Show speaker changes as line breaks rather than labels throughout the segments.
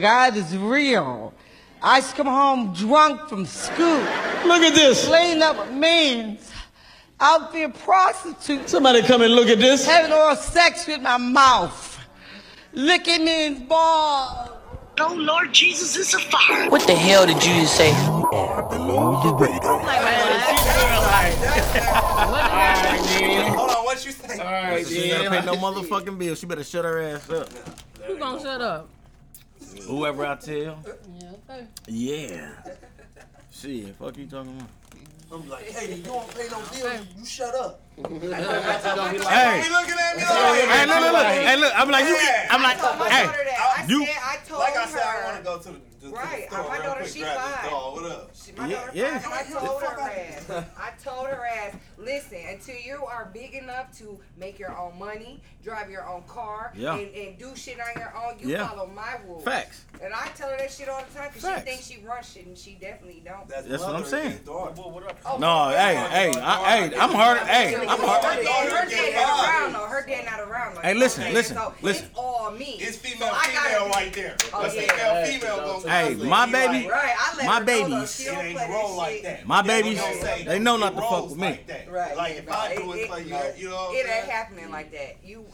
God is real. I used to come home drunk from school,
Look at this.
laying up with men, out there prostitutes,
Somebody come and look at this.
having oral sex with my mouth, licking men's balls.
Oh Lord Jesus is a fire.
What the hell did you just say?
Below the radar.
Hold on, what you think?
Alright, she ain't gotta pay no motherfucking bill. She better shut her ass up.
You gonna shut up?
Whoever I tell,
Yeah. Okay.
yeah. Shit, fuck you talking about.
I'm like, hey, you don't pay no bills. You shut up.
Hey,
He looking at me like,
hey, look, look, look. Hey, look. I'm like you. I'm like,
told my daughter
hey,
that. I
you-
said, I told
like I
her.
said, I want to go to the, to, to
Right,
the store.
my
real
daughter,
quick,
she
grab this
fine.
dog. What up?
She- my
Yeah,
daughter
yeah.
cried, and I told her ass. I told her ass. Listen, until you are big enough to make your own money, drive your own car,
Yeah.
and, and do shit on your own, you
Yeah.
follow my rules.
facts.
And I tell her that shit all the time because she
Facts.
thinks she runs shit and she definitely don't.
That's what I'm
mother and
saying.
daughter. What up?
Oh,
No, hey, hey, I, hey, I'm hard. Hey, I'm
her
hard.
dad, her dad
Yeah.
not around though. Her dad not around. Like,
Hey, listen,
okay,
listen,
so
listen.
It's all me.
It's female,
So I gotta
female
be-
right there.
Oh,
That's
yeah.
female, female going to
Hey, my baby-
Right, I let
My
her know, though,
babies.
she
It
don't
ain't
play
roll
that
like
shit.
that.
My
It don't
babies,
say-
they know
it
not to fuck
rolls
with me.
Like that.
Right.
Like if
no,
I do it, for you,
no,
you know what I'm
It ain't
saying?
happening like that. You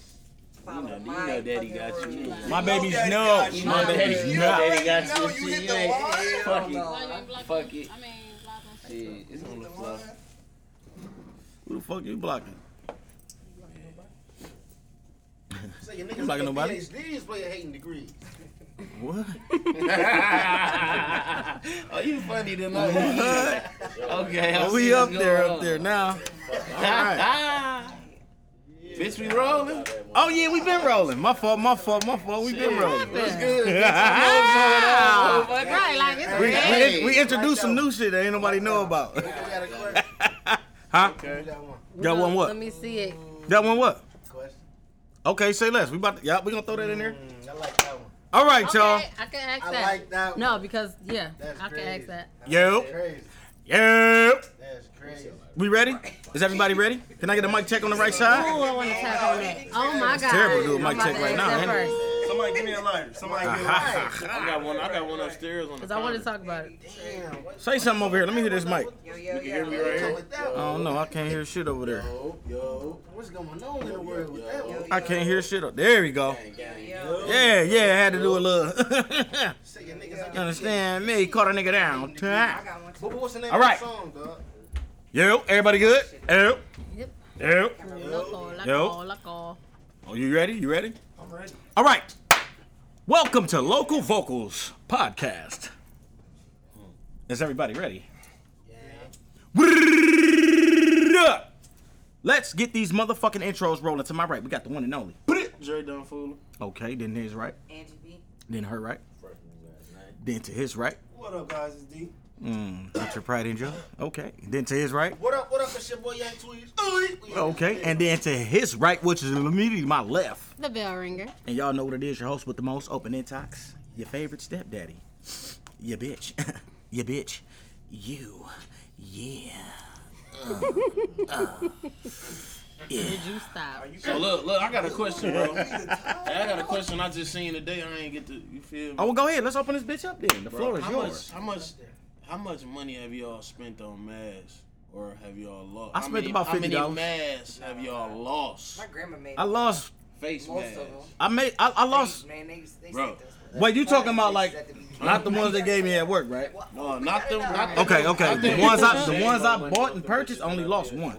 follow
know- you
my
know daddy
fucking
got you.
rules.
My babies
daddy
know.
got you.
My babies
You
know.
already
got
know
you.
you
See,
hit
you
the
ain't-
wire.
Fuck it.
No,
Why you block
Fuck
me?
it.
I mean, block on Facebook.
Shit, it's on the floor.
Who the fuck you blocking?
Say your
You blocking nobody?
PhDs play a hating degree.
What?
oh, you funny tonight. okay, I
Oh,
see
we up
what's
there,
going
up
on.
there now. All right.
Bitch, we rolling.
Oh yeah, we been rolling. My fault, my fault, my fault. We been rolling.
What's good?
Ah!
Bitch, I
Right, like it's
We,
bad.
we, we introduced some new shit that ain't nobody know about.
know what I'm saying? We
Huh?
got one
Got one
Let
what?
me see it.
Got one what?
question.
Okay, say less. We about to, yeah, we gonna throw that in there.
Mm, I like that one.
All right,
Okay,
y'all.
I can ask
I
that.
like that
No,
one.
because yeah,
That's
I can
crazy.
ask
Oh,
that.
That's
Yep.
crazy.
Yep.
That's crazy.
We ready? Is everybody ready? Can I get a mic check on the right
Ooh,
side?
I want to tap on that. Oh my god.
terrible to do a mic
I'm about
check
to
right
ask
now,
that
ain't it?
first,
Somebody give me a lighter. Somebody give me a lighter.
I got one. I got one upstairs on the.
'cause I want to
counter.
talk about it.
Damn. What
Say something over here. Let me hear this mic.
Yo, yo,
You hear me
yo.
right
the fuck
here?
with that
I
one?
don't know. I can't hear shit over there.
Yo, yo. What's going on in the world with that one?
I can't hear shit. Up. There we go.
Yo.
Yeah, yeah. I had to do a little.
Say your niggas out
you understand me? Caught a nigga down.
I got one too.
But what's the name
All right.
of the song, dog?
Yep. Everybody good? Yep.
Yep.
Yep.
Look, oh, look,
Yo.
oh, look, oh.
Are you ready? You ready?
I'm ready.
All right. Welcome to Local Vocals Podcast. Is everybody ready? Yeah. Let's get these motherfucking intros rolling. To my right, we got the one and only.
Dre done fooling.
Okay, then his right,
Angie B.
then her right, then to his right.
What up, guys? It's D.
That's your pride and joy. Okay, then to his right.
What up, what up? It's your boy Young Tweez. Ooh,
Okay, and then to his right, which is immediately my left.
The bell ringer.
And y'all know what it is, your host with the most open intox, your favorite stepdaddy. Your bitch. your bitch. You. Yeah.
Did you stop?
So look, look, I got a question, bro. Hey, I got a question. I just seen today. I ain't get to. You feel me?
Oh, well, go ahead. Let's open this bitch up then. The floor is
how
yours.
Much, how much? How much money have y'all spent on masks, or have y'all lost?
I
How
spent
many-
about
How
$50.
many masks have y'all lost?
My grandma made
I lost.
Face
most
masks.
of them.
I made. I, I lost.
Man, they, they
Bro.
sent us one.
Wait, you talking about like not the ones they gave me at work, right?
No, not them. Not them.
Okay, okay.
I think-
The ones I the ones I bought and purchased only lost one.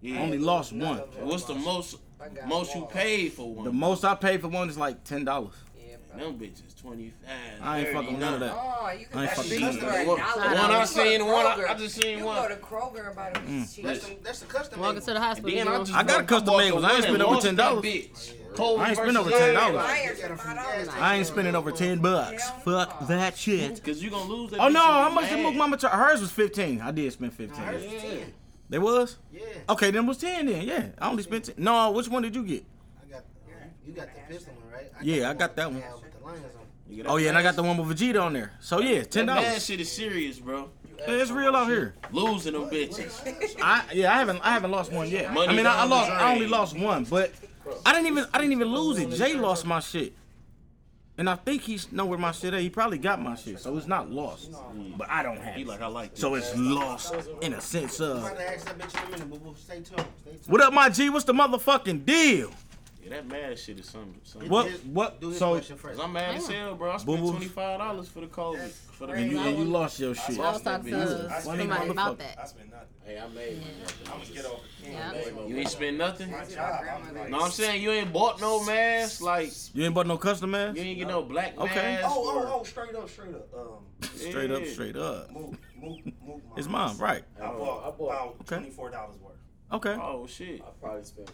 Yeah.
Only lost one.
What's the most
I got
most you
one.
paid for one?
The most I paid for one is like ten dollars.
Yeah, bro.
Them bitches twenty five.
I ain't fucking with none of that.
Oh, you
I
can
ain't
buy
fucking
shit
with
for
that.
a
One-
dollar.
one
You
I
go to
seen, one I-
Kroger.
I just seen
you
one.
You go to Kroger and buy them shit.
That's the, that's the custom.
Welcome to the hospital.
Then I,
Jerome.
just
I got a custom
bought
made
the
ones. I ain't
one
spent
and
over
lost that
$10.
bitch. Kobe
I ain't spent over
versus
$10.
Larry.
Buyers for $5.
I ain't spending over ten bucks. Fuck that shit.
Cause you gonna lose that.
Oh
bitch and
no,
be
how much did
mad.
Mook Mama charge? Hers was fifteen. I did spend fifteen.
Yeah.
They was?
Yeah.
Okay, then it was ten then, yeah. I only spent ten. No, which one did you get?
I got, you got the pistol one, right?
Yeah, I
the
got that
with
one.
the- with the lions on it.
Nigga, that
Oh yeah, and I got
mask-
the one with Vegeta on there. So yeah, ten
That mad
dollars.
shit is serious, bro.
It's real out here.
Losing them bitches.
I yeah, I haven't I haven't lost one yet.
Money
I mean I, I
down
lost
the
I only
drain.
lost one, but I didn't even I didn't even lose it. Jay lost my shit. And I think he's know where my shit at. He probably got my shit, so it's not lost. But I don't have
He
it.
like, I like
So it's lost in a sense of
I'm gonna ask that bitch in a minute, but we'll stay tuned. Stay tuned.
what up, my G? What's the motherfucking deal?
Yeah, that mad shit is something. something.
What?
His-
What?
Do his
So
question first.
Cause I'm mad as hell, bro. I spent
Boo-boo.
twenty five dollars for the COVID. For the
and you, and you
COVID.
lost your shit.
I was talking to
Funny
somebody about
motherfucker.
I
that.
spent nothing.
Hey, I made. one.
I'm gonna get off.
Yeah.
You ain't spend nothing.
My job. I'm like,
No, I'm saying you ain't bought no mask. Like
You ain't bought no custom ass.
you ain't get no black
Okay.
mask.
oh,
or-
oh, oh, straight up, straight up. Um,
Straight up,
Yeah.
straight up.
move, move, move.
It's mine, right?
I bought,
I bought-
about
Okay.
twenty four dollars worth.
Okay.
Oh shit!
probably spent.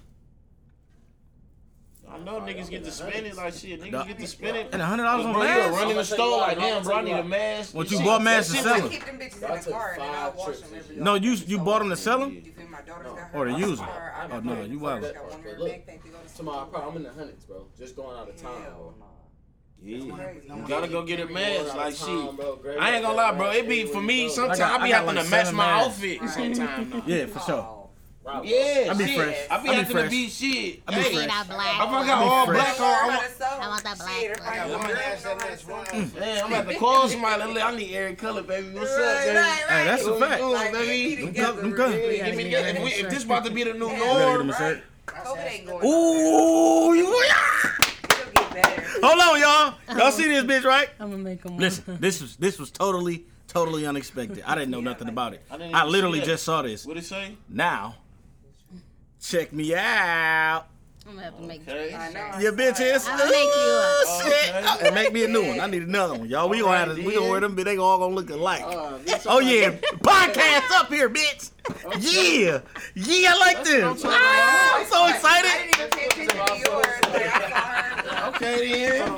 I know niggas get to spend it like shit. Niggas get to spend it.
And a hundred dollars on
Bro, you
mask.
running the store like damn, bro. I need a mask.
What
This
you
shit-
bought masks to
that shit-
sell
I
them?
keep them bitches
Y'all
in the
took
car and then I
five
wash
trips
them
and
every
shit.
No, you you bought them to sell them.
You feel my daughter's got her
Or to
own
use 'em.
car. I
Oh,
got
no,
mine.
you
She
wildin'.
got one rear
Look,
back, think they go to school.
Tomorrow, probably, I'm in the hundreds, bro. Just going out of town, bro.
Hell no.
Yeah.
Crazy.
You gotta go get a mask.
Going
Like
out of town,
shit.
bro. Great
I ain't gonna lie, bro. It be
everywhere
for
you
me.
go.
Sometimes
I got-
I be
I got
having
like
to match
seven
my
masks.
outfit
Right.
sometimes. though.
Yeah, for sure.
Oh.
Right,
Yeah,
I be
shit.
fresh.
I be
I be
having
fresh.
to be shit.
I be
Hey,
fresh.
That black
If I
one.
got all
fresh.
black on,
Learn
I
how
want.
to sew.
I want that black
Shit, if
one.
I got
I'm
one
gonna
rear
ask
back,
that
I
next
know how
round.
to sew.
Hey, I'm about to call somebody. Look, I need Eric Color, baby. What's up,
Right,
baby?
right,
Hey, that's a
right.
fact.
Like,
Like,
baby,
we
them
together,
gun- them gun.
really.
Give me that. If, we, if this about to be the new
gotta
norm,
get
Right.
Right.
COVID ain't going.
Ooh, you-
It'll get better.
hold on, y'all. Y'all see this bitch, right?
I'm gonna make them.
Listen, this was this was totally totally unexpected. I didn't know nothing about it.
I didn't
I
even
literally
see that.
just saw this.
what it say?
Now, check me out.
I'm gonna have to make.
Okay.
I know.
Your bitch is.
I'll make you a- Oh,
Ooh, shit.
Okay.
Uh, and make me a new one. I need another one, y'all. We gonna have to, we gonna wear them. They all gonna look alike.
Uh, this-
oh yeah, podcast up here, bitch. Yeah, yeah, I like this. Ah, I'm so
I
excited.
didn't even pay attention to yours, but I saw her.
Okay then.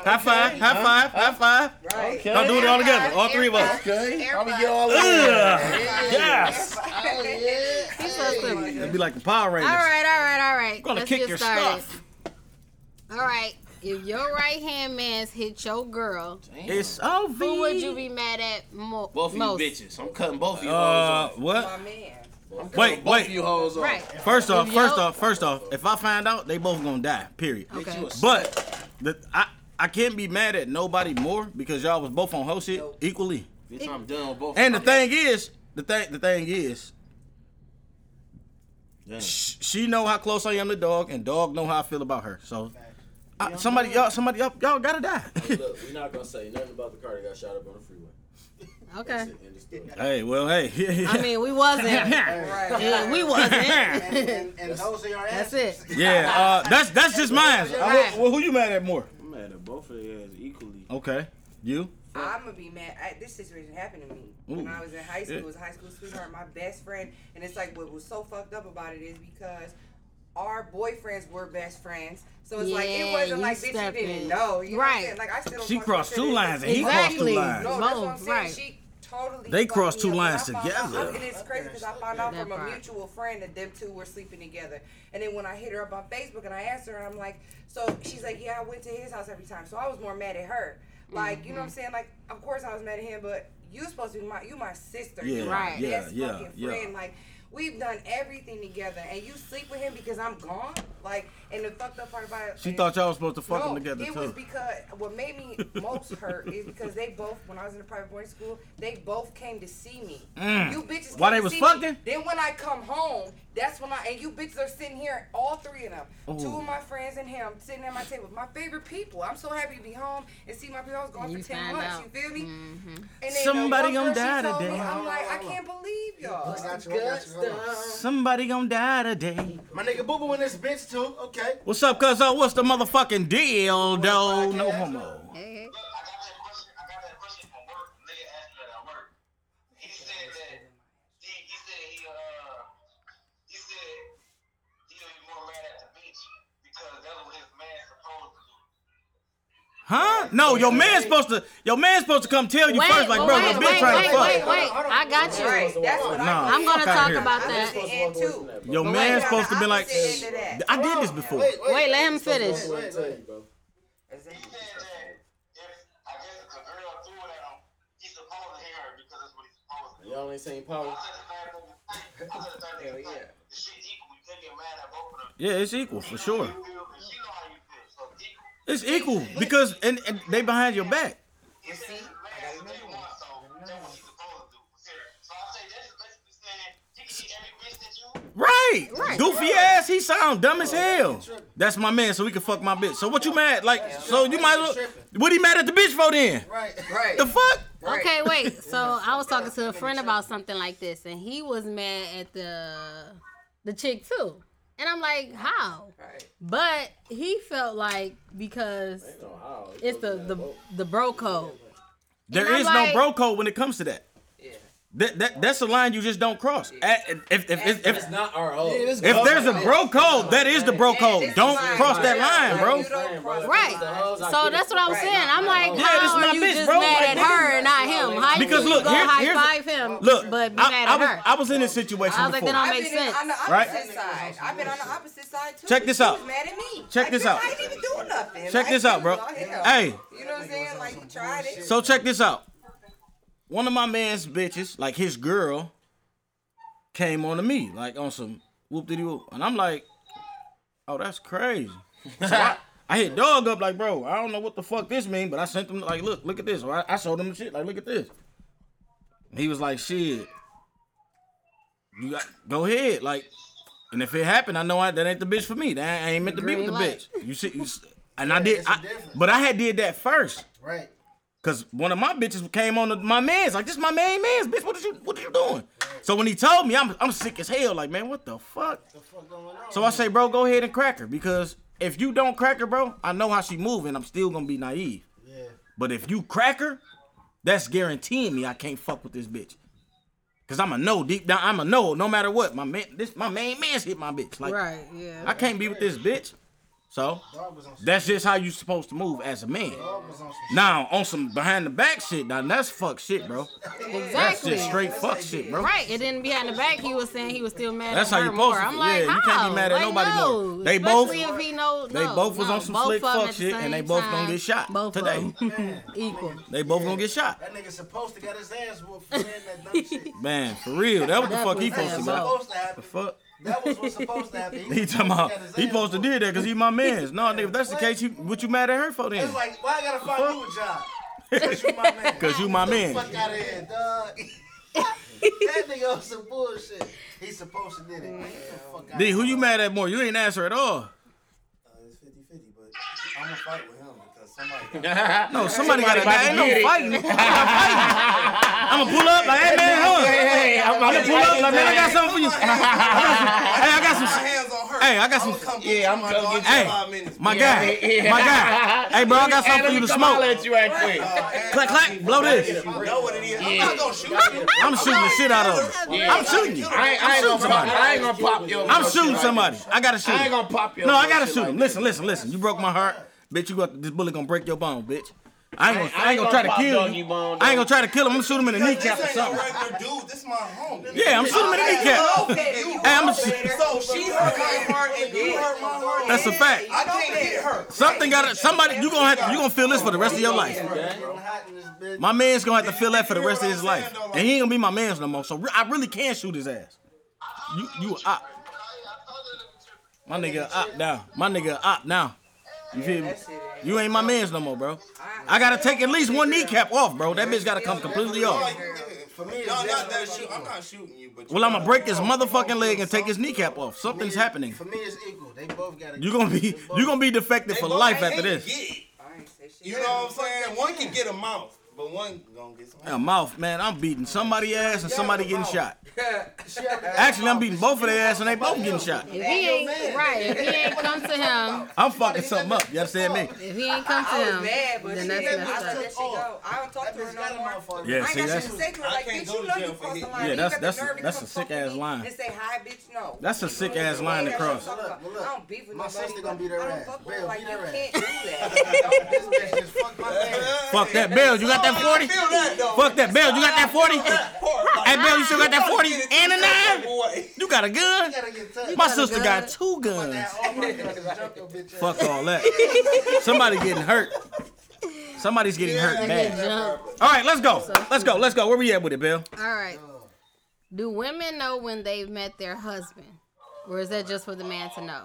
High five, high five, high five.
Right.
Okay.
Now do it all together, all three of us.
Okay.
Air
I'm gonna
Bud.
get all
Ugh,
that.
yes.
He's supposed to-
It'd be like the Power Rangers.
All right, all right, all right.
gonna
Let's
kick
get
your
started.
stuff.
All right. If your right hand man's hit your girl,
It's over.
who would you be mad at mo-
Both of you
most?
bitches. I'm cutting both of you
Uh,
hoes off.
My
what?
man.
I'm cutting
Wait,
both
wait.
of you hoes off.
Right.
First off,
If
first
y'all-
off, first off, if I find out, they both gonna die. Period.
Okay.
You a slut.
But the, I I can't be mad at nobody more because y'all was both on hoe shit equally.
Bitch, I'm done with both.
And the
of you.
thing is, the thing the thing is,
Done.
sh- she know how close I am to dog, and dog know how I feel about her. So. I, somebody, y'all, somebody, y'all, y'all gotta die.
Look, we're not gonna say nothing about the car that got shot up on the freeway.
Okay.
That's it, end of story.
hey, well, hey,
I mean, we wasn't. Yeah, we wasn't.
And those are your
That's it.
yeah, uh, that's that's just mine. I- who- who you mad at more?
I'm mad at both of you guys equally.
Okay, you.
I'm gonna be mad. I, this situation happened to me when
Ooh,
I was in high school.
shit.
It was a high school sweetheart, my best friend, and it's like what was so fucked up about it is because our boyfriends were best friends. So it's like
Yeah,
it wasn't
you
like bitch you
stepped
didn't
in.
know, you know what I'm
Right.
saying? Like I still
She
fucking
crossed
feel
two
it.
lines and he crossed two
Exactly.
lines.
No, that's what I'm
Both,
saying.
right.
She totally.
They
fucked
crossed
me
two
up, and
lines
I found out-
together.
and it's crazy because I found out
That
from a
part.
mutual friend that them two were sleeping together. And then when I hit her up on Facebook and I asked her, and I'm like, so she's like, yeah, I went to his house every time. So I was more mad at her. Like, you know what
Mm-hmm.
I'm saying? Like, of course I was mad at him, but you supposed to be my, you my sister.
Yeah,
you my
Right.
yeah,
best
yeah,
fucking
yeah.
friend. Like, we've done everything together, and you sleep with him because I'm gone. Like, and the fucked up part about it.
She thought y'all was supposed to fuck
no,
them together
it
too.
was because what made me most hurt is because they both, when I was in the private boarding school, they both came to see me. You bitches.
Mm.
came
While they
to
was
see
fucking?
Me. Then when I come home, that's when I and you bitches are sitting here, all three of them, two of my friends and him sitting at my table, my favorite people. I'm so happy to be home and see my people. I was gone
You
for ten
found
months.
out. Mm-hmm.
You feel me? And the
Somebody
one
gonna
girl, she
die
told me,
today.
I'm like, I can't believe y'all.
Somebody gonna die today.
My nigga Boo Boo in this bitch too. Okay.
What's up, cuz? Uh, what's the motherfucking deal, though? No homo.
Hey,
Look, I got that question. I got that question from work. Nigga asked me that at work. He said that. He, he said he uh. He said he'll be more mad at the bitch because that was his man supposed to do.
Huh? No, your man's supposed to. Your man's supposed to come tell you
Wait,
first, like, bro,
wait,
your
wait,
bitch trying to
wait, wait,
fuck.
wait. I got
Right,
you.
that's what
Nah.
I.
I'm gonna
fuck outta
talk
here.
about
I'm
that.
just- And two.
Your
But
man's
wait,
supposed to be like,
opposite end of that.
I did this before.
Wait, let him finish.
Wait, wait, bro.
He said that if I guess if the girl threw it at him, he's supposed to hear her because that's what he's supposed to do.
Y'all ain't seen
I
power.
said the same thing. I said the same thing.
Hell, yeah.
The shit equal. You can't get mad at both of them.
Yeah, it's equal for
She know how
sure.
you feel, and She know how you feel, so it's equal.
It's equal because and, and they behind your back. Right.
Right.
Goofy ass. He sound dumb as hell. That's my man, so we can fuck my bitch. So what you mad? Like, so you might as well. What he mad at the bitch for then?
Right.
Right.
The fuck?
Okay, wait. So I was talking to a friend about something like this, and he was mad at the the chick too. And I'm like, how? But he felt like because it's the the the bro code.
There
And I'm
is
like-
no bro code when it comes to that. That, that that's a line you just don't cross. At- If, if, if, if,
That's not our hole. Yeah,
if
that's
if there's a
government.
bro code, that is the bro
Yeah,
code.
this is
Don't
mine.
cross that
Yeah,
line, bro.
you don't cross that
Right.
line. Hoes, I
So
get
that's
it.
what I was
Right.
saying. I'm
Right.
like,
Yeah,
how
this
are
my
you
bitch,
just
bro.
mad
Like,
at
this
her
is
and
my
not him?
lady.
How you
Because
just
look,
gonna
here-
high
here's the-
five him,
Look,
but be
I,
mad
I
at
was
her?
I was in this situation
I was like,
before.
that don't make
I've been in-
sense.
on the opposite
Right?
side. I've been on the opposite side too.
Check this
She
out.
was mad at me. Like,
Check this
bitch,
out.
I didn't even do nothing.
Check
Like,
this out, bro.
y'all hell.
Hey.
You know what I'm saying? Like, you tried it.
So check this out. One of my man's bitches, like his girl, came on to me, like on some whoop diddy whoop. And I'm like, oh, that's crazy. So I, I hit dog up, like, bro, I don't know what the fuck this mean, but I sent them, like, look, look at this. Or I, I showed him the shit, like, look at this. He was like, shit, you got, go ahead. Like, and if it happened, I know I, that ain't the bitch for me. That I ain't meant to be with the
Green light.
bitch. You see, you, s- and I did, I, but I had did that first.
Right.
Cause one of my bitches came on to my man's like, this my main man's bitch. What are you what are you doing? So when he told me, I'm I'm sick as hell. Like, man, what the fuck? So I say, bro, go ahead and crack her. Because if you don't crack her, bro, I know how she moving. I'm still gonna be naive.
Yeah.
But if you crack her, that's guaranteeing me I can't fuck with this bitch. Cause I'm a no deep down. I'm a no, no matter what. My man, this my main man's hit my bitch. Like,
Right, yeah.
I can't be with this bitch. So that's just how you supposed to move as a man. Now on some behind the back shit, now that's fuck shit, bro.
Exactly.
That's just straight fuck shit, bro.
Right, and then behind the back, he was saying he was still mad
That's
at
how you
her more.
supposed to
I'm
be.
like,
Yeah,
how?
you can't be mad at
Like,
nobody
no.
more. They
Especially
both-
if he know,
they
no,
both was
no,
on some
both
slick
of 'em
fuck
at the
shit, and they
same
both gonna
time.
get shot
both of
today.
'em. Equal.
They both gonna get shot,
That nigga supposed to got his ass whooped for saying that dumb shit.
man. For real, that was the
That
fuck he
was
supposed to
supposed
do.
to happen.
The fuck.
That was what's supposed to happen.
He talking about he supposed to do that because he my man's. No, nigga, if that's the case, you what you mad at her for then?
It's like, why I gotta find you a job?
Cause you my
Get the
man.
Fuck out of here, dog. that nigga on some bullshit. He supposed to did it. Get the fuck Uh, out
D, who you mad at more? You ain't answer at all.
I'm gonna fight with him because somebody.
No, somebody got a
about
guy.
to
Ain't no
get it.
fighting. I'm gonna pull up like, hey man, huh?
Hey, hey, I'm
I'm
about
gonna
to
pull up
fight
like, man, I got
you.
something for you. I got some,
My
hey, I
hands on
got some.
her.
Hey, I got
I'ma
some.
come get you, my dog. Give me five
Hey,
minutes.
my
Yeah,
guy,
yeah.
my guy. Hey, bro, I got something for you to
Come holler
smoke.
at you right quick.
Clack, clack, blow this.
You know what it is. I'm
Yeah.
not gonna shoot you.
I'm shooting the shit out of him.
Yeah.
I'm shooting you.
I ain't, I ain't
I'm shooting
gonna pop.
somebody.
I ain't gonna pop your.
I'm shooting somebody. I gotta shoot.
I ain't
him.
gonna pop your.
No, I
bullshit
gotta shoot
like
him.
that.
Listen, listen, listen. You broke my heart, bitch. You got this bullet gonna break your bone, bitch. I ain't gonna, I ain't gonna try to
pop
kill
doggy
you.
bone,
I ain't gonna try to kill him. I'm gonna shoot him in the
This
kneecap or
ain't no
something.
regular dude. This my homie.
Yeah, I'm shooting him in the kneecap.
Hey,
Hey, I'ma-
So she hurt my heart and you hurt my heart.
That's a fact.
I can't hit her.
Something got to somebody. You gonna have to, you gonna feel this for the rest of your life. My man's gonna have to feel that for the rest of his life, and he ain't gonna be my man's no more. So re- I really can shoot his ass. You you a op. My nigga a op now. My nigga a op now. You feel me? You ain't my man's no more, bro. I gotta take at least one kneecap off, bro. That bitch gotta come completely off.
For me, no, not that shoot. I'm not shooting you, but
Well, I'ma break his motherfucking leg and take his kneecap off. Something's happening.
for me it's equal. They both got.
You gonna be you gonna be defective for life after this.
You know what I'm saying? One can get a mouth, but one gonna get some.
Yeah, mouth, man. I'm beating somebody ass and somebody getting shot.
She already got a
Actually, I'm beating both of their ass and they both getting shot.
If he ain't right, if he ain't come to him,
I'm fucking something up. You understand me?
if he ain't come to
I was
him,
mad, but
then
she
that's
didn't. I
messed
let that
up.
shit go. I don't talk to her no more.
Yeah,
I ain't
see,
got
that's-
shit to say to her. Like, bitch, you know you crossed the line.
Yeah,
You
that's-
got the
that's-
nerve to
that's
come
a sick
talk to
ass
me
line.
And say hi, bitch. No.
That's a sick ass line to cross.
I don't beef with
My
nobody,
sister
but
gonna beat her
I don't
ass.
fuck with
Babe,
her like you
beat her ass.
can't do that.
Fuck that bell. You got that 40? Fuck that bell. You got that 40? Hey, Bill, you still got that 40 and a 9? You got a gun? My sister got two guns.
Oh
Fuck all that. Somebody getting hurt. Somebody's getting hurt bad.
Jump.
All right, let's go. Let's go. Let's go. Where we at with it, Bill?
All right. Do women know when they've met their husband? Or is that just for the man to know?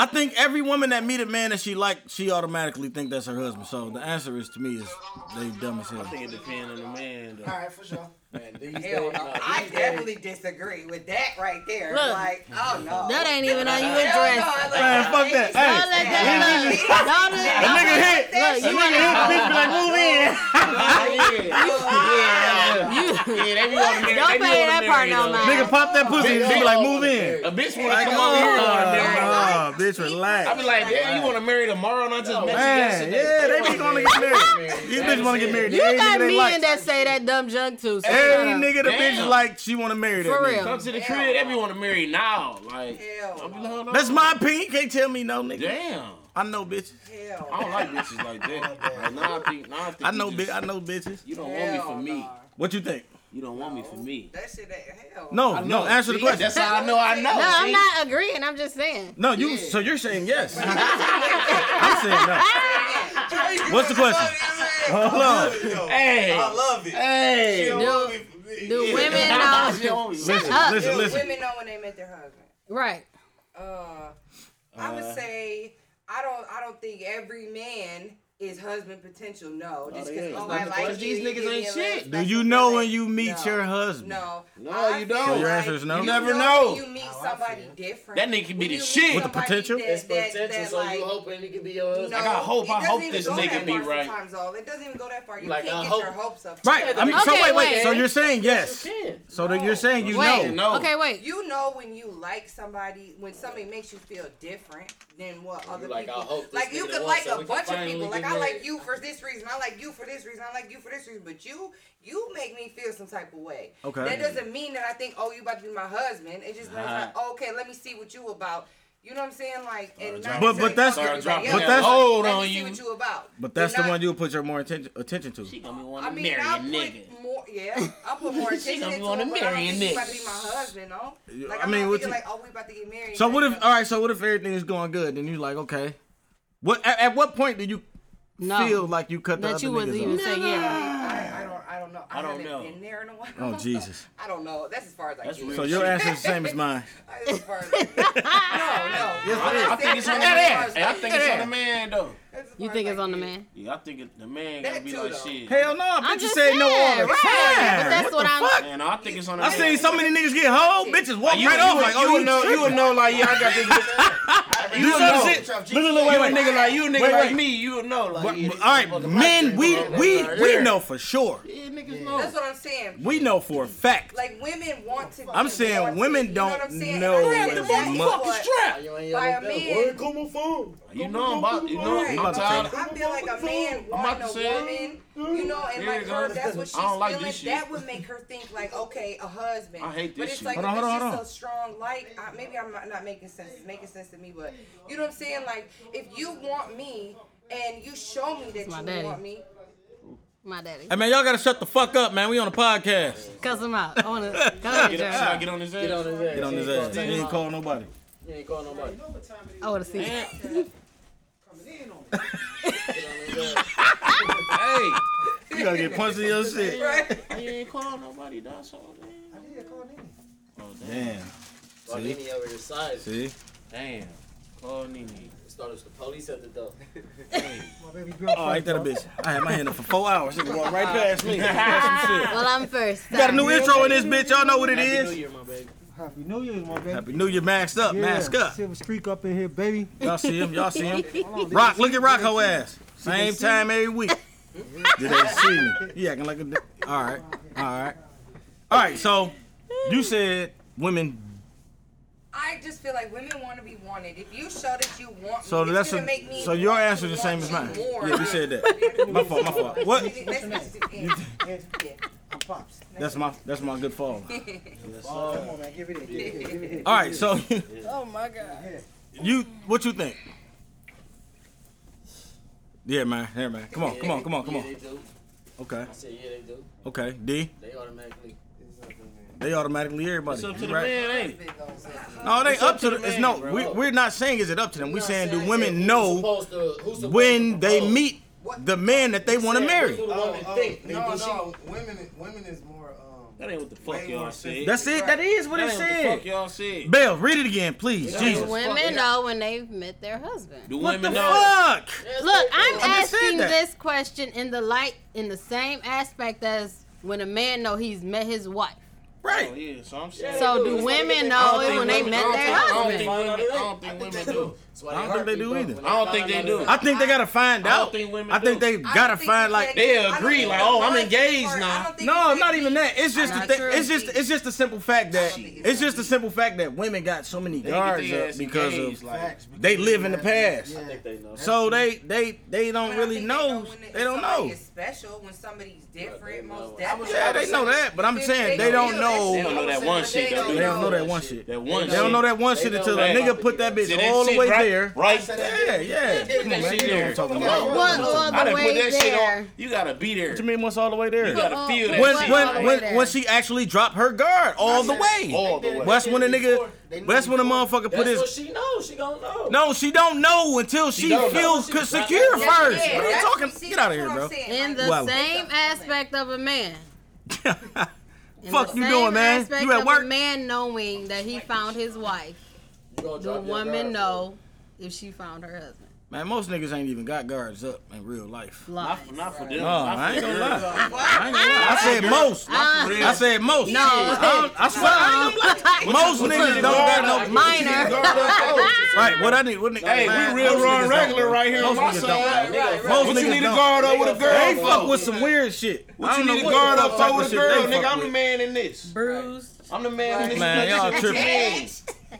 I think every woman that meet a man that she like, she automatically think that's her husband. So the answer is to me is they dumb as hell.
I think it depends on the man. Though.
All right, for sure.
Man, these
Hell
days,
no.
nah,
I
these days-
definitely disagree with that right there.
Look,
like, oh no.
that ain't even on you
Hell
address.
no, like,
Man,
fuck that.
they-
Hey,
Don't let
he
that look.
really-
Don't let
A nigga
that-
hit.
Look,
A
you
nigga hit, bitch be like,
move in.
yeah, yeah, yeah. they be wanting to marry.
Don't
they be
pay
wanting
that
to marry
part no
though.
mind.
Nigga, pop that pussy. She be like, move in.
A bitch want to
Like, uh,
come
come
over here and want to marry.
on, bitch, relax.
I be like, damn, you want to marry tomorrow? And I just met
Man,
you
yeah,
yesterday.
they be going to get married. These bitches want to get married.
You
Every
got
nigga they
me
like.
in that say that dumb junk too. so
Every
shut up.
nigga the
Damn.
bitch like, she want to marry that
For
nigga.
real.
Come to the crib, they be want to marry now. Like,
Hell.
I be like, hold on.
That's my opinion. You Can't tell me no, nigga.
Damn.
I know bitches.
Hell.
I don't like bitches like that. Like, now I think, now I think.
I know,
you
bi-
just-
I know bitches.
You don't want me
Hell
for me.
nah.
What you think?
You don't want me for me.
That shit ain't hell.
No, no. Answer the
See,
question.
That's how I know I know.
No, I'm
see?
not agreeing. I'm just saying.
No, you. So you're saying yes. I'm saying no. What's the question? Hold on.
Hey,
I love it.
hey.
She don't want me for me.
Do
Yeah.
women know?
Listen,
up.
listen,
Hell,
listen.
Women know when they met their husband.
Right.
Uh, I would say I don't. I don't think every man is husband potential. No, just because oh, I like you,
These
you
niggas
give me a little
ain't shit.
Do you
special
know
feeling.
when you meet
No.
your husband?
No,
No,
I
you
feel
don't.
So your answer is no?
You
You
never
when
know.
You meet somebody different.
That nigga can
When
be the
you meet
shit. With
the
somebody
potential?
that-
It's
that-
potential,
that,
so
like,
you hoping it could be your husband.
no,
I got hope.
it
I
doesn't
hope
even
this
go
nigga
that
be
far
right.
Sometimes, though, it doesn't even go that far. You
Like,
can't
I
get
hope-
your hopes up.
Right. I mean, so
Okay,
wait, wait,
wait.
So you're saying yes.
You can.
So that you're saying you
Wait.
know.
No.
Okay. Wait.
You know when you like somebody, when somebody makes you feel different than what other
like, I
people.
hope this
like you
nigga
could
wants
like
so we
a
can
bunch of
finally
people.
get
Like I like
married.
you for this reason. I like you for this reason. I like you for this reason. But you, you make me feel some type of way.
Okay.
That doesn't mean that I think, oh, you about to be my husband. It just means
Uh-huh.
like, okay, let me see what you about. You know what I'm saying? Like, and not
But- but
take
that's-
from
Start
everybody
dropping
else.
that
load
Let me
on
see
you.
what you about.
But that's
You're
the
not-
one you'll put your more attention attention to.
She gonna want
I
to
mean,
marry a
I'll put
nigga.
more. Yeah, I'll put more
She
attention
gonna
into
wanna
it. But I
marry
don't
a
think you about
nigga.
to be my husband, no.
Yeah,
Like
I
I'm
mean,
not
what
thinking
you-
like, oh, we about to get married.
So what if? uh,
Like,
All right. So what if everything is going good? Then you're like, okay. What? At, at what point do you feel
No.
like you cut the
That
other
you was even
niggas off?
say yeah.
I, I don't, I don't know. I,
I don't
haven't
know.
been there in a while.
Oh, Jesus.
I don't know. That's as far as I
That's
get.
real.
So your answer is the same as mine.
That's as far as I get. no, no.
I think it's on the man. Hey, I think it's on the man though.
You think it's on the man?
Yeah, I think it, the man
That
gonna be
too,
like
though.
shit.
Hell no,
I'm
bitches
just
said no
saying,
all the
right.
time.
But that's
what,
what
the
I'm-
fuck?
Man, I think it's on the
I
man.
seen so many niggas get hoe, bitches walk
You,
right
you,
off
would-
like,
you
oh,
would know, you would know, like, yeah, I got this.
you know shit. Look, look, look, wait,
you a
wait,
nigga like you, a nigga
Wait,
like
wait.
me, you would know, like. yeah, this
All right,
motherfucker
men,
right
we
there, right
we
there.
we know for sure.
Yeah, niggas know.
That's what I'm saying.
We know for a fact.
Like women want to.
I'm saying women don't know as much.
strap.
You ain't
By a
yelling at them.
man.
Where come my phone?
You know I'm about, you know
Right.
I'm tired.
I feel like a man
about
wanting
to
a
say
woman, you know, and
Yeah,
like her,
girl.
if that's what she's
I don't like
feeling.
this shit.
That would make her think like, okay, a husband.
I hate
But
this
it's
shit.
like
Hold
if
on,
it's
hold on,
just so strong. Like I, maybe I'm not, not making sense. It's making sense to me, but you know what I'm saying. Like if you want me and you show me that
my
you
daddy.
want me,
My daddy.
Hey man, y'all gotta shut the fuck up, man. We on a podcast.
Cuss him out. I wanna. Go ahead,
Should
Jeremy.
I get on his ass?
Get on his ass.
Get on
He
his
ain't
ass. He
calling nobody.
ain't calling nobody.
He ain't calling nobody.
I wanna see. it.
Hey,
You gotta get punched in your shit.
right?
you ain't calling nobody, dog. So damn.
Oh, Damn.
Well, then he over your side.
See?
Damn. Call Nene.
Started the police at the door.
Oh, ain't that a bitch? I had my hand up for four hours. She walked right past me. That's some shit.
Well, I'm first.
Got a new intro in this bitch. Y'all know what it
Happy New
is.
Year, my baby.
Happy New Year's, my baby.
Happy New Year, maxed up, mask up.
Silver streak up in here, baby.
Y'all see him? Y'all see him? Rock, look at Rock her ass. Same time every week. Did they see me? He acting like a. d- All right, all right, all right. So you said women.
I just feel like women want to be wanted. If you show that you want
So
me,
that's
it's gonna
a,
make me.
so your
want
answer
to
the same
want
as
you
mine.
more.
Yeah, you said that. My fault. My fault. What?
Let's not do- yeah. Yeah.
I'm Pops.
That's my that's my good fall.
Oh, come on, man. Give it in. Give it in. Give it in.
All right. So
Oh my god.
you what you think? Yeah, man. Yeah, man. Come on. Come on. Come on. Come
Yeah,
on.
they do.
Okay.
I said, yeah, they do.
Okay. D.
They automatically.
They automatically everybody.
It's up to the
right?
man, ain't it?
No, they up, to the.
man,
it's no,
bro.
we, we're not saying is it up to them. We're
I'm
saying do
saying
women
who's
know
supposed to- who's supposed to
when they
propose?
meet the man that they want to
Said,
marry?
Oh,
Oh,
who the woman think?
no, no, women, women is more um,
That ain't what the fuck y'all said.
That's it. That is what it
That ain't
said.
What the fuck y'all said.
Bell, read it again, please.
Yeah.
Jesus.
Women know when they've met their husband.
Do
What
women
the
know?
fuck?
Look, I'm
I just said
asking
that.
this question in the light, in the same aspect as when a man know he's met his wife.
Right.
Oh, yeah, so I'm saying.
So do women know it when they met their
I
husband?
don't think women, I don't think women do.
I don't think they do either.
I don't think they do.
I think they gotta find
I don't
out.
think women
I think
do.
they gotta find like
They agree like, oh, I'm engaged now.
No, not even that. It's just the
Not
thing.
true.
It's just it's just the simple fact that it's just the simple fact that women got so many
They get
guards
their
up
ass
because
engaged,
of
like- Facts,
they live in the past.
I think they know.
So they they they don't really know. They don't know.
It's special when somebody's different. most definitely.
Yeah, they know that, but I'm saying they don't know.
They don't know that one shit. though, do
They don't know that one shit.
That one
They don't
shit.
know that one
They
shit
know
until a
that.
nigga put that
See,
bitch
that
all the
shit
way
right-
there.
Right
Yeah,
there.
yeah.
Put
Come on,
that
man.
shit
You know what I'm
there.
talking about.
What all
I
the
done put
way
that shit
there?
on. You gotta be there.
What you mean? What's all the way there?
You gotta What- feel that
When
shit.
when
All the way
when,
there.
when she actually dropped her guard all the way.
All the way.
That's when the nigga. That's when the motherfucker put his.
she knows. She gonna know.
No, she don't know until she,
She don't
feels
know. She-
secure
Yeah,
first.
yeah,
what are you
that's-
talking?
see,
Get out of here,
that's
bro.
what I'm
In the
Wow.
same aspect of a man. In
Fuck
the
you
same
doing, man?
aspect
You at
of
work?
A man knowing that he found his wife. The
drop your guard,
woman know if she found her husband.
Man, most niggas ain't even got guards up in real life.
Lies.
Not for them.
No,
Not for
I ain't gonna
them.
lie. I ain't gonna lie. I said most. I said most.
No.
I, don't- I swear. I ain't gonna lie.
What's your-
most
what's
niggas don't
your
got no
guard? Minor.
right. What I need. What nigga,
Hey, we
man,
real
most
run
niggas don't,
regular
bro.
right here on
Most
my
niggas
side.
don't.
Right, right, right.
Most
What you
niggas
need a
don't.
guard up with a girl
They
for?
fuck with some weird shit. I
What you
don't
need
know
a guard
the
up
fuck
for with a
shit they
girl,
fuck
nigga? I'm the
with.
man in this.
Bruised.
I'm the man in this.
Man, y'all
bitch.
tripping.
Hey,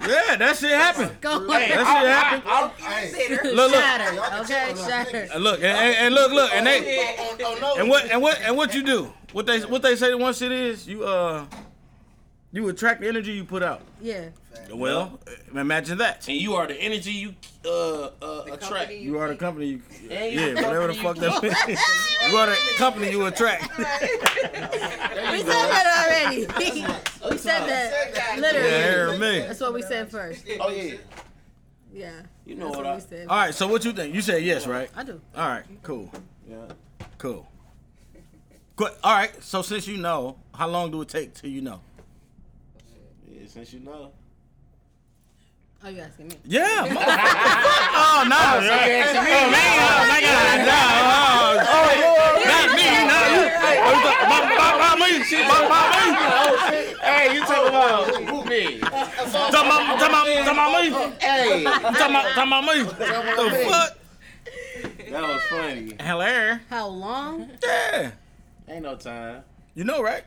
Yeah, that shit happened.
I-
That
I-
shit
I-
happened. Look, look.
Shattered. Okay, shattered.
And look, and, and, and look, look, and they,
Oh,
and what, and what, and what you do? What they, what they say the one shit is, you uh, you attract the energy you put out.
Yeah.
Well, imagine that.
And you are the energy you uh, uh, attract.
You are the company. You,
And
yeah,
you the
whatever the fuck
company
that
you
means. You are the company you attract.
We said that already. we said that literally.
Yeah, hear me.
That's what we said first.
Oh yeah.
Yeah.
You
know what, I said.
All right, so what you think? You said yes, right?
I do.
All right, cool,
Yeah.
cool. Good. All right, so since you know, how long do it take till you know?
Yeah, since you know.
Oh, you asking me?
Yeah. motherfucker. oh no.
Oh,
Oh,
so you're
man.
asking
Oh,
me.
my God. No. Oh, oh, not me. Not you. Hey, oh, you talk- my, my, my me. Shit, my, my me.
Hey, you talking about me?
Talk about, talk about, talk about me.
Hey.
You talking about, talking about me. The fuck?
That was funny.
Hello.
How long?
Yeah.
Ain't no time.
You know, right?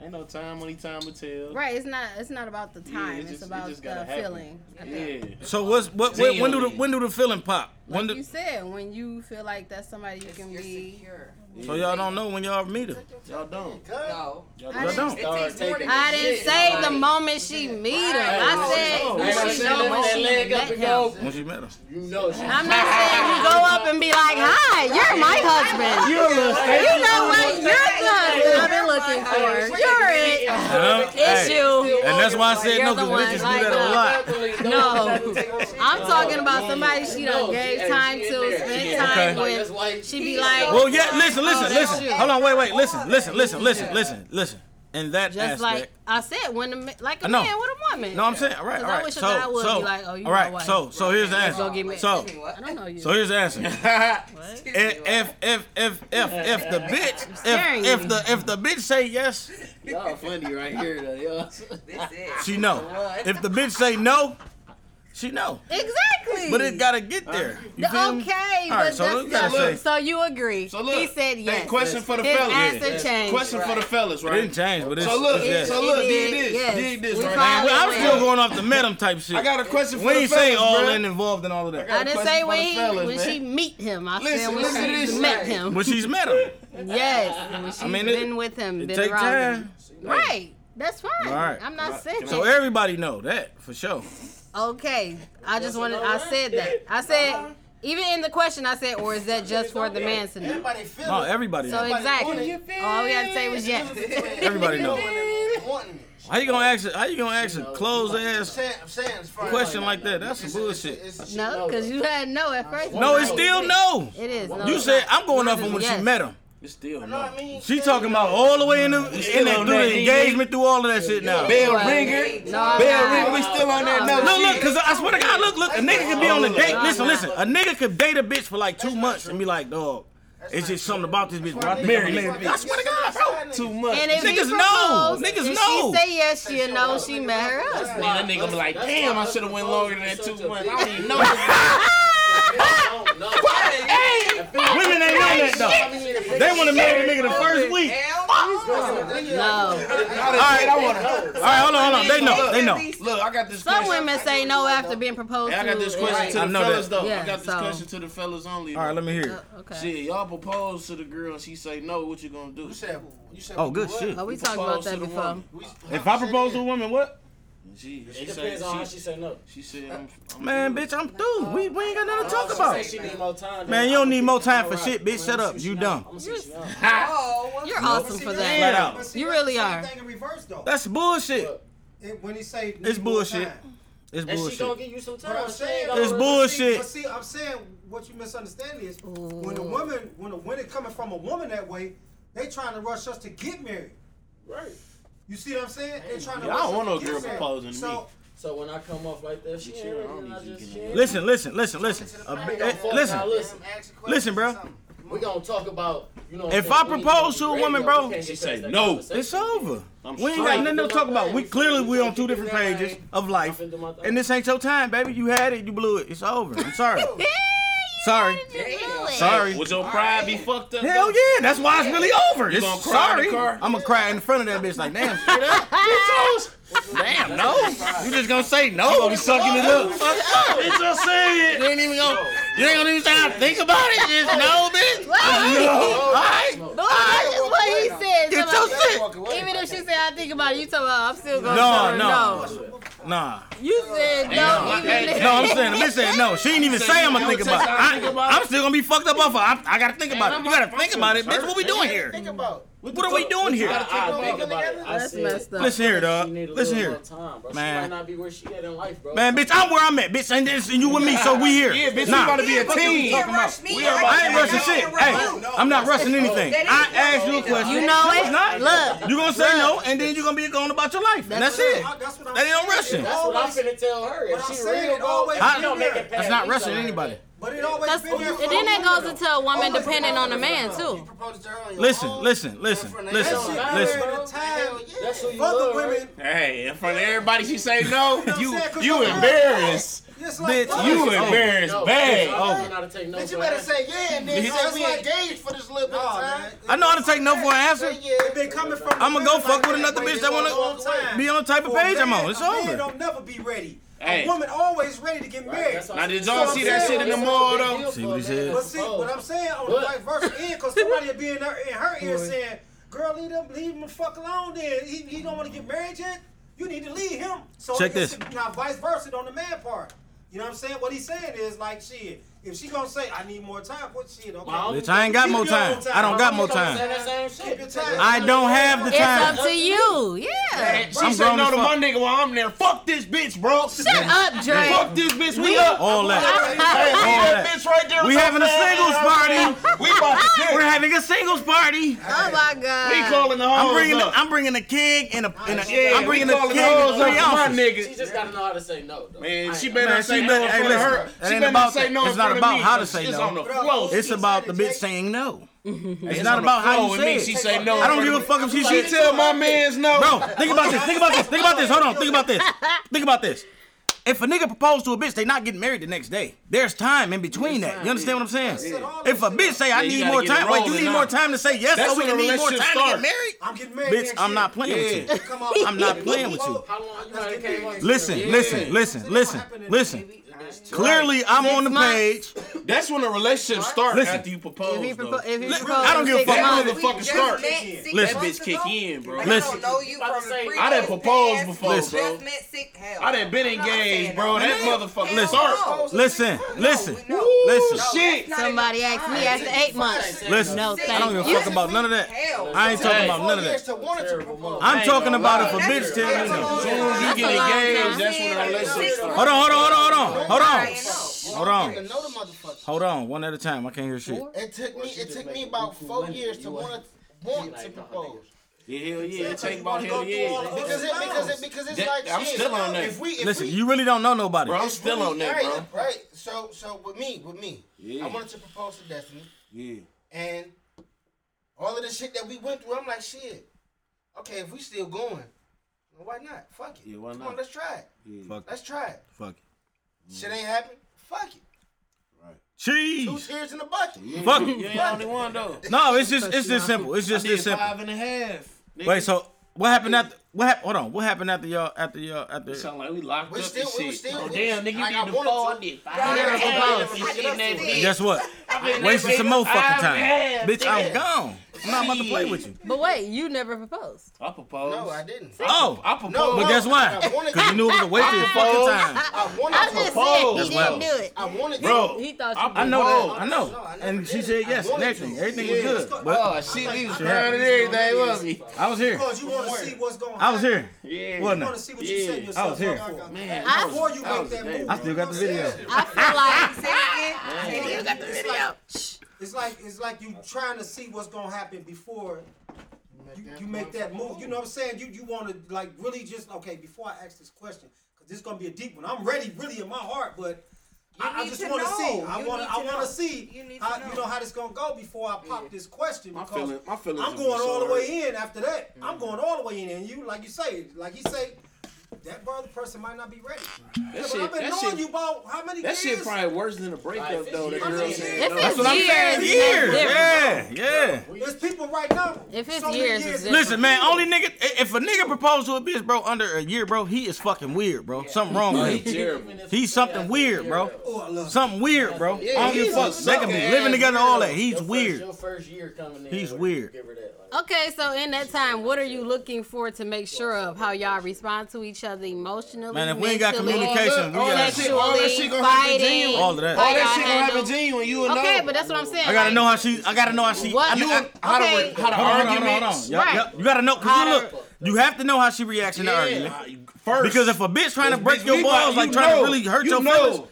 Ain't no time. Only time will tell.
Right. It's not. It's not about the time. it's,
just- it
about
just
the
gotta happen.
feeling. I think.
Yeah.
So what's what? When, when do the when do the feeling pop? When
You
do,
said when you feel like that's somebody you can be.
so y'all don't know when y'all meet her.
Y'all don't.
No.
Y'all
I didn't-
don't.
Start taking
I didn't say the
Like-
moment she meet him. I said
Hey,
when she know when she met him.
When she met her.
You know she.
I'm not saying you go up and be like, "Hi, you're my husband."
You're a little
You know
Oh,
what?
stinky.
You're the husband I've been looking for. You're it.
Yeah.
It's
Hey.
you.
And that's why I said no,
You're the
because bitches
one. uh,
do that a lot.
No, I'm talking about somebody she done gave time to, spend time with. She be like,
Well, yeah. Listen,
"Oh,
listen,
that's
listen.
you."
Hold on, wait, wait. Listen, listen, listen, listen, listen, listen. And that aspect.
Just like I said, when a, ma- like
I
a
know.
man with a woman.
No, I'm saying, all right,
'Cause
all
I
right.
wish
so,
a guy would
so,
be like, oh, you
all
my
right,
wife.
so, so here's the
Let's
answer.
go get married.
So,
I don't know you.
so here's the answer. if, if, if, if, if the bitch,
staring
if, if
at
the, if the bitch say yes,
Y'all funny right here though. Y'all.
she know. If the bitch say no, she know.
Exactly.
But it gotta get there. You
The-
feel me?
okay,
All right,
but
so
that's
you gotta
not-
say-
so you agree.
So look,
he said
that
yes.
question for the
His
fellas.
answer changed.
Question for the fellas,
It
right?
didn't change, but it's
So look,
it's yes.
so look,
It
dig
did,
this,
yes.
dig this
We
right
found
now.
Man, well, I'm
it.
still going off the madam type shit.
I got a question
We
for the
ain't saying
fellas,
all
bruh.
in involved in all of that.
I didn't
question
say
for
when,
the
he,
fellas,
when
man.
she meet him. I
Listen,
said when
listen to
she
this
met
shit.
him.
When she's met him.
yes, when she's
mean, it-
been with him,
it
been
take
around him.
time.
Right. That's fine.
All right.
I'm not saying
So everybody know that for sure.
Okay, I just wanted. I said that. I said even in the question, I said, or is that just for the man to know?
Everybody feel
No,
it.
everybody
So
know.
exactly, all we had to say was yes.
Everybody know.
Wanting it.
How you gonna ask? How you gonna ask a closed ass
Saying, I'm saying it's fine.
question like that? That's some bullshit.
It's, it's,
No, because you had no at first.
No, it's still no.
It is. No,
You
it's
said
not.
I'm going
Mine
off on
is
when she
yes.
met him.
It's still
know what I mean? She talking about all the way in the
We
in
still
that,
on
through
that
the
DD.
engagement through all of that shit now.
Bell ringer.
No,
Bell no. ringer. We still on that
No,
no
no
shit.
look, cause I swear to God, look, look, a nigga could be on a
No,
date.
no,
Listen,
no.
listen, a nigga could date a bitch for like two months and be like, dog, it's just something about this bitch. Bro, I think
Marry
I'm
this
married.
bitch.
I swear to God, bro. Too much.
And if he
Niggas
proposed,
know. Niggas
if
know.
she say yes, she'll know she met her up.
Man, that nigga be like, damn, I should have went longer than that two months. I don't even know.
Women ain't know that though. They want to marry the nigga the first week.
No.
All right, I want to.
All right, hold on, hold on. They know. They know.
Look, I got this
Some
question.
women say no after being proposed to. Uh,
I got this question to
I
the
know
fellas
that.
though.
Yeah,
I got this
so-
question to the fellas only.
All right, let me hear. it.
Oh, okay.
Shit, y'all propose to the girl and she say no, what you gonna do?
You said, you said
Oh, good shit.
Oh, we
You
talked about
propose
that
to the
before.
woman.
We-
If I propose to a woman, what?
She, she
It
say,
depends on how
she,
she say no.
she said, I'm, I'm
Man, bitch, I'm through. We, we ain't got nothing to talk
She
about.
say she need more time.
Man, you don't need more time for shit, bitch. Shut up. You dumb.
I'm gonna see what she on.
Oh, well,
You're awesome for that.
Flat out.
You really are.
Thing in reverse though.
That's bullshit.
It- when he say
It's
need more
bullshit.
time.
It's
And she gonna
bullshit.
give you some
What
time.
I'm
She ain't
saying,
gonna
It's
really-
bullshit.
But see, I'm saying what you misunderstand is when a woman, when a woman coming from a woman that way, they trying to rush us to get married.
Right.
You see what I'm saying? They trying to.
Yeah, I
rush
don't want
us
no
to get
girl
married.
proposing to
So,
me.
So when I come off like that, she
Yeah,
ain't
I don't
ready. I
need you
just
getting
can't.
Listen, listen, listen, listen. A
I ain't
bi-
gonna
eh,
fuck
listen.
now, listen.
Listen, bro.
We gonna talk about you know. what
If
I'm saying?
I
We
propose
need
to a
be
woman,
ready.
bro,
We can't
she
get
say
past that
no.
conversation.
It's over.
I'm
we ain't got
straight.
nothing to talk about. We clearly we on two different pages of life, and this ain't your time, baby. You had it, you blew it. It's over. I'm sorry. Sorry. Sorry.
Would your pride be fucked up?
Hell yeah, that's why it's really over.
You
It's
gonna cry in the
sorry.
car?
I'm gonna cry in front of that bitch like, damn, straight up. Damn, no. You just gonna say no. You gonna be sucking it up. It's just saying. You ain't even gonna. You ain't gonna even try to think about it. Just no, bitch. All right.
No, that's just what he said.
Get
So,
your
like,
shit.
Even if she said, I think about it, you talking about, I'm still going to
No,
no,
no. Nah.
You said no, even if.
No, I'm saying the bitch said no. She didn't even say I'm gonna think about it. I, am still gonna be fucked up off her. I, I gotta think about it. You gotta think about it, bitch. What we doing here?
Think about
What are we doing here?
I think about it. I
That's
said,
messed up.
Listen here, dog.
She need a
Listen
little
here.
more time, bro.
Man.
She might not be where she at in life, bro.
Man, bitch, I'm where I'm at, bitch, and, this, and you with me, so we here. Yeah, bitch,
we about to be a
Fuck you
team.
talking about.
rush me.
I ain't rushing shit.
can't rush you.
Hey, I'm not rushing anything. I asked you a question.
You know
No,
it.
it's not.
Look.
You gonna say no, and then you gonna be going about your life. And that's it.
I- that's what I'm
That ain't no
saying.
rushing.
That's what I'm finna tell her.
But
If
I'm
she
saying
real,
it
bro,
always
if
been
she don't
there.
make it past
That's not
me,
rushing
something like
anybody.
that.
But it always
That's,
been there.
and then that goes into a woman depending on the man,
You
too.
proposed to her on your
Listen,
own.
listen, listen,
That
listen,
shit
listen.
married a time.
That's who you
Other
love,
women,
Hey, in front of everybody, she say no.
You know
You
what I'm saying? 'Cause
you
your girl-
embarrassed.
it's like
Bitch,
You
Oh.
embarrassed
No,
bad.
I learned how to take no
Bitch, you
for
better
an
say yeah and then
Bitch.
say we engaged for this little bit
Nah,
of time.
man.
I know how to take no for an answer.
Say yeah.
It been coming from.
I'ma go fuck with another bitch that
Long
wanna
time.
be on the type of
For a
page I'm
man,
on. It's
a Man
over.
don't never be ready.
Hey.
A woman always ready to get married.
answer.
Now, did y'all see that shit in the mall, though?
See what he said?
But see, what I'm saying on
What?
the vice versa end, because somebody would be in her, in her ear saying, "Girl, leave him, leave him the fuck alone. Then he, he don't want to get married yet. You need to leave him." So
Check
it's-
this.
Now, vice versa on the man part. You know what I'm saying? What he's saying is like, shit. If she gonna say, "I need more time," what shit? Okay.
Well,
Bitch, I ain't got more time. I don't got more
Say
time.
that same
Keep
shit.
your time.
I don't have the
It's
time.
up to you. Yeah.
She
I'm
say
grown
no
as
to
fuck.
my nigga while I'm there. Fuck this bitch, bro.
Shut up, Dre.
Fuck this bitch. We up.
All that.
Hey, see
All
that
that.
bitch right there.
We
so
having a
fast?
singles party.
We about to
We're
get.
having a singles party.
Oh, my
We
God.
calling the hoes
I'm bringing the,
up.
I'm bringing a keg and a, and a
Yeah,
I'm
we
bringing a
calling
keg
the
and
hoes up.
three
for
ounces.
My
She
nigga.
just gotta know how to say no, though. I
Man,
ain't-
she
I'm
better
Man, she
say
better-
no in
hey,
front of
listen,
her.
it
She
ain't
better
about
say
that.
no in
It's not
front of
about
me,
how to
cause
say
it's
no.
on the flow.
It's about the bitch saying no.
Mm-hmm.
It's not about how you say
She
it.
say no.
I don't give a fuck if she
She
said
tell my man's no.
Bro, think about this. Think about this. Think about this. Hold on. Think about this. Think about this. If a nigga propose to a bitch, they not getting married the next day. There's time in between that. You understand what I'm saying? If a bitch say
Yeah,
I
you
need
gotta
more
get it
time, wait, you
rolling
need
now.
more time to say yes,
That's
so we
when
can
a
need more time
relationship
to
start.
get married.
I'm getting married.
Bitch,
next
I'm
year.
not playing with
Come on.
you. I'm not playing with you.
How long you gotta came on?
Listen, listen, listen, listen, listen. Clearly, I'm on the
months.
page.
That's when a relationship starts
Listen.
after you propose.
If he
though.
propo- if he
Look,
proposed,
I don't give a
six
fuck.
months.
That motherfucker start.
Listen.
That bitch kick in, bro.
I don't
Listen.
know you
About to
from
say,
three
I done
days
proposed
past.
before,
Just
bro.
met sick hell.
I done been
I'm not saying
engaged,
no.
bro. That motherfucker
Hell
start.
no.
Listen, listen,
No, we- no.
listen.
No,
Shit.
that's not
Somebody
enough
asked me
time.
after eight months.
Listen,
No,
I don't give a
thank
fuck about none of that.
Hell.
I ain't talking about none of
Years
that.
to want it to
Terrible
propose.
mother.
I'm talking about if a
That's
bitch tell me
that's
no.
a long
As soon as
time.
you get
That's a long
engaged,
time.
that's when a relationship starts.
Hold on, hold on, hold on, hold on, hold on.
Right, no.
Hold
I
on.
don't even know the motherfucker.
Hold on, one at a time. I can't hear shit.
It took me. It took me about four years to want want to propose.
Yeah, hell yeah. It take about
wanna go
hell
through
yeah.
all the Because it- because it- because it's
That-
like
I'm
shit,
still on
bro,
that.
if we- if
Listen, you really don't know nobody.
Bro, I'm still on that,
right,
bro.
Right. So so with me, with me,
Yeah.
I wanted to propose to Destiny,
Yeah.
and all of the shit that we went through, I'm like, shit. Okay, if we still going, well, why not? Fuck it.
Yeah, why
Come on,
not?
let's try it.
Yeah.
Fuck
Let's try it.
Fuck it.
Shit ain't happening. Fuck it. Two
Cheese.
tears in the bucket.
Fuck
You
it.
ain't the only one though.
No, it's just it's just simple. It's just
I did
this simple.
Five and a half. nigga.
Wait, so what happened after? What happened? Hold on. What happened after y'all? After y'all? After?
It sound like we locked
We
up
still-
this
we
shit.
still-
oh,
we-
damn, nigga,
I-
you
I
did the
wanted
four,
to.
I did five.
Right,
and a
right,
half.
right,
You
right,
shit in
right.
that bitch.
Guess what?
been there,
Wasted some more
nigga.
fucking
I
time,
have,
bitch. I'm
nigga.
gone. I'm not about to play with you.
But wait, you never proposed.
I proposed.
No, I didn't.
Oh,
I proposed.
No,
but
no,
guess why?
I wanted
Because you
to.
knew it was a waste of your fucking time.
I wanted
I
to.
just
proposed.
said he
That's
didn't do it.
I wanted to.
Bro,
He thought
I
you.
I know
Oh,
that. I know.
no, I never
and she
did.
said yes.
I wanted
Next thing,
to.
everything
Yeah.
was good. But
Oh shit, he was crying and everything, wasn't he?
I was here.
Because you want to see what's going on.
I was here.
Yeah.
Wasn't
You want
I?
to see what you set
Yeah.
yourself
I was here.
up for.
Man,
I-
that was-
Before you
that
make
was a
that
day,
move.
bro.
I still got the video.
I feel like
Say it again. Say it again.
It's like- It's like it's like you trying to see what's gonna happen before you, you make that move. You know what I'm saying? You you want to like really just okay before I ask this question because this is gonna be a deep one. I'm ready, really in my heart, but I, I
need
just
to
want to
know.
see. I
You
want
need
I
to
want
know.
to see
You need to
how
know.
you know how this gonna go before I pop this question
My
because
feeling- my feelings Mm-hmm.
I'm
will be
going all the
sorry.
way in after that. I'm going all the way in, and you like you say like he say. That brother person might not be ready. Yeah, but
shit-
I've been
that
knowing
shit-
you about how many
That
years?
shit probably worse than a breakup though. That
I
girl
mean,
said
if
no.
it's
That's what I'm saying.
Years.
Years. Yeah. Yeah.
There's people right now.
If it's
so many
years, it's different.
Listen, man. Only nigga. i- If a nigga propose to a bitch, bro, under a year, bro, he is fucking weird, bro. Something wrong
He
with him.
terrible.
He's something weird, bro.
Oh, I love
Something weird, bro. I don't give a fuck. They can be living together, all that. He's weird.
Your first year coming in.
He's
what-
weird.
Give her that. Like,
Okay, so in that time, what are you looking for to make sure of how y'all respond to each other emotionally?
Man, if we ain't got
mentally,
communication, we
all that
got.
shit- all that shit gonna happen
fighting,
genuine.
All of that.
how
All that
y'all
shit gonna happen
handle-
to you and you will
Okay,
know.
but that's what I'm saying.
I gotta
like,
know how she. I gotta know how she.
What-
I,
You-
I,
How to
Okay.
re- how to argue
Hold on, hold on, hold on.
arguments.
Y'all-
Right.
y'all- you gotta know, cause
How
you
to-
look, you have to know how she reacts in the argument.
Yeah. First,
Because if a bitch trying to
If
break
bitch
your
leave
balls,
out,
like
you
trying
know.
to really hurt
You
your
know.
feelings,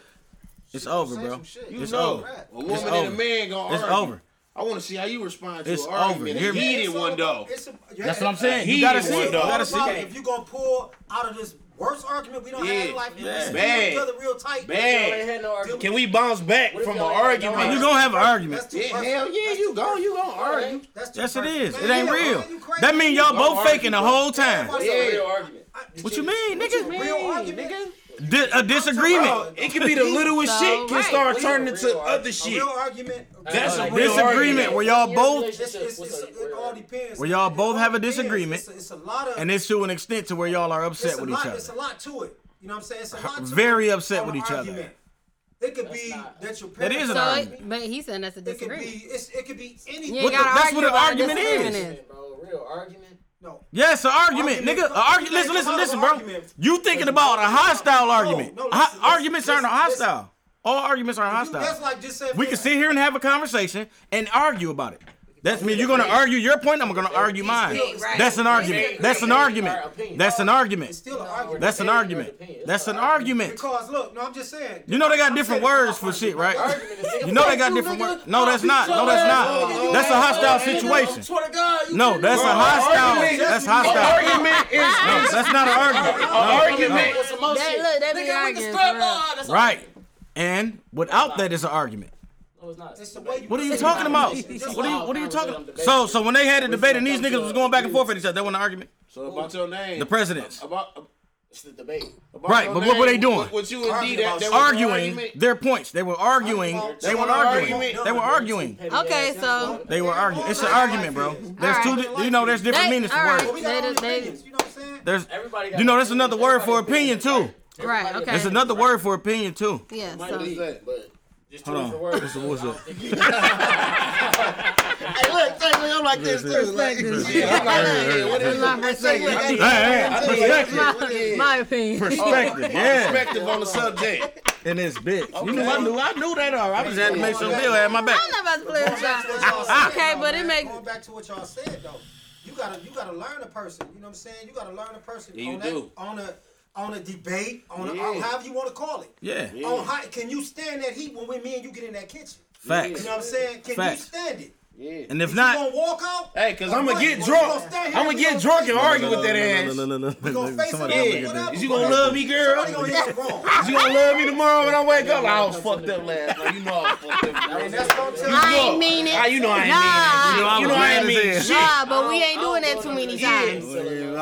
it's over,
say
bro.
some shit.
It's
You know,
over.
right.
A woman
It's
and a
over.
man gonna
It's
argue.
over.
I want to see how you respond to
It's
an
over.
argument.
Hear
He
me?
did one though.
It's a- yeah,
That's what I'm
it's-
saying.
He
You gotta
did
see.
one,
it. You
dog.
gotta
What
see.
about
it.
if you gonna pull out of this worst argument we don't have
Yeah.
in life,
Yeah.
yeah.
Bad.
each other real tight.
you
Bad.
ain't had no argument.
Can we bounce back
What if
from an
y'all ain't got no
argument?
You gonna have an argument.
That's too
Yeah,
personal.
hell yeah,
That's
you
too
go, you gonna
personal.
argue.
That's too
Yes, it
personal.
is.
Man,
It ain't
yeah,
real.
man, you crazy.
That mean y'all
Don't
both
argue,
faking the
bro.
whole time.
That's
Everybody-
a
Yeah.
real argument.
What you mean, nigga?
Real argument.
Di- a
Bro,
disagreement.
it could be the littlest
So,
shit can
right.
start
Real,
turning into
real
other
A
shit.
real argument.
That's a
Like,
real
Disagreement
argument.
where y'all
Your
both,
relationship,
It's, it's,
what's
it's,
a-
it all depends.
Where y'all
It
both
all
have a
depends.
disagreement,
It's a, it's a lot of.
and it's to an extent to where y'all are
it's
upset
a
with each
lot,
other.
It's a lot to it. You know what I'm saying? It's a lot. To
Very
it
upset
on
with
an
each other.
argument. It could be
not-
that your parents.
That is an
So,
argument.
it, but he's saying that's a
It could be.
disagreement.
It's, it could be anything.
What
You ain't
the-
gotta
that's
argue
what an
about a
argument is.
disagreement.
Bro, real argument.
No.
Yes, an argument,
Argument.
nigga. A argu-
Argument
listen,
is
listen,
not
listen,
an
bro.
argument.
You thinking about a hostile argument?
no, listen,
Ho-
listen,
arguments aren't
listen, listen.
hostile. All arguments are
You- That's
hostile.
like just saying
We can sit here and have a conversation and argue about it. That's me. You're gonna argue your point. I'm gonna argue mine.
right.
That's an argument. That's an argument. That's an
It's
argument.
still an argument.
That's an argument. That's an argument.
Because look, no, I'm just saying.
You know they got different words for shit, right? You know they got different words. No, that's not. No, that's not. That's a hostile situation.
Swear to God, you
No, that's a hostile. That's hostile.
Argument is
No, that's not an argument. No,
argument.
no.
That's some more
That,
shit.
look, that be
Nigga, we can
arguing.
strap
for real.
on. That's
Right. And without that is an argument.
No, it's not.
It's the way you
What are you
present
talking
the
about?
conversation.
What are you What are you talking?
about?
So so when they had a debate and these niggas was going back and forth at each other, that wasn't an argument.
So about your name.
The presidents.
About, uh,
It's the debate.
about
Right,
your
but what were they
name,
doing?
What, what you and D
Arguing
that,
about
that was an
Arguing
argument.
their points. They were arguing. They were arguing. They were arguing.
Okay, so
They were arguing. It's an argument, bro. There's two. You know, there's different
They-
meanings
all
for
right.
But we
words.
got
They
all these
just- they-
opinions, You know what I'm saying?
There's.
Everybody got
You know, that's another word for
Everybody
opinion too.
Right, okay.
There's another word for opinion too.
yeah,
Might be,
so
but just two
Hold on.
different words.
What's up? What's up?
Hey, look, take me. I'm like this too. Like,
Yeah, I'm like, yeah, what is
my
it?
perspective.
Perspective.
My, my opinion.
Perspective. Yeah.
Perspective on the subject.
In this bitch. You knew I knew. I knew that. all right. I just had to make sure Bill had my back.
I'm not about to play with
That's what y'all
y'all.
said,
Okay,
though,
but it
man.
makes
Going back to what y'all said though, you gotta you gotta learn a person. You know what I'm saying? You gotta learn a person.
Yeah, you
on
do.
That, on a on a debate, on a,
Yeah.
on however you want to call it.
Yeah. Yeah.
On how Oh, can you stand that heat when we, me and you get in that kitchen?
Facts.
You know what I'm saying? Can
Facts.
you stand it? Yeah.
And if not-
you gonna walk out?
Hey, 'cause
Or
I'ma
what?
get
Or you
drunk.
gonna stand here
I'ma
and
get
we
drunk and
gonna-
argue with that ass. Yeah, is you gonna love me, girl?
Somebody gonna get wrong.
Is you gonna love me tomorrow when I wake up? Like, I was fucked up last night. You know I was fucked up.
I ain't mean it.
Ah, you know I ain't mean it. You know I ain't mean
Nah,
shit.
Nah, but we ain't doing that too many times.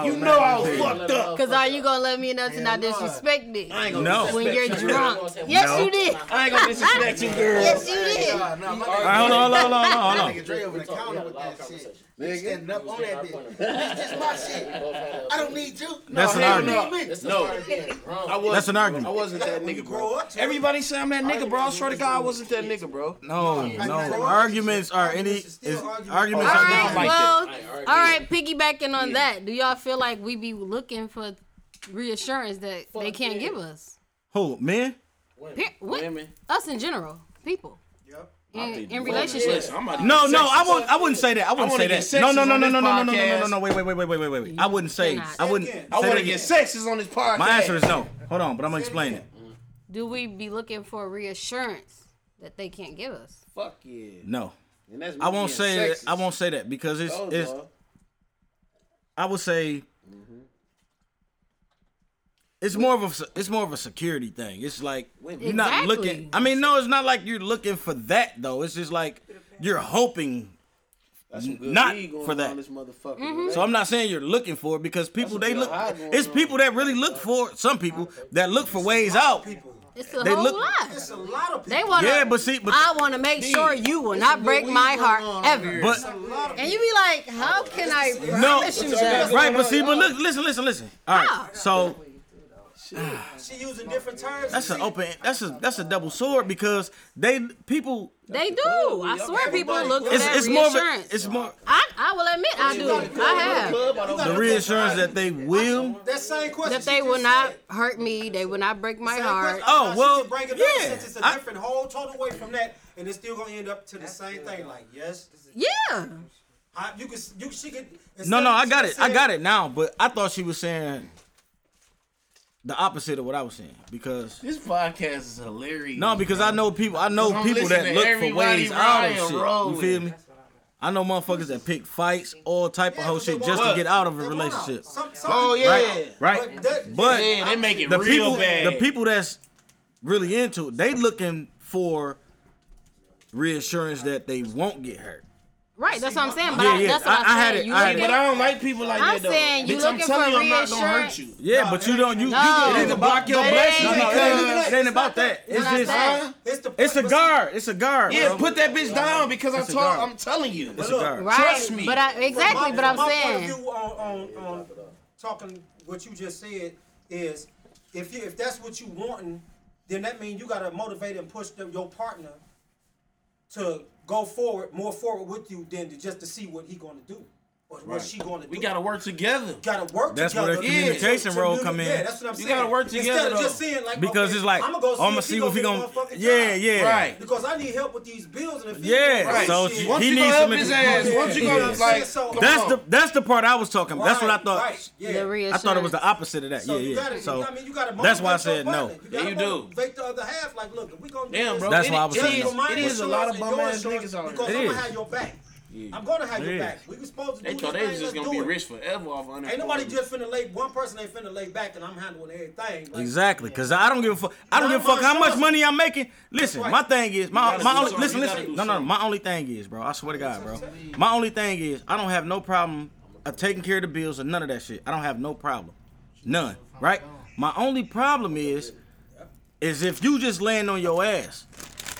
You know I was fucked up.
Cause are you gonna love me enough to not disrespect it?
I ain't gonna No.
When you're
disrespect you, girl.
drunk.
No.
Yes, you did.
I ain't gonna disrespect you, girl.
Yes, you did.
All right, hold on, hold on, hold on, hold on.
Nigga Dre over the counter with that shit. Nigga. Standing up on that bitch. This is my shit. I don't need you.
That's an
hell
argument.
No, I was,
That's an argument.
I wasn't that nigga, bro. Everybody say I'm that nigga, bro. I swear to God, I wasn't that nigga, bro.
No, no. Arguments are any is, arguments
All
are
right,
not like
well,
that.
all right, piggybacking on that, do y'all feel like we be looking for reassurance that they can't give us?
Who men?
Pe- what? Us in general, people. In, in relationships.
No, no, I won't. I wouldn't say that. I
I
wouldn't
wanna
say
get
that. No, no,
sexist
no,
on
no,
this
no, no, no, no, no,
podcast.
no, no. Wait, wait, wait, wait, wait, wait, wait. I wouldn't say. I wouldn't.
I
say
want
that
to get
again.
sexist on this podcast.
My answer is no. Hold on, but I'm gonna explain it.
Do we be looking for reassurance that they can't give us?
Fuck yeah.
No,
And that's
I won't
being
say.
sexist.
I won't say that because it's
Those
it's.
are.
I would say.
Mm-hmm.
It's more of a it's more of a security thing. It's like you're not
Exactly.
looking. I mean, no, it's not like you're looking for that though. It's just like you're hoping
That's some good
not
weed going
for
on
that.
This motherfucker.
Mm-hmm.
So I'm not saying you're looking for it because people
That's a good
they look.
high going
It's people that really look for some people that look for ways out.
It's a
They
whole
look-
lot.
It's a lot of
They want
Yeah, but see, but-
I want to make sure you will not break my heart ever.
But-
and you be like, how can I
No,
promise you that?
right? But see, but look, listen, listen, listen. All right, so
She using different terms.
that's an open. That's a that's a double sword because they people.
They do. I swear, people look for
It's,
that
it's more of a,
reassurance.
it's more
I, I will admit, I do. I have.
the reassurance that they will.
That same question.
That they will not hurt me. They will not break my heart.
Oh well, bring it yeah. Since it's a different whole total way from that, and it's still gonna end up to the same thing. Like yes,
yeah.
I, you can, you she could.
No, no, I got it. I got it now. But I thought she was saying the opposite of what I was saying because
This podcast is hilarious.
No, because I know people. I know
I'm
people that
listening to
look for
everybody
ways out
Ryan
of shit.
rolling.
You feel me? I know motherfuckers that pick fights, all type of whole shit,
they
just to
want-
get out of a relationship.
Oh, yeah.
right. right.
But that-
But,
Man, they make it
the
real
people,
bad.
the people that's really into it, they looking for reassurance that they won't get hurt.
Right. That's what I'm saying. But
Yeah,
I,
yeah,
that's what
I-
I'm
I had
saying.
it,
You
I had
look
it.
at-
But I don't like people like
I'm
that though.
saying you
Bitch, I'm
looking
telling
for
you, I'm not gonna hurt
reassurance.
you.
Yeah, but you don't. You,
No.
you it ain't about your
But it
blessings.
ain't
No, no,
because-
it ain't about that. It's
It's not
just
that.
it's a guard. It's a guard.
Yeah,
bro.
put that bitch down because I'm,
It's a
tell-
guard.
I'm telling you.
It's a guard.
Right.
Trust me.
But I, exactly.
my,
but I'm
my
saying.
Point of view on, on, on talking what you just said is if you if that's what you wanting, then that means you gotta motivate and push them, your partner to go forward, more forward with you than to just to see what he gonna do or what she gonna do.
We gotta work together.
Gotta work
That's where
together.
the communication
Yeah.
role come in.
Yeah, that's what I'm
You
saying.
gotta work together,
Instead of just
though.
saying like
Because it's like,
I'm gonna
oh, I'ma see if he
gonna,
gonna- Yeah, yeah. Right.
Because I need help with these bills and the
Yeah,
Right.
so
Shit.
she-
Once
he
you
needs
gonna
some.
help his ass, once you gonna, like, come
that's
on.
the that's the part I was talking. about. That's what I
Right,
thought.
right, yeah. The
I thought it was
reassurance.
the opposite of that.
So
yeah,
you
yeah.
gotta,
so
I mean, you gotta
that's why I
motivate your
said no.
partner.
Yeah, you
gotta
do.
motivate the other half. Like, look, if we gonna
Damn,
do
bro.
this,
That's why I was
it
saying
is,
that.
my
it is a lot of
insurance
bum
and
ass
your
niggas out
insurance,
here.
Because
It
I'm
is.
gonna have your back. I'm gonna have
It
your
is.
back. We was supposed to
They
do this
thought they
thing,
was just
let's
gonna
do
be
it.
rich forever off unemployment.
Ain't nobody just finna lay. One person ain't finna lay back, and I'm handling everything. Like,
Exactly, cause I don't give a fuck. I don't
Not
give a fuck
my
how much
choice.
money I'm making. Listen,
That's right.
my thing is
You
my my
gotta do
only
something.
listen
You gotta
listen.
do
No no,
something.
my only thing is, bro. I swear to God, bro. My only thing is I don't have no problem of taking care of the bills or none of that shit. I don't have no problem, none. Right. My only problem is is if you just land on your ass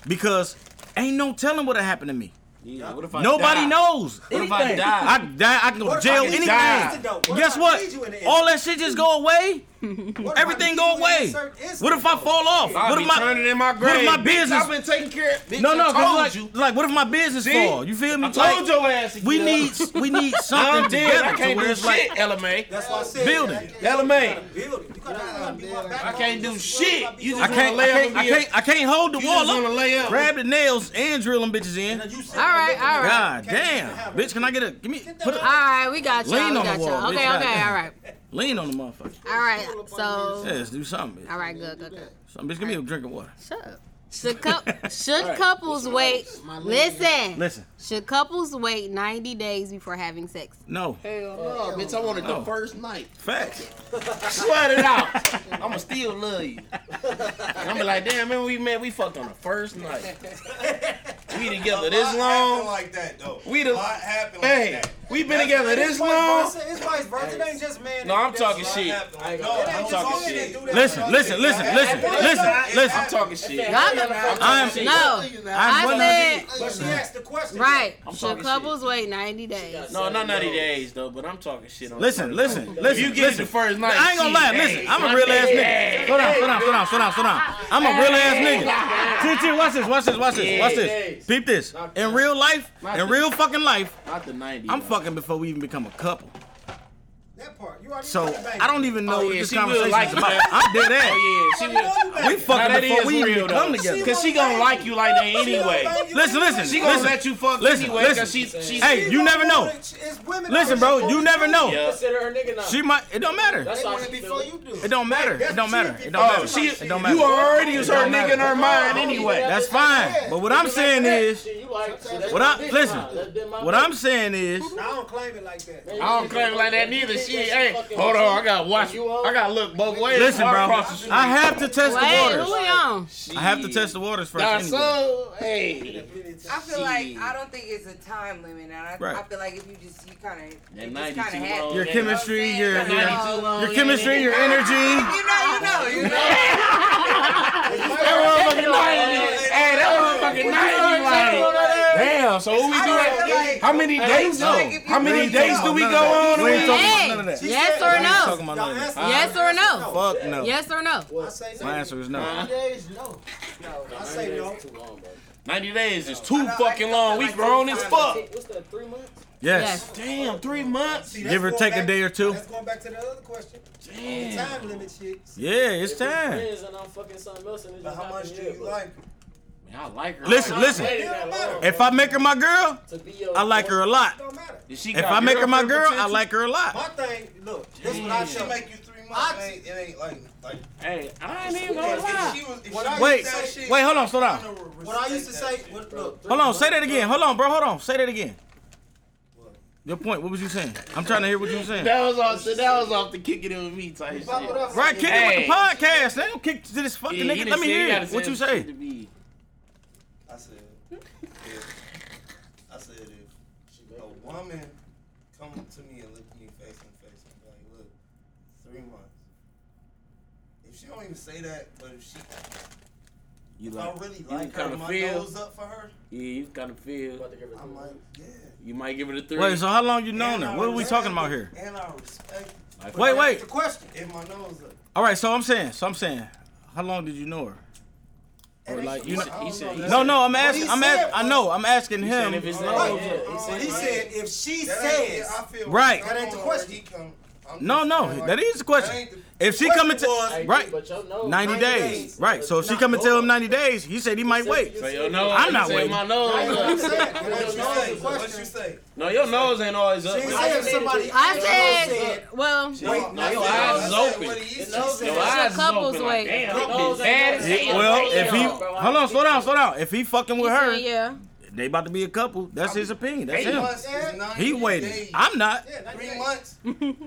because ain't no telling what'll happen to me.
Yeah, what if I
Nobody
die?
knows.
What if I
anything.
die?
I could die. I can go
What
to
if
jail.
I get
Anything.
arrested,
though? What
And
if
guess
I
what?
need you in the
All that shit just go away.
if I
Everything
need
go
you in a
away.
certain instance,
What if I fall off?
I'll
what
be
if my
turning in my
What
grave.
if my
Bitch,
business?
I've been taking care of. Bitch,
no, no.
I
'cause
told
like,
you.
like, what if my business
See?
fall? You feel me?
I told
Like,
your ass.
We
again.
need we need something
I'm dead.
together
I can't
to where
do
it's like
shit, LMA.
That's why I said
Building.
LMA.
Build it. You gotta, you gotta be my back.
I can't do shit. You just
I can't,
wanna lay
I can't,
up
I
and be a-
can't, I can't hold the
You
wall
just wanna lay
up.
up.
Grab the nails and drill them bitches in.
All
right, all right.
God damn, bitch! Can I get a give me? Put
All
a,
right, we got y'all.
Lean
we
on the
got
wall,
y'all.
bitch.
Okay, okay, all right.
Lean on the motherfucker.
All right, so.
Yeah, let's do something.
All right, good, good, good.
Something, bitch, give me a drink of water.
Shut up. Should, cou- should
All right,
couples
listen.
wait?
My lady.
Listen.
Listen.
Should couples wait 90 days before having sex?
No.
Hell no, bitch. I wanted the
No.
first night.
Facts.
Sweat it out. I'ma still love you. And I'ma be like, damn, man, we met, we fucked on the first night. We together this
Why
long.
acting like that though.
We the
Why happened like
hey,
that?
we been together this long.
It's vice versa. It ain't just man.
No, I'm talking shit.
No,
I'm talking shit.
Listen, listen, listen, listen, listen, listen.
I'm talking shit.
I'm
no.
I'm one of
I said.
the-
But she asked the question.
Right.
I'm
Should
talking
couples wait 90 days?
No, not 90 days though, but I'm talking shit on.
Listen,
the
listen,
first night.
listen,
If you get
listen.
it the first night.
I ain't gonna lie.
shit,
Listen,
hey,
I'm a
my
real ass
nigga.
nigga. Slow down, slow down, slow down, slow down, slow down. I'm a real ass nigga. Chill, chill. Watch this, watch this, watch this, watch this. Peep this. In real life, in real fucking life,
Not the 90.
I'm fucking before we even become a couple.
That part. You already
So
know you
I don't even know
Oh,
what
yeah,
this
she will
conversation
like
is
it,
about.
man.
I'm dead ass.
Oh, yeah, she will.
We fucking
Now, that
before
is
we even
real,
come
though.
together.
Cause she gonna like you like that anyway.
Listen, listen.
She gonna
listen.
let you fuck
listen,
anyway.
Listen.
Cause she, she,
hey, you never know. Listen, bro, you never know.
Consider her nigga now.
She might. It don't matter.
That's all she
before you do.
It don't matter. It don't matter. It don't
Oh,
matter.
she-
it don't
you already
It
is
don't Oh,
her nigga in her mind anyway.
That's fine. But what I'm saying is,
Shit, you like, see, that's
what
my
I
bitch
listen.
now. That's been my
What
bitch.
I'm saying is,
I don't claim it like that.
I don't claim it like that neither. Shit, hey, hold on, I gotta watch. I gotta look both ways.
listen,
Walk
bro.
across the street.
I have to test
Wait,
the
who we
waters.
on?
I have to test the waters first.
Nah,
Anyway.
so hey,
I feel like I don't think it's a time limit, and I, I
Right.
feel like if you just you kind of
That
kind
92
of happy.
long
Your
ass-
chemistry, your your,
Not too long,
your
yeah,
chemistry, your energy.
You know, you know, you know.
That motherfucking night. Hey, that motherfucking night. Like, damn. So what we
I
do?
don't
that-
feel like-
How many
I
days?
don't feel like if
How
you
many
really
days
know.
do we
none
go
of that.
on?
We ain't
with?
talking
Hey,
about none of that. She
yes
We
or
ain't talking
no?
about none of that.
Yes or no?
Fuck no.
Yes or no?
I say no.
My answer is no.
days, no. No, I say no.
Ninety days is too fucking long. We grown as fuck.
What's that? Three months?
Yes.
Damn, three months.
See, that's
Give or
going
take a
back-
day or two.
That's going back to the other question.
Damn.
Time limit shit.
Yeah, it's time.
Friends and I'm fucking something else and it
But
just
how
happened
much do
here,
you
but
like?
Man, I like her.
Listen,
I
listen.
waited that long
If I make her my girl,
to be your
I like her uh, a lot.
Don't matter.
If she
If
got
I make her my
girlfriend
girl, I
potential-
like her a
My
lot.
thing, look, this is what I
Damn.
tell.
Make you three months. It ain't, it ain't like like.
Hey, I ain't even gonna lie.
She was, if
Oh, What
she
I
Wait,
said shit,
wait, hold on, slow
I
down.
would respect
What I used to
that
say,
shit.
what, look,
Hold on, say that again. Hold on, bro. Hold on, say that again. Your point. What was you saying? I'm trying to hear what you were saying.
That was off. That was off the kick it in with me type shit.
fuck it up.
Right, kick it with
Hey.
the podcast. They don't kick to this fucking
Yeah, he
nigga. Let
done
me
said he
hear
gotta
it. what
say
you
some
say.
shit to me.
I said, if, I said if a woman come to me and look me face in face and be like, look, three months. If she don't even say that, but if she,
You
if
like,
I really
you
like her,
kinda
and my
feel-
nose up for her.
yeah, you gotta feel.
about to give her
I'm
three
like,
months.
yeah.
You might give it a three.
Wait, so how long you known
And
her?
I
What are we
respect
talking about
it,
here?
And I respect
Like,
Wait,
that's
wait.
the question.
if my nose up.
All right, so I'm saying, so I'm saying, how long did you know her? Or like you?
he said, he said, he said,
No, no, I'm
What he
asking. I'm
said
asking. I know. I'm asking
he said
him.
if it's
Right.
no.
He said-
But he said, if she
That ain't-
says,
I feel
Right.
I'm
That ain't the
on where
question.
he come- I'm
No,
just
no,
saying, like,
that is
that
the
ain't
question.
the-
If she
Question
coming
was,
to
Hey,
right,
but your nose-
90 days,
days.
right? So if she
Nah,
coming to
hold
him 90 days, he said he might wait.
So your nose.
I'm
you
not
said
waiting.
My nose.
I know what you said.
What you
That's not
say?
the
What you
question.
say?
No, your nose ain't always up.
She said if somebody.
I
if
said, well,
No,
Wait,
I
your
said-
eyes
I said
open.
what he
Your
said.
nose
Your
ain't-
eyes
couples
open
wait.
like, damn,
Your
that
nose
bitch
ain't
bad as
open.
hell.
Well,
Damn,
if he
bro, I
hold on,
think
slow down, slow down. If he fucking
he
with
said,
her,
yeah.
they about to be a couple. That's his opinion. That's
Three
him.
months is 90
He waited.
days.
I'm not.
Yeah, that's
Three
it.
months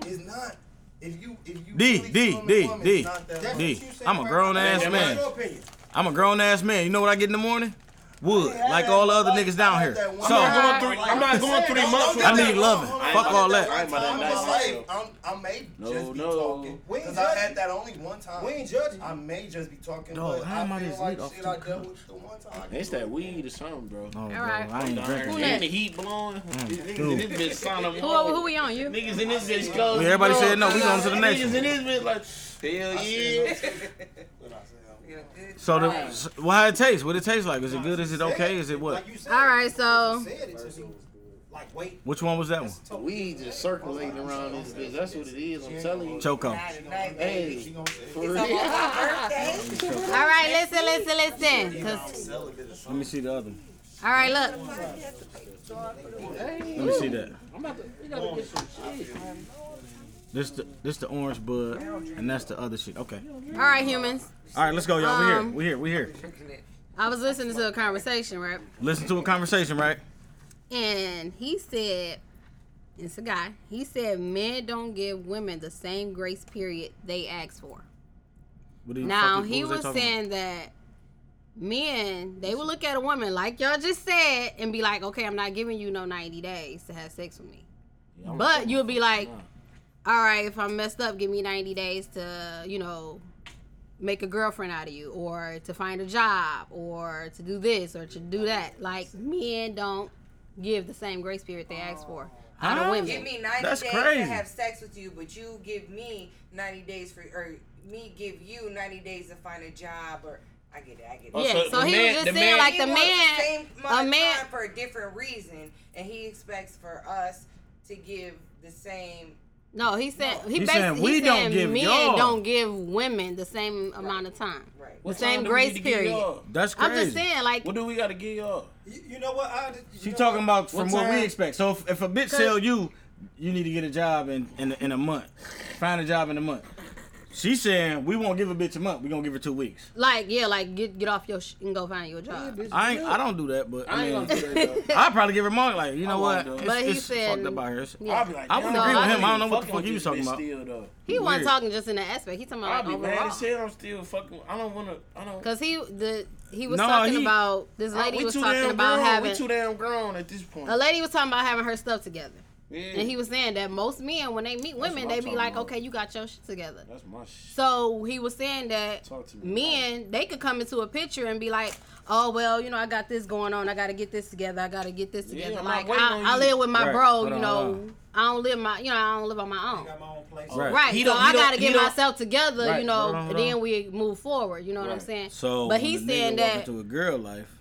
is not. If you if you
D,
really
D,
feeling
D,
the woman,
D,
it's not that
That's
long.
what you
D,
said
I'm a
right
grown
now.
ass
That's
man.
your opinion.
I'm a grown ass man. You know what I get in the morning? Wood, like all the other niggas down here.
I'm
So
I'm not going three. I'm not going three
Don't-
months.
don't
with
I
get
her.
need
that
loving.
wrong.
Fuck all
Don't
that.
get
I ain't about
wrong.
that
I'm
nice.
like, I'm- I may
No,
just be
no.
talking.
We ain't
Cause I
judging.
had that only one time.
We ain't judging.
I may just be talking.
Dog,
but
how am I
I feel
this
like
lit off
shit
the
I dealt
cup?
with the one time.
It's that weed or something, bro.
No, bro,
right.
I ain't drinking.
And the heat blowing. Niggas in this bitch sound
Who, who we on? You?
Niggas in this bitch close.
Yeah, everybody said no, we going to the next
Niggas
one.
in this bitch like, hell yeah.
So the s- well, how it taste? What it taste like? Is it good? Is it okay? Is it what?
Like you said,
All right, so
said it to you. Like, wait.
Which one was that one?
The weed just circulating around this bitch. That's what it is. I'm telling you.
Choco.
Hey, for real.
all right, listen, listen, listen. 'cause-
Let me see the other. one.
all right, look.
Let me see that.
I'm about to. We gotta get some shit.
This the this the orange bud, and that's the other shit. Okay.
All right, humans.
All right, let's go, y'all.
Um,
we here. We here. We here.
I was listening to a conversation, right?
Listen to a conversation, right?
And he said, it's a guy. He said men don't give women the same grace period they ask for.
What the
Now
fuck- what
he
they
was,
talking about?
saying that men they will look at a woman like y'all just said and be like, okay, I'm not giving you no 90 days to have sex with me.
I'm
but you'll be like, all right, if I'm messed up, give me 90 days to you know make a girlfriend out of you or to find a job or to do this or to do that. Like men don't give the same grace period they ask for out of women.
Give me 90
That's
days
crazy.
to have sex with you, but you give me 90 days for, or me give you 90 days to find a job, or I get it, I get it.
Oh, Yeah, so so the he was man- just the saying, man- like,
He
the
wants
man-
same
a
amount of
man-
time for a different reason, and he expects for us to give the same.
No, he said he
He's
basically
saying we
he
don't
said
give
men
y'all.
don't give women the same amount of time. Right. The
What
same
time do we
grace
need to give
period.
y'all?
That's
I'm
crazy.
just saying, like
What do we got to give y'all?
You, know what? I,
She talking about from
What
what we
time?
expect. So if, if a bitch tell you, you need to get a job in, in in a month, find a job in a month. She saying we won't give a bitch a month. We gonna give her two weeks.
like yeah, like get get off your sh- and go find you a job.
I ain't, I don't do that, but
I
I,
ain't
mean,
gonna do
I'd probably give her money. Like you know what?
won't do it.
It's,
But he
it's
said-
fucked up out here. It's-
yeah. I'll be like,
I wouldn't
no,
agree with
I
him. I don't know
ain't
what
fucking
the fuck
with
he
you,
was
bitch,
talking about.
still, though.
He wasn't
Weird.
talking just in that aspect. He talking
I'll
about
be
like,
mad
overall.
as hell. I'm still fucking. I don't want to. I don't.
Cause he the he was
No,
talking
he-
about this
I-
lady
we
was
too
talking
damn
about
grown.
having
We too damn grown at this point.
a lady was talking about having her stuff together.
Yeah.
And he was saying that most men when they meet women
what
they
I'm
be
talking
like,
about.
okay, you got your shit together.
That's my shit.
So he was saying that
Talk to me.
men they could come into a picture and be like, "Oh well, you know, I got this going on. I got to get this together. I got to get this
Yeah,
together.
I'm not
like
waiting
I,
on
I
you.
live with my
Right.
bro.
Hold
You
on,
know,
hold
I don't live my you know I don't live on my own.
Right.
Right.
He
so
don't- he
I got to
don't-
get
he don't-
myself together.
Right.
You know,
Hold on, hold
and then
on.
we move forward. You know what I'm
Right.
saying?
So when
but he's
the nigga
saying
walk
that
into a girl life.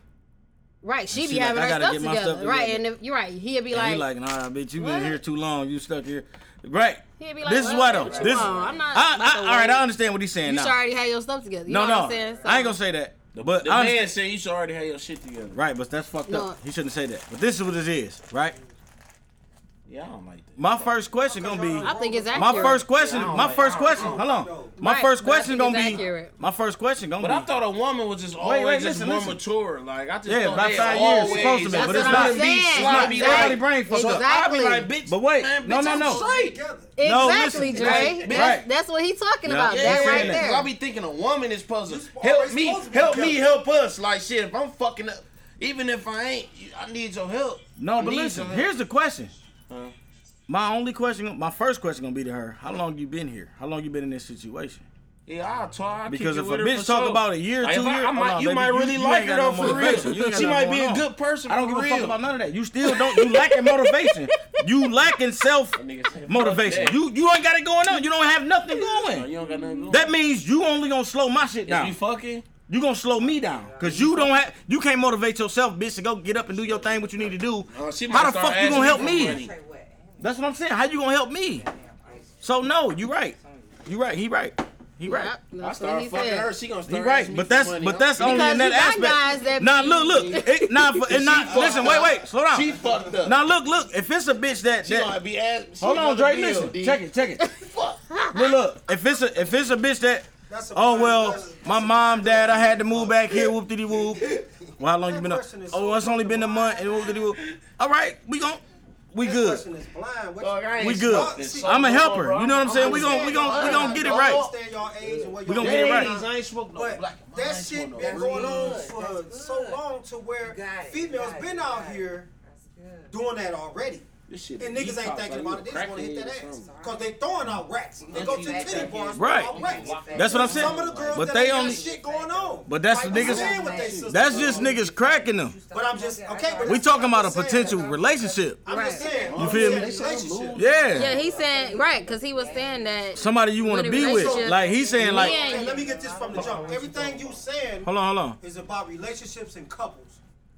right. She
and
be
she like,
having
"I
her
gotta
stuff
get
together.
my stuff
Right.
together.
And if, you're right. He'd be
and
like,
he like, nah, bitch, you
what?"
been here too long. You stuck here, right?
He'd be like,
this is
"Well,
what
what
though.
you
This,
want? I'm not
I,
about
I,
to
all right,
wait.
I understand what he's saying.
you
now.
should already have your stuff together. You
no,
know
no,
what I'm saying? So-
I ain't gonna say that. But
The
I
man
understand-
said you should already have your shit together.
right, but that's fucked
No.
up. He shouldn't say that. But this is what it is, right?
Yeah, I don't like that.
My first question gonna be.
I think it's
My
accurate.
first question.
Yeah, I don't
My
like-
first
I don't-
question.
I don't
Hold
know.
on. My
Right,
first
but I
question
think
gonna
it's
be.
accurate.
My first question gonna
But
be.
I thought a woman was just
Wait,
always
wait,
just
listen,
more
listen.
mature. Like I just
yeah,
thought
about
they
five
always,
years supposed to be, but it's
That's
not.
what I'm saying.
It's
Like,
not. Everybody
like,
brain fucked up.
I'd be like,
Exactly.
bitch,
But wait,
man,
no,
bitch,
no,
I'm
no.
straight.
No,
Exactly,
listen,
Dre.
right,
That's,
right.
that's what he's talking
Yeah.
about.
Yeah,
that
yeah,
right
yeah.
there.
I be thinking a woman is puzzled. Help me, help me, help us. Like shit, if I'm fucking up, even if I ain't, you- I need your help.
No,
I
but
need
listen.
your help.
Here's the question.
Huh?
My only question. My first question gonna be to her. How long you been here? How long you been in this situation?
Yeah, I'll talk. I'll
Because
kick
if
it with
a
her
bitch
for
talk
sure.
about a year,
Like,
two
if I-
years,
I might-
hold on,
you
baby,
might really
you
like
ain't
her
got
though
no
for
motivation. You
real.
ain't got
She
nothing
might be
going
a
on.
good person.
I don't
for
give a
real.
fuck about none of that. You still don't. You lacking motivation. You lacking self motivation.
that.
You you ain't got it going on. You don't have nothing going.
You don't got nothing going.
That means you only gonna slow my shit
If
down.
we fucking,
you gonna slow me down because you don't have. You can't motivate yourself, bitch, to go get up and do your thing. What you need to do.
Oh, she might
How the
start
fuck you
asking
gonna help
for
me?
money.
That's what I'm saying. How you gonna help me? So no, you right. You right. He right. He right.
I start fucking her. She gonna
He
start.
right,
asking me
but
for
that's
money.
but that's only in
Because
that
you got guys
aspect.
that
nah,
be-
look, look, it, nah, for,
She
and nah,
fucked
listen, wait,
up.
wait, slow down.
She fucked up.
Now look, look, if it's a bitch that,
She
that
gonna be ass- she
hold on,
another
Dre,
bill,
listen,
D.
check it, check it. look, look, if it's a if it's a bitch that,
That's a
oh
prime
well,
question.
my mom, dad, I had to move back here, whoop diddy whoop. Well, how long you been up?
question is
Oh, it's only been a month, and whoop diddy whoop. All right, we gon' we good.
Person is blind. What you-
We good. I'm a helper. You know what I'm saying? We gon' we gon' we gon' get it right.
Understand y'all age and what
We
y'all
gonna get it right.
doing.
I ain't smoke no
But
black.
that shit been going on for so long to where females been out here doing that already.
shit
and
detox,
niggas ain't
like
thinking
you
about it.
a
They just want to
crackhead
hit that
or
ass. Because they throwing out rats. They go to titty bars.
Right.
throwing out rats.
That's what I'm
Some of
saying.
the girls
But
that
they
ain't got
only-
shit going on.
But that's the
Like, I'm saying what they
niggas.
sisters
That's
doing.
just niggas cracking them.
But I'm just okay. But
We
that's-
talking about a potential relationship.
I'm just saying.
You feel me?
Relationship.
Yeah,
Yeah.
he's saying right because he was saying that
Somebody you want
when
to
a
be with.
relationship-
Like he's saying, like,
Men-
Let me get this from the jump. Everything you saying.
hold on, hold on.
Is about relationships and couples.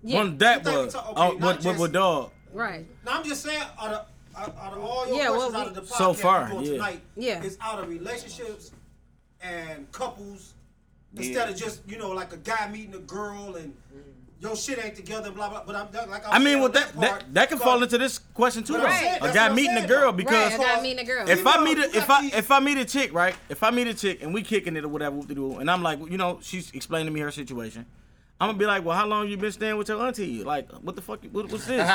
One that
You think
was
we talk- okay,
oh,
not
what what
just-
what dog?
Right.
No, I'm just saying, out of, out out of all your
Yeah,
questions
what
out of the
we-
podcast
So far,
we're doing
yeah.
tonight,
Yeah.
it's out of relationships and couples
Yeah.
instead of just you know like a guy meeting a girl and your shit ain't together, blah blah. But I'm done. Like I'm
I mean,
saying
with
on
that, that that can fall into this question too.
But
Though.
I'm saying-
A
that's
guy
what I'm
meeting a
saying,
girl
though.
because
Right, a guy meeting a girl.
If I
You
meet
know,
a, if I if I meet a chick right, if I meet a chick and we kicking it or whatever, whoop-de-doo, and I'm like, you know, she's explaining to me her situation, I'm gonna be like, well, how long you been staying with your auntie? Like, what the fuck? you- What, what's this?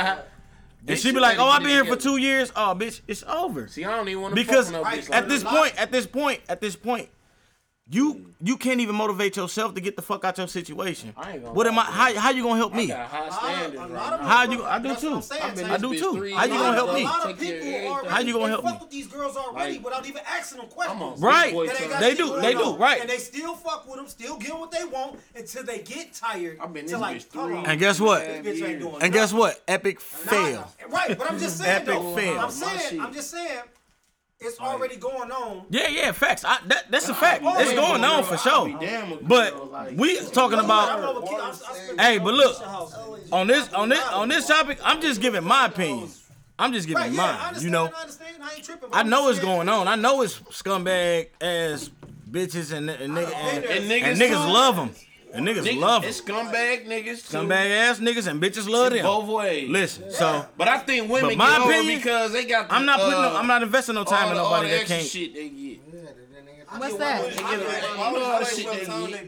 And she be like, "Oh, I've been here for two years. Oh, bitch, it's over." See,
I don't even want to
because
fuck no bitch like
at this
that.
point, at this point, at this point, you you can't even motivate yourself to get the fuck out your situation.
I ain't gonna
What am
lie,
I? How, how you gonna help me?
I got high standards right now.
How you? I do too.
saying,
I do too. How you gonna help me?
A lot of people already
How you gonna help
they
me?
fuck with these girls already
Like-
without even asking them questions.
Right.
And got
They
shit
do,
going
they do,
on.
right.
And they still fuck with them, still get what they want until they get tired. I've been
this bitch three
And guess what?
This bitch ain't doing
And guess what? Epic fail.
Right, but I'm just saying
Epic
though.
fail.
I'm saying, I'm just saying, it's already going on.
Yeah, yeah, facts. I, that, that's a fact.
Oh,
it's
yeah,
going
bro,
on for
I'll
sure.
be damn if
But we talking about. Hey, but look on this on this on this topic. I'm just giving my opinion. I'm just giving mine. You know, I know it's going on. I know it's scumbag ass bitches and and, nigga, and,
And niggas
and
too.
niggas love them. And niggas
Niggas-
love them.
it's scumbag niggas. too.
Scumbag ass niggas and bitches love them.
Both ways.
Listen, so
But I think women
But my
get over
opinion-
because they got. The,
I'm not putting.
Uh,
no, I'm not investing no time in
all the- all
nobody
the
that
extra
can't.
Shit they get.
What's
I get
that?
like,
All the other Oh, shit they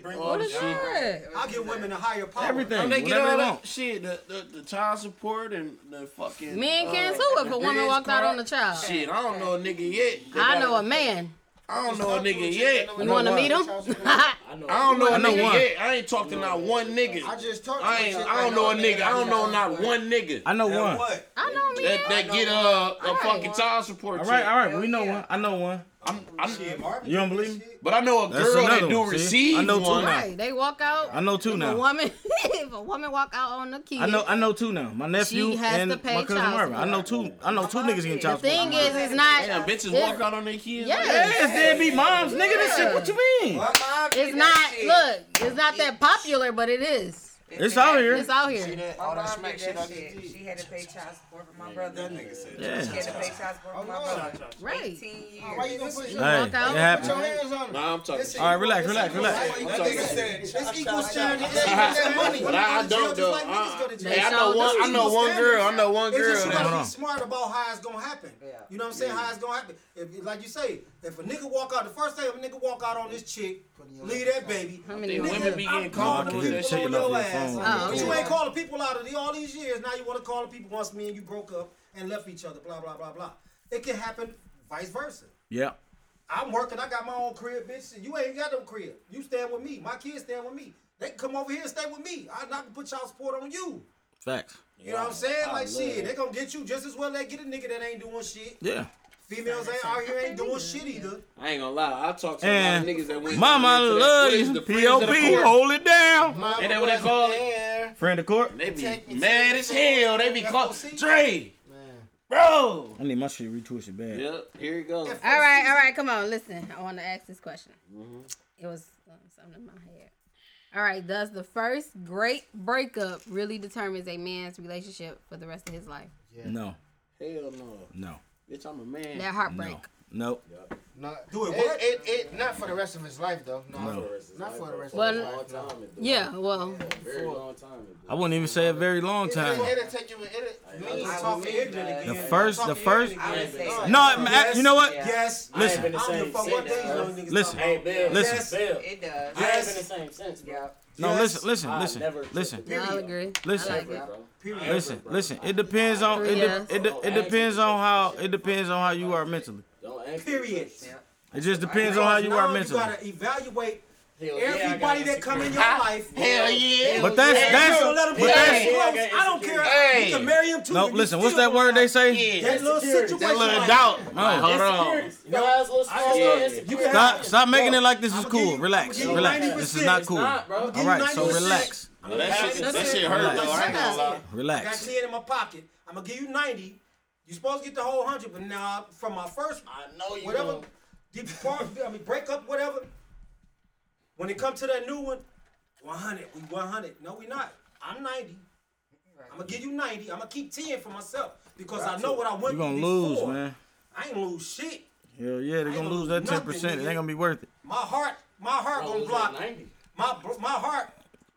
get.
What is that?
I give women a higher power.
Don't they get all that shit, the, the, the child support and the fucking.
Men
uh,
can too if
the
a woman
biz
walked
card.
out on the child.
Shit, I don't know a nigga yet. that
I
got
know
a-
a man.
I don't know a nigga yet.
You want to meet him?
I don't know
I
a
know
nigga
one.
yet. I ain't talking not one nigga. I
just
talked. I ain't. I don't know a nigga. I don't know not one nigga.
I know one.
I know me.
That that get uh, a fucking child support.
All right,
check.
all right. We know one. I know one.
I'm,
You don't believe me?
But I know a
That's
girl
another
that do
one, see?
receive
I know two
one.
now.
Right, they walk out.
I know two
if
now.
A woman, if a woman walk out on the kid,
I know, I know two now. My nephew
She has
and
to pay
my cousin
child
Marvin. I know two. I know two niggas getting
the
child support.
thing is, it's not.
Damn, bitches
it's-
walk out on their kids.
Yes.
Yes, they be moms, nigga. This shit. What you mean?
It's not. Look, it's not that popular, but it is.
It's out here.
It's out here.
My mom did that shit. She had to pay child support for my brother.
Yeah.
She had to pay child support for my brother.
Right.
18 years.
Why you gonna put your,
Hey,
Walk
it
out.
happened.
Put your hands on her.
Nah, I'm talking.
All right, relax, relax,
That
relax.
nigga said, It's equal charity. It's equal money.
But I, I don't though.
Uh-uh.
I, hey, I know one. I know one girl. I know one
It's
girl.
just you
that-
gotta be smart about how it's gonna happen. You know what I'm saying? How it's gonna happen. If, like you say, if a nigga walk out, the first thing if a nigga walk out on this chick, leave that baby.
How many
nigga,
women be
I'm
getting
calling
caught
the
with that
people
shit
on
off
your
their
ass.
phone.
Oh,
But you
okay.
ain't calling people out of the, all these years. Now you want to call the people once me and you broke up and left each other. Blah blah blah blah. It can happen, vice versa.
Yeah.
I'm working. I got my own crib, bitch. You ain't got no crib. You stand with me. My kids stand with me. They can come over here and stay with me. I'm not gonna put child support on you.
Facts.
You know what I'm saying?
I
Like,
love
shit,
it.
they gonna get you just as well they get a nigga that ain't doing shit.
Yeah.
Females ain't out here ain't doing shit either.
I ain't gonna lie. I talk to
And
a lot of niggas that went.
Mama
to that-
love
what is
you.
the friends of the
P.O.P.
court?
Hold it down.
Ain't that what they call it?
Friend of court.
They be mad as hell. They be called Dre, bro.
I need my shit retwisted bad.
Yep, here it goes.
All right, all right. Come on, listen. I want to ask this question.
Mm-hmm.
It was um, something in my head. All right. Does the first great breakup really determines a man's relationship for the rest of his life?
No,
Hell no,
no,
bitch. I'm a man.
That heartbreak.
no, no.
No,
Do it
it,
what?
it, it, not for the rest of his life though. No,
No.
not for the rest
Well,
of his life. no.
Yeah. Well,
Very long time.
I wouldn't even say a very long time.
It'll, it'll take you. It'll, me
Talking
talking.
ignorant again.
The first, the first.
I would say
No, I'm- I- you know what?
Yes.
Listen.
I don't give a fuck what these young niggas
Listen.
talking about.
Listen.
Yes.
it does.
Yes.
same sense, bro.
No, listen, listen,
I
listen,
never took
listen,
no, I'll agree.
Listen.
I like it.
Period.
listen, listen. It depends on it.
Yes.
De- it, de- it depends on how it depends on how you are mentally.
Don't ask
Period.
It just depends on how you are
Now
mentally.
You gotta evaluate
Hell yeah, I got
everybody that come in your life.
Hell yeah.
But that's
Hey,
that's
girl, let 'em
but
get
that's
ass close. I don't care.
Hey.
You can marry him too.
no.
and you
Listen, what's
still
that word they say?
Yeah.
That little situation.
That little
like-
doubt.
No.
Hold on.
Insecurities. Your ass little small
yeah.
little
You
insecurities.
can have-
Stop, stop making it like this is cool. Relax,
give you
relax.
90%.
This is not cool.
Not, bro.
All right, so
90%.
relax,
Well, that shit, that shit hurt though. I ain't gonna lie.
I got
relax.
10 in my pocket. I'm gonna give you 90. You supposed to get the whole 100, but now from my first
I know you.
whatever,
gonna-
depart, I mean break up whatever. When it comes to that new one, 100, we 100. No, we not. I'm 90. I'm gonna give you 90. I'm gonna keep 10 for myself because I know what I went
You're gonna
through
lose,
before.
man.
I ain't lose shit.
Hell yeah, they're gonna lose that ten percent. It ain't gonna be worth it.
My heart, my heart
I
gonna
was at
block.
90.
My bro- my heart,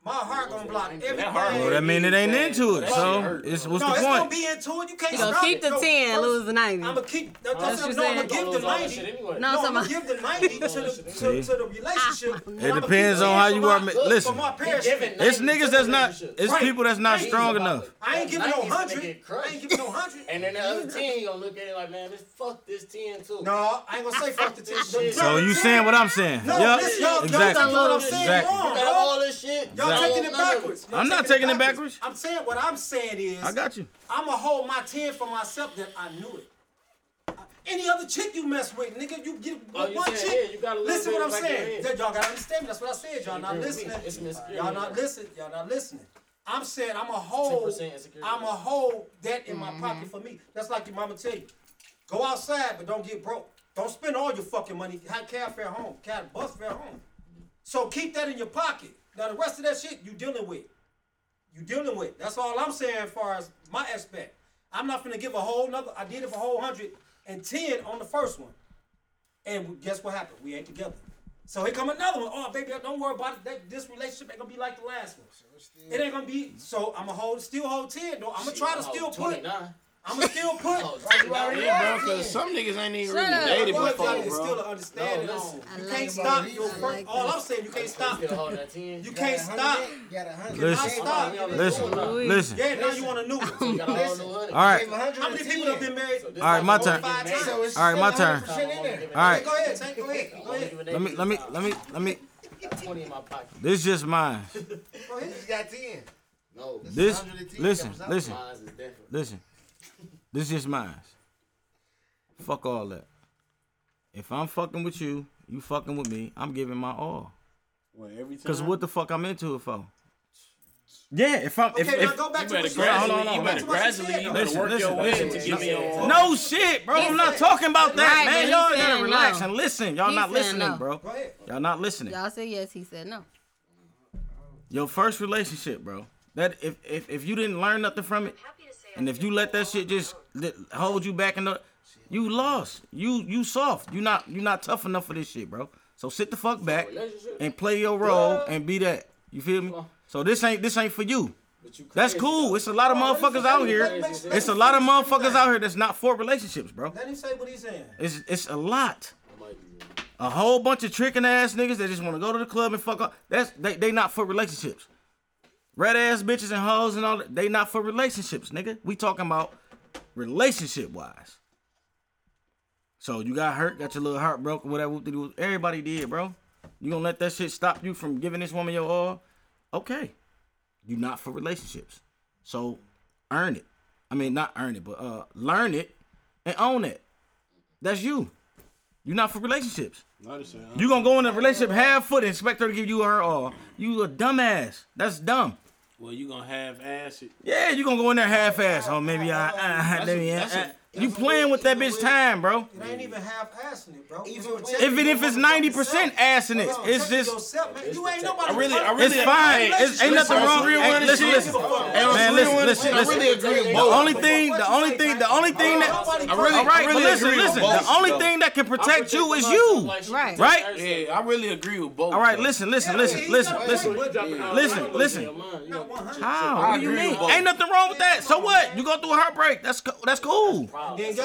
My heart gonna block everything.
Well, that mean it ain't into it. So it's what's
no,
the
it's gonna
point?
be into it. You can't
You gonna
stop
keep
it.
the
No,
10,
first-
lose the 90.
I'ma keep. No,
That's
no,
what
no,
you're
I'ma give
saying.
the ninety.
anyway. No,
No,
I'm Ah.
I'ma
talking
give the ninety to the to, to the relationship.
It depends on how you are. ma- Listen, it's niggas that's not. It's
Right.
people that's not
Right.
strong enough.
I ain't giving no
Nike's gonna
hundred.
get
I
crushed.
ain't giving no hundred.
And then the other ten, you gonna look at it like, man, this fuck this ten too.
No, I ain't gonna say fuck the ten.
So you saying what I'm saying?
No,
Yup,
listen, y'all- y'all
exactly.
taking what I'm saying
exactly.
wrong.
Look at all this shit.
Y'all
Exactly.
taking it backwards. Y'all
I'm not taking it backwards.
I'm saying what I'm saying is
I got you.
I'ma hold my ten for myself that I knew it. Uh, Any other chick you mess with, nigga, you get
Oh, you
one
saying,
chick.
yeah, you got a little
listen
bit
what I'm
back in your
saying.
head.
That y'all gotta understand. me. That's what I said. Y'all not
Agree with me.
listening.
It's insecurity.
Y'all not listening. Y'all not listening. I'm saying I'm a hold.
10% insecurity. Mm-hmm.
I'm a hold that in my pocket for me. That's like your mama tell you. Go outside, but don't get broke. Don't spend all your fucking money. Have cab fare home. Cab bus fare home. So keep that in your pocket. Now the rest of that shit you dealing with. You dealing with. That's all I'm saying as far as my aspect. I'm not gonna give a whole nother I did it for a whole hundred and ten on the first one. And guess what happened? We ain't together. So here come another one. Oh baby, don't worry about it. That, this relationship ain't gonna be like the last one. It ain't gonna be so I'ma hold still hold ten though. I'ma try to still put I'ma still put
Yeah, bro, cause some niggas ain't even really
Shut up.
dated
Boy,
before,
y'all is
bro.
still an understanding on.
I
You
like
can't
it.
stop your
I
first.
like
all
it.
I'm saying, you can't stop. You can't
Got a
stop.
Listen, listen, listen.
Yeah, now you want a new one.
All right.
How many people have been married?
All right, my turn. All right, my turn. All right.
Go ahead, Tank, go ahead. Go ahead.
Let me, let me, let me, let me.
Got Twenty in my pocket.
This is just mine.
Go ahead.
You got 10.
No.
This, listen, listen,
Mine's is different.
listen. This is just mine. Fuck all that. If I'm fucking with you, you fucking with me. I'm giving my all.
Well, every time.
Cause what the fuck I'm into it for? Yeah, if I'm if,
Okay, now
if-
go back to You better what you said. gradually- you better gradually- you better work your way to give me your all.
No shit, bro. I'm not talking about that,
Right,
man.
but
Y'all
he
gotta
said
relax
no.
and listen. Y'all
He
not
said
listening,
no.
bro. Y'all not listening.
Y'all said yes. He said no.
Your first relationship, bro. That if if, if you didn't learn nothing from it, and if you let that shit just li- hold you back in the, you lost. You you soft. You not you not tough enough for this shit, bro. So sit the fuck back and play your role and be that. You feel me? So this ain't this ain't for you. That's cool. It's a lot of motherfuckers out here. It's a lot of motherfuckers out here that's not for relationships, bro.
Let him say what he's saying.
It's it's a lot. A whole bunch of tricking ass niggas that just want to go to the club and fuck up. That's they they not for relationships. Red ass bitches and hoes and all that. They not for relationships, nigga. We talking about relationship wise. So you got hurt, got your little heart broken, whatever. whoop-de-doo. Everybody did, bro. You gonna let that shit stop you from giving this woman your all? Okay, you not for relationships. So earn it. I mean, not earn it, but uh, learn it and own it. That's you. You're not for relationships. You gonna go in a relationship half foot and expect her to give you her all. You a dumbass. That's dumb.
Well, you gonna have acid.
Yeah, you gonna go in there half ass. Oh, maybe I. Uh,
That's a-
let me. uh,
that's a-
uh. you playing with that bitch time, bro.
It ain't even half assing it, bro. Even
Even if it's ninety percent ass in it, it's just.
yourself, man. You ain't nobody.
I really- I
perfect.
really- It's fine. It's- ain't nothing
Listen,
wrong.
on some real
Hey,
running
listen,
shit,
listen.
I give a
Hey,
fuck.
on Man, some listen, real running listen, shit, I listen. really agree with The both. only thing- the only thing- the only thing that- I really- All right, I really but listen, agree with listen, both, the only though. thing that can protect I protect you is myself you. like she Right. protects Right?
Yeah, I really agree with both.
All right,
though.
listen, listen, listen, listen, listen, listen, listen. How? What do you mean? Ain't nothing wrong with that. So what? You go through a heartbreak. That's co- that's cool.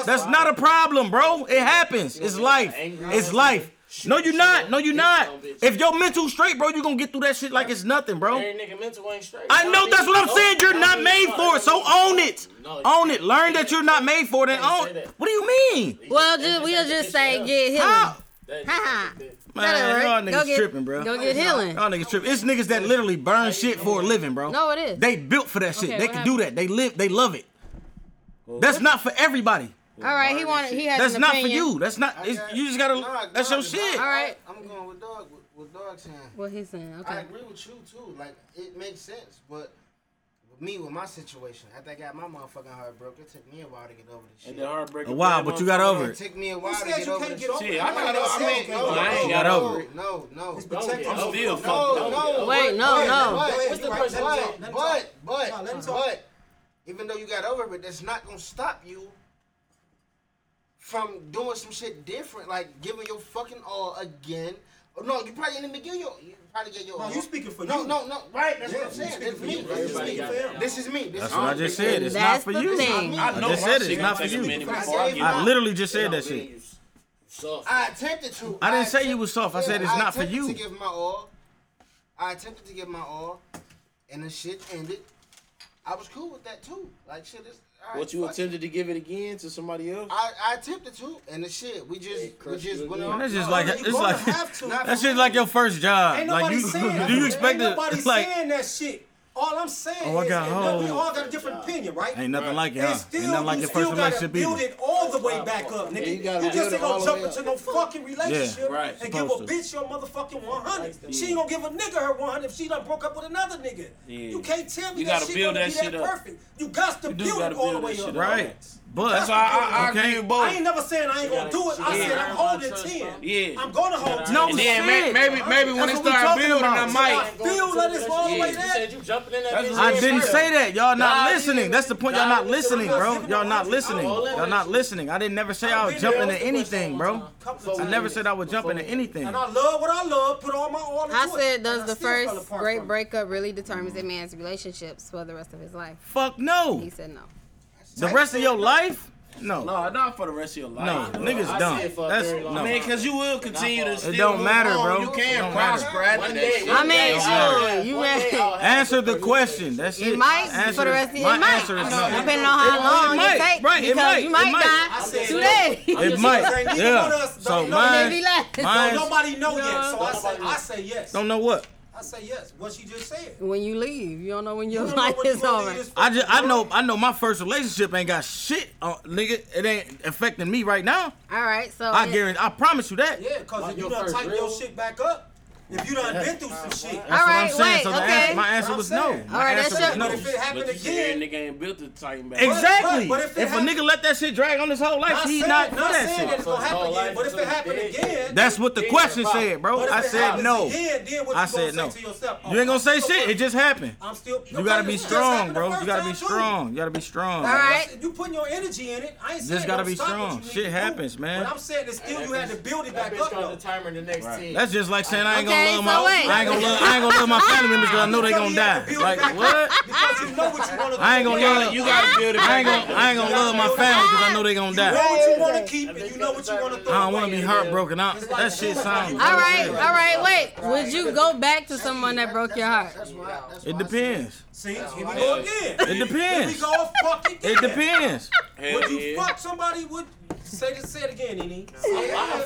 That's not a problem, bro. It happens. It's life. It's life. No, you're not. No, you're not. If your mental straight, bro, you gonna get through that shit like it's nothing, bro.
Every nigga mental ain't straight.
I know that's what I'm saying. You're not made for it, so own it. Own it. Learn that you're not made for it and own. What do you mean?
Well, just, we'll just say get healing.
How?
Ha ha. That'll work.
Man, y'all
Go
niggas
get-
tripping, bro.
Go get healing.
Y'all niggas tripping. It's niggas that literally burn shit for a living, bro.
No, it is.
They built for that shit.
Okay,
they
what
can do that. They live. They love it. That's not for everybody.
All right, he wanted. He has
That's
an
not for
opinion.
you. That's not. It's, you just gotta. that's your shit.
All right.
I'm going with dog. With, with dog saying.
What he's saying.
I
Okay.
agree with you too. Like it makes sense, but with me with my situation, after I got my motherfucking heart broke, it took me a while to get over this shit.
And the heartbreak.
A while, but you got over
It
it.
took me a while
Who
to
said
get
you
over
can't
this
get over
shit.
it? I
No,
got
no,
over- I mean,
no,
I
no,
ain't
got
no,
over it.
No, no.
protected.
no,
I'm still
no,
fucked up.
no,
Wait,
but-
no,
but-
no.
but-
What's the
but-
question?
but-
Let him talk.
But, but,
No, let him talk.
but, even though you got over it, but that's not gonna stop you from doing some shit different, like giving your fucking all again, Oh, no, you probably didn't give your. You probably get your.
No, you speaking for
no,
you.
No, no, Right? That's what I'm
Yeah, you
saying.
speaking
That's
for
me.
you. Everybody
This is
got
me.
it.
This is me. This
That's
is
what I
me.
just said. It's
That's
not for
the
you.
thing.
I,
I
just
know
said
my
it's not for
shit gonna take a
you.
minute before I get
I
mine.
literally just said that
You know,
shit.
I attempted to.
I didn't say you was soft. I
Yeah,
said it's not for
attempted
you.
To give my all, I attempted to give my all, and the shit ended. I was cool with that too. Like shit is. all
What
right,
you
fuck it.
attempted to give it again to somebody else?
I, I attempted to, and the shit we just we
crushed
just
you
went
again.
on.
That's just
No,
like
you
it's
gonna
like
have to.
that's just like your first job.
Ain't
like
nobody
you,
saying that.
do you expect
Ain't nobody
to like?
saying that shit. All I'm saying
Oh, I
is,
got
and look, we
hold.
all got a different opinion, right?
Ain't nothing like it,
And
huh?
still,
Ain't nothing like
you
your first
still gotta
relationship either.
build it all the way back up,
Yeah, you
nigga.
gotta
You just
build it
ain't
all
gonna
the
jump
way up.
into no fucking relationship
right.
and give a
Supposed to.
bitch your motherfucking 100. She ain't gonna give a nigga her 100 if she done broke up with another nigga.
Yeah.
You can't tell me
You
that
gotta
shit
build
gonna
that
be that
shit up.
perfect. You got to
You do
build it
gotta
all the
build
way
that
up.
shit up.
Right, but
That's why I- I agree
okay.
with both. I ain't never saying I ain't gonna do it. I
Yeah.
said I'm holding 10.
Yeah.
I'm gonna hold 10.
No And then may- shit. maybe- maybe when it start building, I might-
Build let us all the way
You
there.
said you jumping in that bitch.
I didn't say that. Y'all
Nah,
not
you
listening. That's the point. Y'all
Nah,
not
you
listening,
said-
bro. Y'all not listening.
Oh, let
Y'all
me-
not listening. I didn't never say I was
been there.
jumping
What's
to
the
anything, bro.
Couple of
I
times.
never said I was jumping to anything.
And I love what I love. Put all my all into
I
it.
said,
and
does
I
the
still fell
first
apart
great
from it.
breakup really determines a man's relationships for the rest of his life?
Fuck no.
He said no.
The rest of your life? No.
No, not for the rest of your life.
No, niggas
I
dumb.
see it for a
That's-
very long
no.
time. Man, because you will continue to. Still
don't
move
matter,
on.
bro.
You
It
can
don't
prosper
matter.
after
One
that.
day-
shit.
I mean,
Don't matter.
sure, you right.
Answer the question. That's it.
It might
Answer
for the rest of your
my
life.
answer is no.
Depending on how long it,
might.
takes.
Right, it
because
might.
You
It
might,
might.
I
die
said-
today.
It might.
Ain't neither one of
Yeah.
us-
So
don't- nobody-
mine.
don't
mine-
Nobody know yet.
Yeah.
So I say, I say yes.
Don't know what.
I say yes. What she just said.
When you leave, you don't know when your
You don't know
life
what you
is
gonna
over.
leave this
I just I know I know my first relationship ain't got shit on nigga. It ain't affecting me right now.
All right, so
I
it-
guarantee. I promise you that.
Yeah, because if
your
you done
first
tighten
real-
your shit back up, if you done been through some shit.
That's what I'm
right,
saying.
wait,
so the
okay.
answer, my answer
That's
was
what I'm
no.
saying.
My
All right,
answer
that's
was
But if it happened
But you said
again,
nigga ain't built to tighten back.
no. Exactly.
but- but
if,
if it
a
hap-
nigga let that shit drag on his whole life,
not
he's
saying,
not for
not
that
saying that it's
shit.
gonna happen
Whole
again,
life
but if it
until
happened
dead.
again,
That's what the
Yeah,
question
probably.
said, bro.
but if
I
it
said
happens
no.
Again, then what
I
you gonna
said
say
no.
to yourself? Oh,
You ain't gonna say
I'm still
shit. It just happened.
I'm still.
You gotta be
It just
strong,
happened the
bro. You
first
gotta be
time, too.
strong. You gotta be strong.
All
bro.
right.
You putting your energy in it. I ain't saying
Just gotta
don't
be
stop what
strong.
you need
Shit
to do.
happens, man.
But I'm saying that still you had to build it
That
back
bitch
up
got
though.
the timer in the next team.
That's just like saying I ain't
Okay,
gonna love my
so wait.
I ain't gonna love I ain't gonna love my family members because I know they gonna die. Like what?
Because you know what you want to
I ain't gonna love
You gotta build it
I ain't
back
gonna I ain't gonna love my family because I know they gonna
You know
die.
what you want to keep and you know what you want to throw
I don't wanna
away.
be heartbroken. I, that shit sounds
All right, all right, wait. Would you go back to someone that broke your heart?
That's why. That's
It
why I said-
depends.
See, here we go again.
It
Here we
depends.
go fuck again.
It depends.
Hell
Would you
yeah.
fuck somebody with? Say this. Say it again, Nene.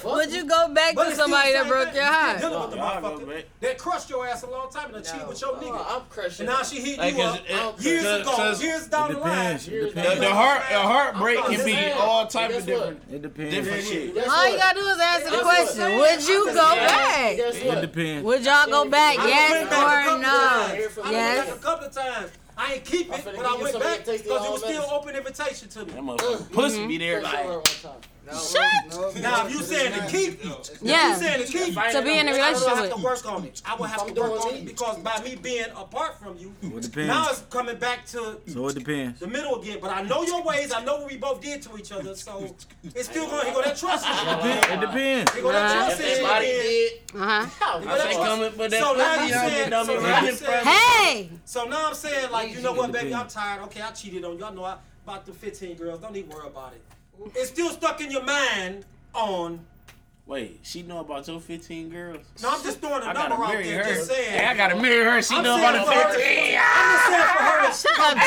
Would you go back
But
to
it's still
somebody
the
that
same
broke
thing.
your
You still
heart?
Dealing with the
Y'all
motherfucker
go back.
that crushed your ass a long time and done cheated with your nigga.
Oh, I'm crushing.
And now she hit
Like,
you
is
up
it- it-
years
cause-
ago,
cause
years down
It
the line.
depends. It
The,
depends.
the heart, the heartbreak
I'm
can be
saying.
all type of
Guess what?
different,
It
different
depends.
shit.
Guess
All you
what?
gotta do is answer the
That's
question.
what-
Would you go
Yeah.
back?
Guess
It
what?
depends.
Would y'all go back?
I done went back a
Yes or
couple times.
no?
I done
Yes.
went back a couple of times. I ain't keep
I'm finna
it, but
give
I
you
went
something
back
to taste
because
the
it was
whole
still
mess.
open invitation to me.
That motherfucker pussy be there
Crush her
like.
one time.
No,
Now, if you saying to keep you,
Yeah.
if you saying to keep you,
To be in a
I will have
relationship
to
with.
work on it. I will have to work on it because by me being apart from you,
It
now
depends.
it's coming back to
So it depends.
the middle again. But I know your ways. I know what we both did to each other. So it's still going to go that trust.
It depends.
They go that
If
trust
that body
in.
did,
Uh huh.
I say coming, but that
So now
pussy
you
out
saying,
there,
so
dummy,
now you
right?
saying,
Hey,
so now I'm saying, like, you know what, baby, I'm
Depends.
tired. Okay, I cheated on you. I know I about the 15 girls. Don't even worry about it. It's still stuck in your mind on.
Wait, she know about your 15 girls?
No, I'm just throwing a
I
number
gotta
out
marry
there.
her.
Just saying.
Hey, I gotta marry her. She
I'm
know
saying
about
for her-
the 15.
I'm just saying for her to
shut up,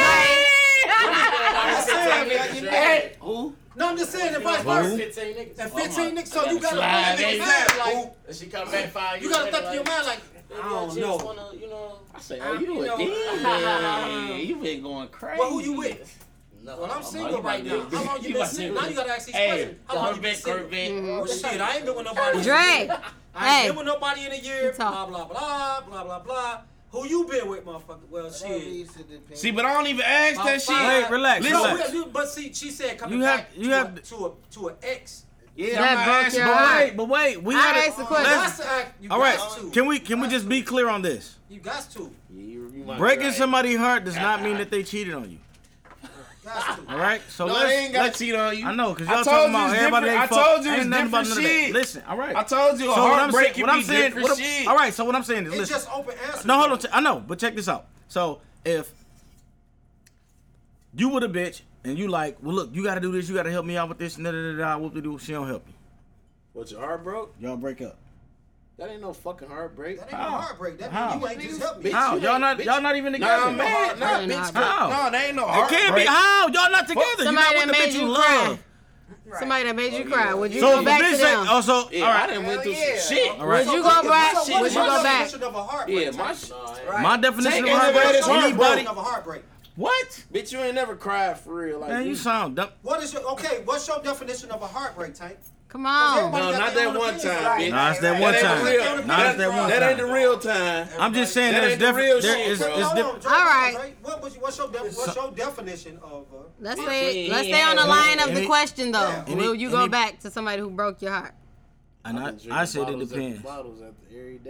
Jay.
I'm saying,
Hey,
Who?
no, I'm just saying the vice
first
versa.
15 niggas.
And 15 niggas, so you
Slide,
gotta think in
baby.
your mind, like,
And she come back five
you
years
gotta
later,
think in your
like,
mind, like, I don't
"Baby, I just
know.
wanna, you know.
I say, oh, you
You
a
know-
dick. You been going crazy.
Well, who you with?
No,
Well, I'm
not
single right now. How long you
You
been
about to
single? Now you gotta ask these
Hey,
questions. How long you been
Corvette,
single?
Corvette.
Well, shit, I ain't been with nobody. in a year.
Dre.
I ain't
Mm-hmm. Hey.
been with nobody in a year.
You
Blah
talk.
blah blah blah blah blah. Who you been with, motherfucker? Well,
That don't
shit.
mean it depends.
See, but I don't even ask
about
that shit.
five-
Wait, relax,
No,
relax.
we- you- but see, she said coming
You have-
back
you
to,
have-
a, to a to an ex.
Yeah,
That
I'm
broke
not asking.
your
But
heart.
wait, but wait, we
I asked the
gotta.
question.
let's-
That's a, you
All
got
right,
to.
can we can we just be clear on this?
You got to.
You- you might be
Breaking
right.
somebody's heart does not mean that they cheated on you. All right, so
No,
let's,
they ain't gotta
let's-
cheat on you.
I know, cause
I
y'all
told
talking
you
about
it's
everybody. They
different- I
fuck.
told you
ain't
it's
nothing about
different
none of that.
shit.
Listen, all right.
I told you a
what I'm
heartbreak
saying-
can
what I'm
be
saying-
different
what I'm-
shit.
All right, so what I'm saying is,
It's
listen.
just open answers.
No, hold on. I know, but check this out. So if you were the bitch and you like, well, look, you gotta do this. You gotta help me out with this. Da da da da. Whoop de doo. She don't help you.
What your heart broke?
Y'all break up.
That ain't no fucking heartbreak. That ain't
How?
no heartbreak.
That
How?
mean you ain't just helping.
Bitch,
How?
you
Y'all
ain't-
not-
bitch-
y'all not even
Nah,
together.
man, nah,
How?
bitch.
How?
No, that ain't no
It
heartbreak.
can't be how y'all not together. you
Somebody
not with
that
the
made
bitch you
you
love.
cry. Somebody that made you cry. Would you
So if
go
a
back
bitch
to
say-
them?
oh, so- Yeah, all right. I done
went through some shit.
All right.
Would you go back?
So what
Would
is
you
my
go back?
definition of a heartbreak?
Yeah, my shit.
My definition
Take
of
anybody's
heartbreak.
heartbroken
Anybody.
Of a heartbreak.
What?
Bitch, you ain't never cried for real. Like
Man, you
this.
sound dumb.
What is your okay? What's your definition of a heartbreak, Tank?
Come
No, not that one time, bitch.
Nah, it's that
That
one
ain't the
time.
real-
Nah, it's that
that-
one
that ain't
time.
the real time.
I'm just saying
That
there's
ain't the
different.
real
there
shit,
is-
bro.
it's
Hold
different.
All right. What was what's your def- what's your definition of uh, a?
Let's
Yeah.
stay.
Yeah.
Let's stay on the line of the
Any-
question though.
any-
Will you go
any-
back to somebody who broke your heart?
And I, I said it depends.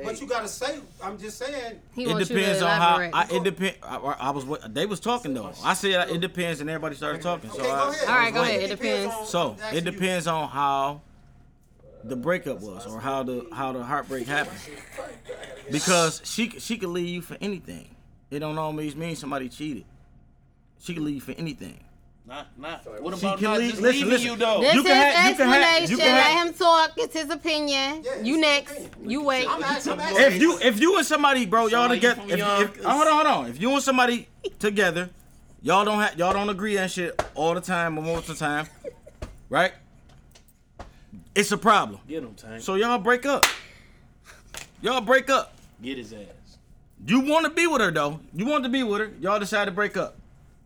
But you gotta say. I'm just saying.
It depends on how. I, it depend. I, I I was. what- They was talking though. I said it depends, and everybody started talking. So
Okay, go
I-
ahead.
I
All
was
right, go
waiting.
ahead. It depends.
So it depends on how the breakup was, or how the how the heartbreak happened. Because she she could leave you for anything. It don't always mean somebody cheated. She could leave you for anything.
Not, not. What
She
about
can
not
leave-
just
listen,
leaving
listen.
you though?
This
You
is
can ha- you can ha-
explanation.
you can ha-
Let him talk. It's his opinion. you next. You wait.
If you if you and somebody, bro, y'all
Somebody
together.
from
If,
young-
if, hold on, hold on. If you and somebody together, y'all don't have y'all don't agree and shit all the time or most of the time, right? It's a problem.
Get him, Tank.
So y'all break up. Y'all break up.
Get his ass.
You want to be with her though. You want to be with her. Y'all decide to break up.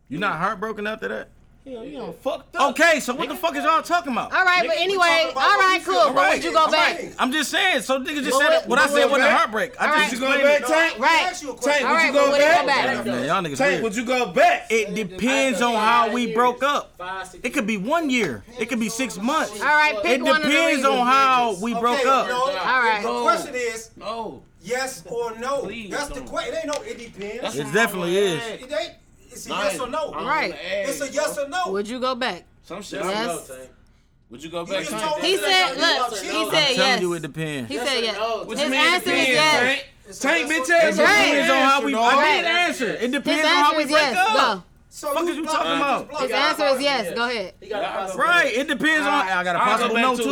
You not heartbroken after that?
Hell, you done fucked up.
Okay, so what the fuck is y'all talking about?
All right, but anyway, all right, cool. But would you go back?
I'm just saying. So niggas just said
But what-
it- what I
but
said
what-
wasn't a heartbreak. I
All
just
right.
explained
You go
it.
back, Tank?
Right.
Tank,
All
would
right,
you
but
go
would it
back?
go back?
Man, y'all niggas
Tank,
weird.
would you go back?
It depends on how we broke up. It could be one year. It could be six months.
All right, pick
It
one of the
depends on
reasons.
how we broke
Okay,
up.
No, The question is
no.
Yes or no. That's the question. It ain't no. It depends.
It definitely is.
It ain't. It's a
Nice.
yes or no.
I'm
Right.
on the
It's a
edge,
yes
bro.
or no.
Would you go back?
Some shit. I don't
Yes.
know, Tank. Would you go back?
just told
Tank?
He said, look.
Yes or
He
no?
said
I'm
I'm
yes.
telling you, it depends.
He said yes.
What
His
you mean it
answer is
depends,
yes.
Tank? Tank, bitch
It
ass.
depends on how we. I
Right.
did answer. It
His
depends on how
answer
we
is
break
yes.
up.
Go.
So
Fuck is you talking about?
His answer is yes. Go ahead.
Right. It depends on. I got a
I'll go
possible
back
no
too.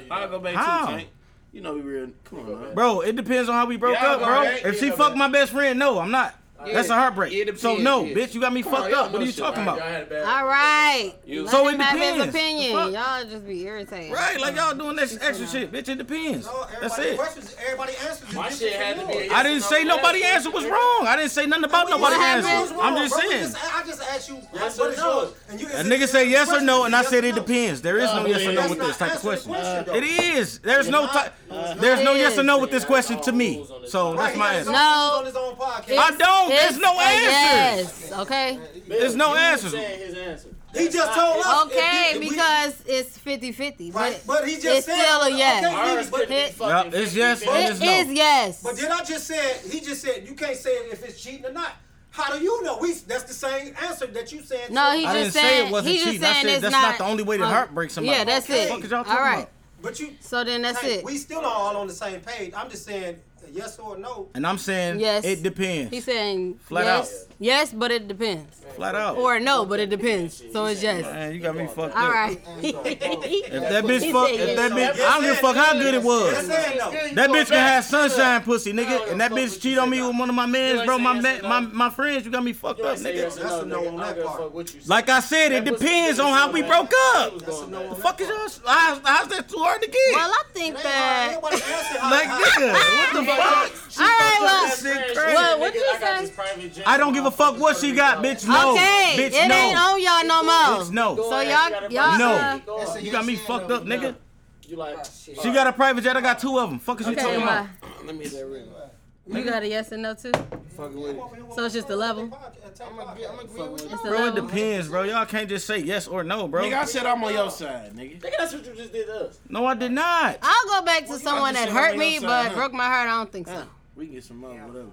too,
I'll go back
How?
too, Tank. You know we real. Come on, man.
bro. It depends on how we broke
Yeah, I'll
up,
go
bro.
back.
If she
Yeah,
fucked my best friend, no, I'm not. That's a
Yeah.
heartbreak.
It
so
depends,
no,
yeah.
bitch, you got me
Come on,
fucked
y'all
up. What
know
are you
shit,
talking
right?
about?
Y'all had a bad-
All right.
You-
Let
So
him
it
have his
depends. The
opinion.
fuck?
Y'all just be irritated.
Right, like y'all doing this extra shit, bitch. It depends.
No,
That's
everybody
it.
questions. Everybody answers.
My shit had to be a yes
I didn't
or
say
no.
nobody answer was wrong. I didn't say nothing about nobody answer. I'm just saying.
I just asked you.
Yes
what
or
is
no?
yours? And you.
A nigga say yes or no, and I said it depends. There is no
No,
yes or no
that's
with
not
this type of
answering the
question.
question, though.
It is. Uh-huh. There's no
It's not.
type.
No, it's
There's
not.
no
It
yes or
is.
no with this question to me. So that's my answer.
No.
His own podcast.
I don't. There's no answer.
Yes. Okay.
There's no answers.
his answer.
He just told us. if
Okay,
he- if we-
because it's 50-50.
Right,
But,
but he just
it's
said-
still a yes.
Okay, Ours but- could be
It-
Yeah, it's yes or it's
it is
no.
yes.
But then I just said he just said you can't say if it's cheating or not. How do you know? We that's the same answer that you said.
No,
too.
he
I didn't
just
say
saying,
it wasn't
he just
cheating. I
saying
said
it's
that's
not,
not the only way to
uh,
heartbreak somebody.
Yeah, that's
Okay.
it.
Fuck
is y'all
All
talking
right.
about?
But you.
So then that's
Hey,
it.
We still not all on the same page. I'm just saying yes or no.
And I'm saying
Yes.
it
He's
depends.
saying
Flat
yes, yes, but it depends.
Flat out.
Or no, but it depends. So it's yes.
Man, you got me fucked
All
up.
right. if
If
that
that bitch fuck, if that bitch, I don't give a fuck how good it was.
Yes or no.
That bitch can have sunshine pussy, nigga, and that bitch cheat on me with one of my mans,
ain't
bro.
say
My
yes
man,
or no.
my my friends, you got me fucked up,
That's
nigga.
a
no
no
on
on
that
that
part.
part. What you say.
Like I said, it
That pussy
depends on
good,
how
so
we
bad.
broke
He was going
up.
back.
The fuck is y'all? How's, how's that too hard to get?
Well, I think that. All
Nobody answered how.
like nigga, what the fuck?
right, well,
This shit crazy.
well, what
Nigga,
you
I got
say?
this private jet.
I don't give a fuck what she got, bitch. No,
okay,
bitch,
it
no.
ain't on y'all no more.
Bitch, no.
So y'all, y'all,
No.
uh,
You got me fucked up, nigga.
You like,
She got a private jet. I got two of them. Fuck is you
okay,
talking about?
well,
let me get that real.
you got a yes and no too. So it's just the level. It's the
Bro, it
level.
depends, bro. Y'all can't just say yes or no, bro.
Nigga, I said I'm on your side, nigga.
Nigga, that's what you just did to us.
No, I did not.
I'll go back to someone that
just
hurt
saying
me
outside,
but
huh?
broke my heart. I don't think so.
We can get some money, whatever.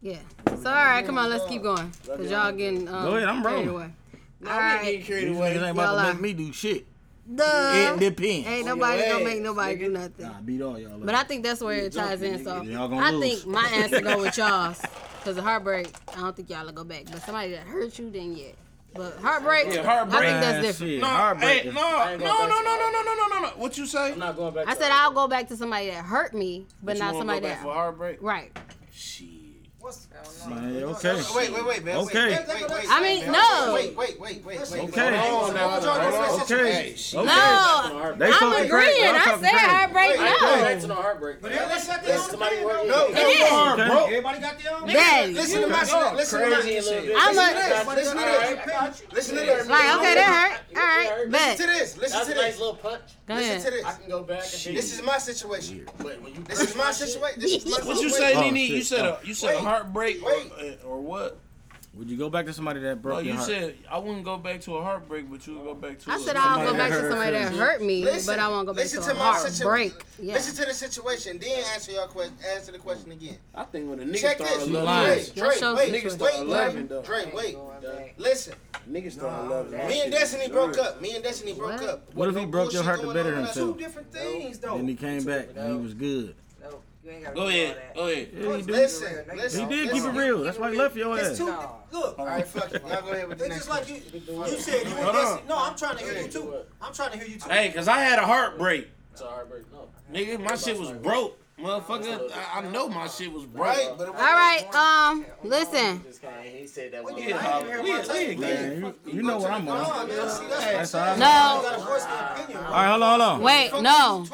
Yeah. So all right, come on, let's keep going, cause y'all getting um,
Go ahead, I'm
carried
rolling.
away.
No, I ain't getting carried
These
away.
niggas ain't about to make me do shit.
Duh.
It depends.
Ain't nobody gonna make nobody do nothing.
I beat all y'all. up.
But I think that's where it ties in. So
Y'all gonna
I
lose.
think my answer go with y'all's because of heartbreak. I don't think y'all will go back. But somebody that hurt you, then yeah. But heartbreak,
Yeah, heartbreak.
I think that's
Man,
different.
shit, No, heartbreak hey, is- no, no,
no,
no,
no, no, no, no, no. What you say? I'm
not going back.
I said I'll go back to somebody that hurt me, but,
you won't
not
go
somebody
back
that
for heartbreak?
Right.
Man, okay.
Wait, wait, wait, man. Wait,
Okay.
wait, wait, wait,
I mean,
wait,
no.
Wait, wait, wait, wait, wait.
Okay.
Hold on now, hold on.
Okay. Okay.
No,
They
I'm
talking
agreeing.
crazy. Y'all
I
talking
said
crazy.
heartbreak,
Wait,
no.
wait.
That's no heartbreak.
But that's not
That's somebody working.
No,
It
no
is.
harm,
Okay.
bro. Everybody got their own.
Daddy.
Listen to my
Okay.
shit. Listen to my
Crazy
shit.
little
Listen
bit.
to
I'm a-
this. Listen to this. Listen to this.
Like, okay, that hurt. All right,
Listen
bet.
to this. Listen
That's
to
a nice
this.
little punch.
Go
Listen
ahead.
to this.
I can go back and do
This is my situation. This is my situation. This is my situation.
What you say,
Oh,
Nene? You
shit.
said a,
Oh.
you said a
Wait.
heartbreak or, or what?
Would you go back to somebody that broke
Bro,
your
you
heart?
said I wouldn't go back to a heartbreak, but you would go back to.
I
a-
said I'll go back to somebody that hurt me,
Listen,
but I won't go back to,
listen
a
my situ-
heartbreak. Yeah.
Listen to the situation, then answer your question. Answer the question again.
I think when a nigga
Check
start
this.
eleven,
Drake, Drake,
Niggas
wait,
start
wait,
eleven though.
Drake, Drake, wait. Listen,
Niggas start eleven.
me and Destiny broke up. Me and Destiny broke up.
What if he broke your heart to better himself?
different things,
Then he came back and he was good.
Go ahead. Go ahead.
Yeah, he do.
Listen, listen.
He did keep it
listen.
real. That's why he left your
It's
ass.
too. Look.
All right, fuck it. Y'all go ahead with the
It's
next
just like
one.
you. You said you were
Hold on.
listening. No, I'm trying to hear you too. I'm trying to hear you too.
Hey, cause I had a heartbreak,
It's a heartbreak. No.
nigga. My shit was broke, motherfucker. I, I know my shit was broke.
Right, but it
All right, um, listen.
He said that one.
Yeah, I- we- we-
Man, you, you know what I'm on. That's all.
No.
All right, hold on, hold on.
Wait, no.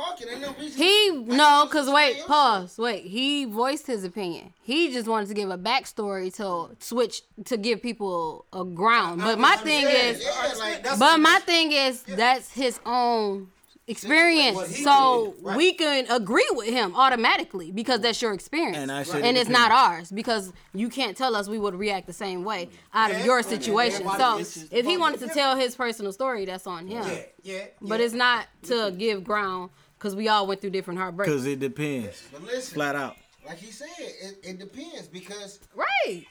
He no, cause wait, pause. Wait, he voiced his opinion. He just wanted to give a backstory to switch to give people a ground. But my thing is,
Yeah, like, that's-
but my thing is, that's his own experience.
What he
So
did, right.
we can agree with him automatically because that's your experience,
And I said
and
it
it's not
depends.
ours because you can't tell us we would react the same way out of
Yeah.
your
Yeah.
situation. So
Everybody is just-
if he wanted to tell his personal story, that's on him.
Yeah, yeah.
But it's not to give ground because we all went through different heartbreaks.
Cause it depends.
But listen.
Flat out.
Like he said, it, it depends because
right.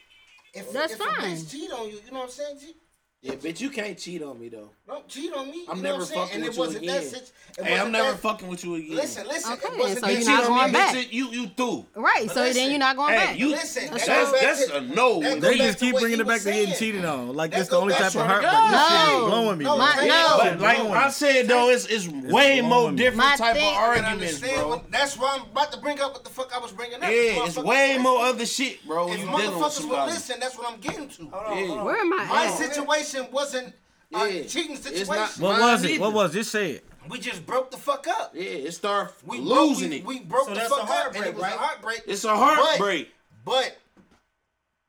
if,
That's
if a
fine.
bitch cheat on you, you know what I'm saying? She,
Yeah, bitch, you can't cheat on me though.
don't cheat on me.
I'm
you know
never
what saying?
fucking
and
with
it
you
wasn't
again.
That situ- it
Hey, I'm
wasn't
never
that-
fucking with you again.
Listen, listen.
Okay,
it wasn't
so
that
you're
You
not
cheat on
going
me,
back.
bitch, You you through.
Right. So then you're not going
Hey,
back.
you-
Listen,
that's, that's,
that go back to-
a no.
that go
They
back
just
to
keep
what
bringing
he
it back
was
to getting
saying.
cheated on. Like
That
that's the
go
only
back
type
to
of
the
heartbreak.
God.
This shit
No.
blowing me.
No,
bro.
my- no.
Shit
But like
blowing
I
me.
said though, it's it's way more
blowing.
different
My
type
thing-
of
I
arguments,
understand
bro.
what, that's why I'm about to bring up what the fuck I was bringing up.
Yeah, it's
Motherfuckers-
way more other shit, bro. when
If
You dealing with
motherfuckers would
somebody.
listen, that's what I'm getting to.
Yeah.
Where am I?
My
at?
situation wasn't a
Yeah.
cheating
It's
situation.
not-
What
Mine
was it? What
either.
was? it? Just say it.
we just broke the fuck up.
Yeah, it start
We
losing
broke,
it.
we, We broke
So
the
that's
fuck
a
up, and
heartbreak,
it was
right?
a heartbreak.
it's a heartbreak.
But,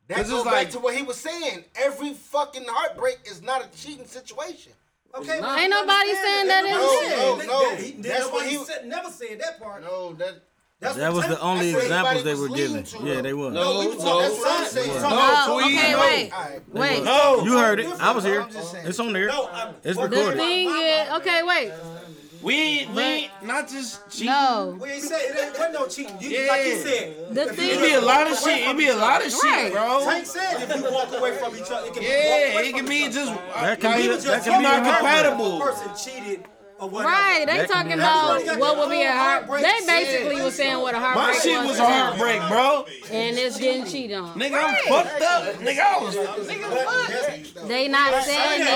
but that
'Cause it's
goes
like-
back to what he was saying. Every fucking heartbreak is not a cheating situation.
Okay.
Ain't nobody saying that
No,
it
no,
was.
no.
He-
That's what he.
said. Never said that part.
No, that. That's
That was the only
that's what
examples they
everybody
were
was
giving.
leading to.
Yeah, they was.
No, we was talking. That's what I'm saying.
No,
No,
tweet,
Oh, okay,
no.
wait.
All right.
They was.
Wait.
No.
you heard it.
Different,
I was
bro.
here.
I'm just saying.
It's on there.
No, I'm-
it's
what-
The
recorded.
thing is, okay, wait.
We ain't, we ain't not just cheating.
No.
We ain't say it ain't wasn't no cheating. You, Like you
Yeah.
said.
The
It be
thing.
a lot of shit. It be a lot of
Right.
shit, bro.
Tank said if you walk away from each other, it can walk
Yeah,
away
it
from
can be
each other.
just
That can
like,
be-
you just-
that
you
can be
not
a heartbreak.
compatible.
Person cheated or whatever.
Right, they
That can
talking
be
about
heartbreak.
what would be a heart.
Heartbreak.
They basically was saying what a
My
heartbreak was.
shit was
for
a
them.
heartbreak, bro.
And it's getting cheated on.
Nigga, I'm fucked up. Nigga, I was. Nigga, fuck.
They not saying it
We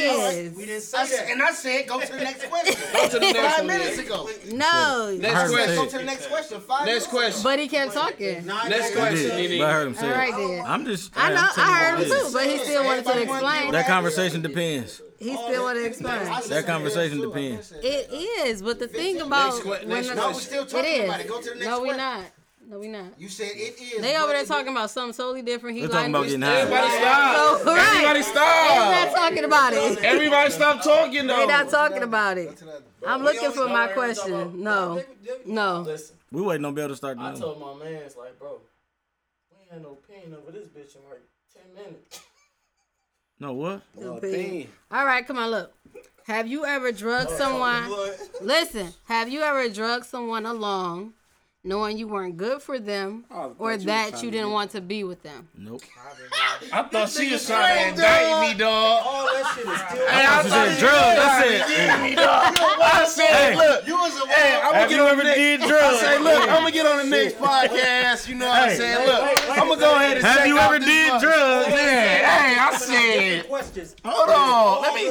is.
didn't say
I
that.
said, and I said, go to the next question.
to the next
Five
one,
minutes
yeah.
ago.
No.
I
Next
heard him
Let's
say
go
question.
to the next question. Five
Next
minutes
question.
But he kept talking.
Nah, nigga.
Next
it. I
question.
did,
Nene.
but I heard him say
All
it.
right then.
I'm just.
I know.
I'm telling
I
you
heard him
what it
too,
is.
but he still wanted to
Everybody wanted to
explain.
do
That conversation depends.
He still wanted to explain.
I said,
That conversation depends.
It is, but the thing about
que-
when
next
the-
No, we still talking
it is.
about it. Go to the next
no, we
question.
not. No, we not.
You said it is.
They over
but
there
it-
talking about something totally different. He
They're talking about
lying.
getting
Everybody
high.
stop.
So, right.
Everybody
They not
stop.
talking about it.
Everybody stop talking
They
though.
not talking about it. I'm looking for my question. No, no.
Listen,
We waiting on Bill to start
I
doing. it.
told my man's like, bro, we ain't had no pain over this bitch in like ten minutes.
No what?
All right, come on, look. Have you ever drugged someone? Listen, have you ever drugged someone along knowing you weren't good for them or
Oh,
you was
that
trying to
you didn't
get-
want to be with them.
Nope.
I thought
This
she
nigga
was trying to
straight,
indict
dog.
me, dog.
All that shit is still.
Hey, I thought
She said
he
drugs,
was
that's
trying to
it.
get me, dog.
You a
I said,
hey,
look,
you was a
hey, I'm
Have
gonna
you
get on
ever
the next.
did
I
drugs?
say, look, I'm gonna get on the
Shit.
next podcast. You know what I'm
Hey.
saying? Look, I'm gonna go ahead and
Have
check
you
out
ever
this
did
month.
drugs?
Yeah, hey, I said.
Questions.
Hold on, let me.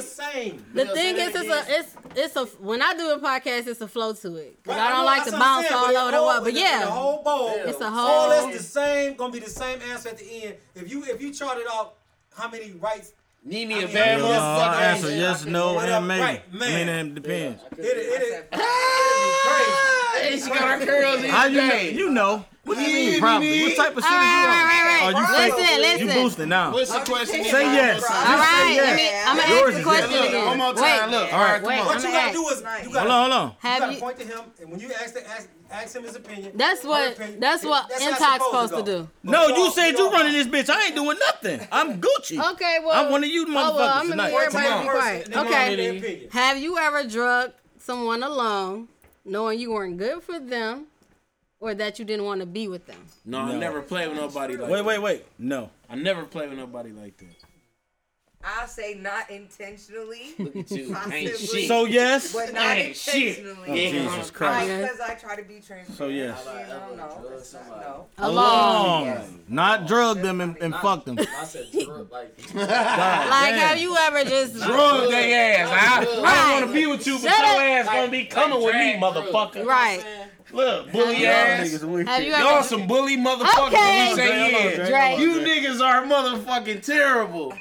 The thing is, it's a, it's, it's a, when I do a podcast, it's a flow to it. 'Cause
Right,
I
I
don't
know,
like
that's
to
what I'm
bounce
saying,
all
it
over the
all-
world. But
it-
yeah,
the whole bowl.
It's a
All
whole.
that's the same. Gonna be the same answer at the end. If you if you charted out how many rights.
Need
me
a bad motherfucker. I'll answer yes, no, and maybe.
Right,
I mean, it depends.
It it it.
Hey, she got her curls in
How you know?
today.
You know. What do you mean, probably? What type of shit
right,
is
right,
you on?
right.
Are you
Listen,
fake?
listen.
You boosting now.
What's the question?
Say yes. Just say
All right,
yes.
let me, I'm gonna
Yours
ask the
is yes.
question again.
one more time,
Wait,
look. All right, come
wait,
on.
I'm
What you
gonna
gotta
ask.
do is you gotta,
Hold on, hold on.
Have
you gotta
you-
point to him, and when you ask the, ask ask him his opinion.
That's
her
what
opinion,
that's what
that's how it's
Intoc's supposed to
go.
do.
No, you said you running this bitch. I ain't doing nothing. I'm Gucci.
Okay, well,
I'm one of you
oh,
motherfuckers
well, I'm gonna
tonight.
need everybody to be
Tomorrow.
quiet.
Tomorrow. Tomorrow.
Okay, have you ever drugged someone alone, knowing you weren't good for them, or that you didn't want to be with them?
No, I
No.
never played with nobody like
Wait,
that.
wait, wait. No.
I never played with nobody like that.
I say not intentionally.
Look at you.
possibly,
Ain't shit.
So yes?
But not
Ain't shit.
intentionally.
Oh, Jesus Christ.
Because I try to be transparent.
So, yes.
You know, no, that's not- no.
Alone. Not drug them and, and fuck them.
I said drug like.
God
Like,
damn.
have you ever just
Drug they ass. I, I don't want to be with you, but
Shut
your
up.
ass gonna be coming with me, motherfucker.
Right.
Look, bully
Y'all
ass.
niggas weird.
Have you ever-
Y'all some bully motherfuckers. We
Hold
Okay.
on,
say
Dre,
yeah.
hold on,
You niggas are motherfucking terrible.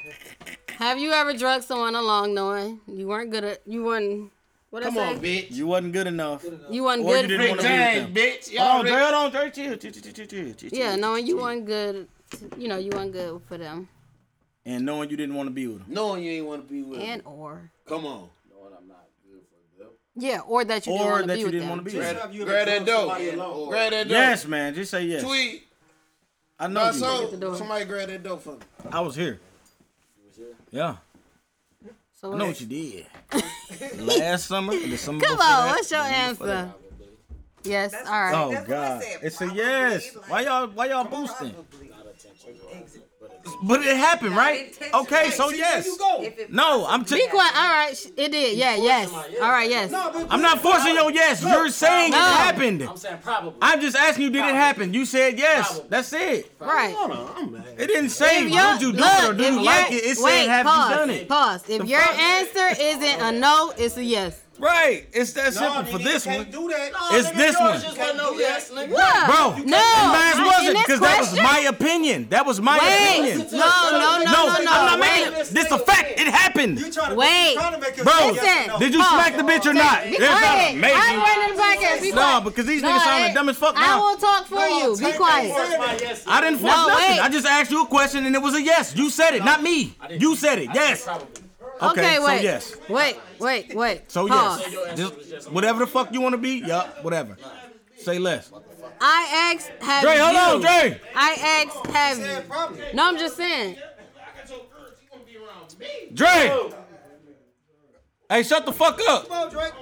Have you ever drugged someone along knowing you weren't good at you weren't what
Come
I
on,
say?
bitch.
You wasn't good enough.
You weren't
Or you
good
didn't
for
wanna
Rick
be
James,
with them.
bitch.
Hold
Y'all
on,
Rick-
Dre, hold on, Dre. Chill, chill, chill, chill, chill, chill, chill,
Yeah,
chill,
knowing you
chill.
weren't good you know, you weren't good for them.
And knowing you didn't want to be with them.
Knowing you ain't want to be with me.
And or
Come on.
yeah, or that you didn't
Or
want to
that
be
you
with
didn't
them.
wanna be with
Grab,
Have you ever
grab that
drugged
dope.
somebody alone?
Grab that dope.
Yes, man. Just say yes.
Tweet.
I know
No,
you.
so somebody grab that dope for me.
I was here. Yeah.
So
I know what you did. Last summer, the summer
Come
before
on,
that,
what's your
the summer before
answer? Yes, all
that.
right.
Oh God, it's a yes. Why y'all? Why y'all boosting? But it happened, right? Okay, so yes. No, I'm
Be
t-
quiet. All right, sh- it did. Yeah, yes. All right, yes.
I'm not forcing your yes. You're saying it
No.
happened.
I'm saying probably.
I'm just asking you, did it happen? You said yes.
Probably.
That's it.
Right.
It didn't say
If
would
your-
you do it or
look,
do
if
you
your-
like it. It
wait,
said have
pause,
you done it?
Pause. If
The
your
fuck?
answer isn't a no, it's a yes.
Right. It's that
No,
simple for
nigga,
this
you
one.
can't do that. No,
It's
nigga,
this
yours
one.
just
Can't
wasn't no
do
yes,
that.
nigga.
What?
Bro,
no,
mine
in
wasn't
this
because that was
question-
my opinion. That was my
Wait,
opinion.
no, no, no, no, no,
I'm not
wait.
making it. This a fact. It happened.
You trying to
Wait.
You trying to make it
Bro,
yes or no.
did you smack the bitch or not?
Be
There's not
quiet.
a
I'm
maybe.
running the podcast. Be
No,
quiet.
because these niggas sounding
I-
dumb as fuck
I
now.
will talk for you. Be
take
quiet.
that
My
first.
yes.
I didn't force
No,
nothing.
wait.
I just asked you a question and it was a yes. You said it, not me. You said it. Yes. Okay,
Probably.
Okay,
so
wait.
yes.
Wait, wait, wait.
So
Pause.
yes. Just whatever the fuck you want to be. Yup, whatever. Say less.
I asked, have
Dre, hold
you?
on, Dre.
I asked, have you?
Probably.
No, I'm just saying.
Dre. Hey, shut the fuck up.
Come on, Drake.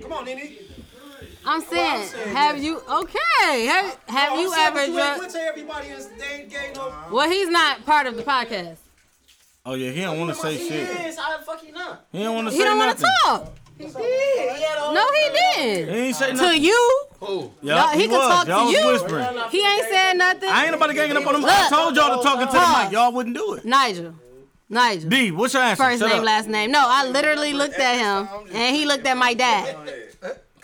Come on, Nene.
I'm saying,
saying
have you? Okay. Have, have
No,
you
I'm
ever
saying, but You
drugged?
ain't tell everybody is they ain't gay no.
Well, he's not part of the podcast.
Oh yeah, he don't want to say shit.
Yes, I fucking not.
He don't want to
He
say
don't want
nothing.
to talk. No, he
He
didn't.
ain't say
To
nothing.
you,
Yup,
he can
was.
talk to
Y'all was
you.
whispering.
he ain't saying nothing.
I ain't nobody ganging up on them. I
Look.
told y'all to talk into the mic. Y'all wouldn't do it.
Nigel. Nigel.
D, what's your answer?
First
Shut
name,
up.
last name. No, I literally looked at him and he looked at my dad.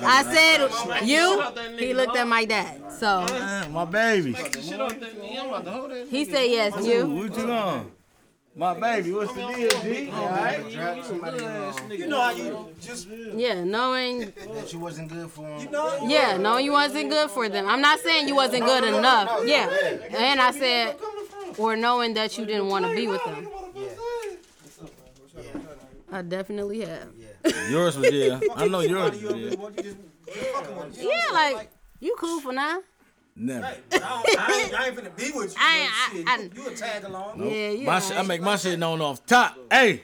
I said, You? He looked at my dad. So
Man, my baby.
he said, Yes, you.
What you on? My baby, what's the deal, D?
You know how you just. You
Yeah, knowing,
That you wasn't good for him.
know.
yeah, knowing you wasn't good for them. I'm not saying you wasn't good enough. Yeah. And I said, Or knowing that you didn't want to be with them. I definitely have.
Yours was yeah. I know yours was yeah.
You just fucking with you.
Yeah, like, you cool for now.
Never.
I, don't, I, ain't, I ain't finna be with you.
I ain't-
but
I-
shit, you, you a tag along.
Yeah, you
My shit, I
right.
make my shit known off top. Hey,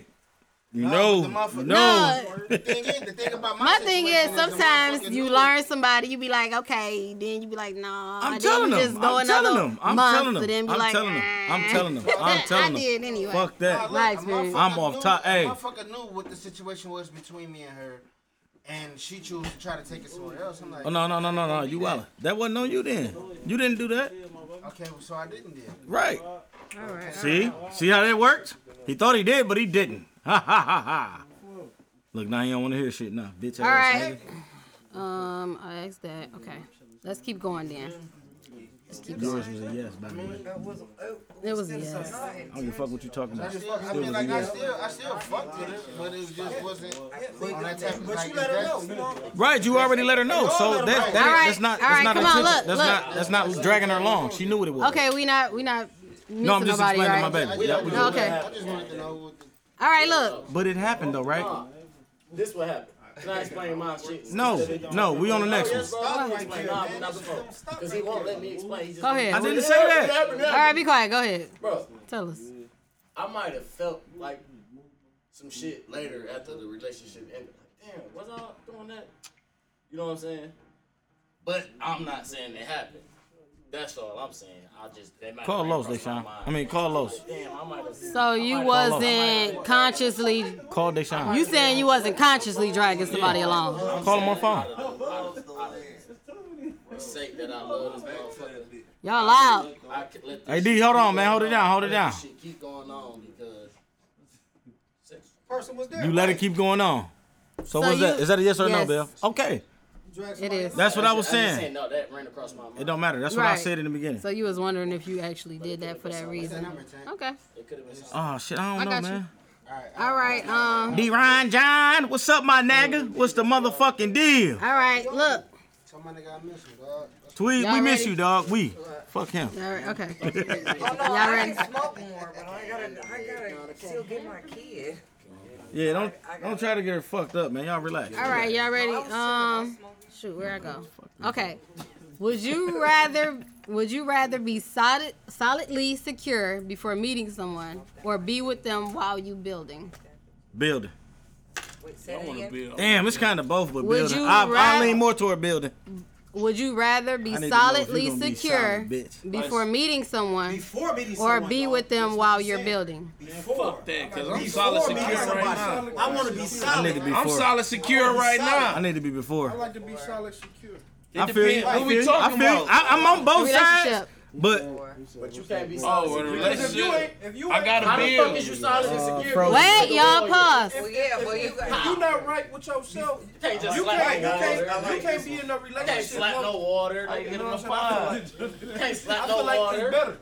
No,
but the motherfucker-
no.
The thing is, the thing about my,
My thing is,
situation the
sometimes
motherfucker
you
knew.
learn somebody, you be like, okay, then you be like, nah.
I'm
Then
telling
you
them.
just go
I'm
another
telling them. I'm
month,
telling
so then
them.
be
I'm
like,
telling them. I'm telling them. I'm
I
telling them.
did anyway.
Fuck that.
My experience.
I'm off top.
The
Hey,
motherfucker knew what the situation was between me and her, and she chose to try to take it somewhere else. I'm like,
oh no, no, no, no, no. You wild. That wasn't on you then. You didn't do that.
okay, well, so I didn't then.
Right.
All right.
See? See how that worked? He thought he did, but he didn't. Ha ha ha ha. Look, now he don't want to hear shit now, bitch.
All
ass
right.
nigga.
Um, I asked that. Okay, let's keep going then. Let's keep
Yours
going.
was a yes, by the way.
It was a yes.
I don't give a fuck what you talking
I,
about.
just,
Still
I
was
mean,
a
like, I
yes.
still, I still fucked with her, but it just wasn't. on that type of-
But
like,
you let her
that's-
know, you know.
Right, you already let her know, so that, that,
All right,
that's not
all
that's
right,
not
come on,
intention-
look,
that's
look.
not that's not dragging her along. She knew what it was.
Okay, we not we not missing
No, I'm just
nobody,
explaining
right?
my baby. Yeah, we just-
okay.
I just wanted to know what the
All right, look.
But it happened though, right?
Nah, this what happened. Can I explain my shit?
No, no, we on the next
Oh, yes,
one.
bro, I'm gonna explain mine, but not before. Because he won't let me explain. He just
Go ahead.
I didn't say that.
All right, be quiet. Go ahead.
Bro.
Tell us.
I might have felt like some shit later after the relationship ended. Like, damn, was I doing that? You know what I'm saying? But I'm not saying it happened. That's all I'm saying. I just that might
Call
have
Los,
crossed my
Deshaun.
mind.
I mean, call Los.
Damn, I might have.
So you wasn't consciously.
Call Deshaun.
You saying you wasn't consciously dragging somebody
Yeah.
along?
Call him on phone.
Say that I love this motherfucker.
Y'all loud.
I could let
Hey D, hold on, man. Hold it down. Hold it
let
down.
this shit keep going on because
person was there.
You let it keep going on. So,
So
what's that?
you-
Is that a yes or no,
yes.
Bill? Okay.
It is.
That's what I was
I'm just
saying.
No, that ran across my mind.
It don't matter. That's what I said in the beginning.
So you was wondering if you actually did that for that reason. Okay.
Oh shit, I don't
I
know,
got
man.
you. All right. Um.
D Ron John, what's up, my nigga? What's the motherfucking deal?
All right. Look.
Somebody got missing, dog.
Tweet, we
Y'all
miss
ready?
you, dog. We fuck him.
All right. Okay.
I
Y'all ready?
can smoke more, but I gotta, I gotta still get my kid.
Yeah, don't don't try to get her fucked up, man. Y'all relax.
All right, y'all ready? Um, shoot, where I go? Okay. Would you rather would you rather be solid solidly secure before meeting someone, or be with them while you building?
Building.
I
want to build.
Damn, it's kind of both, but
Would
building.
you
I, I
rather-
lean more toward building.
Would you rather be
I need to know if you
solidly
gonna be
secure
solid, bitch.
before meeting someone,
before meeting
or
someone,
be
dog.
with them while you're building?
Fuck that, because I'm
Before
solid
me,
secure right now.
somebody. I want to be
I
solid.
need to be.
I'm
before.
solid secure right now.
I need to be before.
like to be solid secure.
I feel you.
depends
I
what
feel
we
you. I
talking
feel you.
about.
I, I'm on both sides,
Relationship.
but
But you can't be solid.
Oh, in a
secure.
relationship.
If you
I
How
gotta
the
build.
fuck is you solid and secure?
Frozen.
Wait, y'all pause.
If,
Well, yeah,
if,
well, you
if,
got-
if you not right with yourself, you
can't
can't,
just
you
slap
can't,
no
you
water.
can't, be in a
You can't
relationship.
slap no water.
I-
Don't
you
get
know
him a
what I'm
fine.
saying?
You can't
I
slap
feel
no
like it's
water.
better.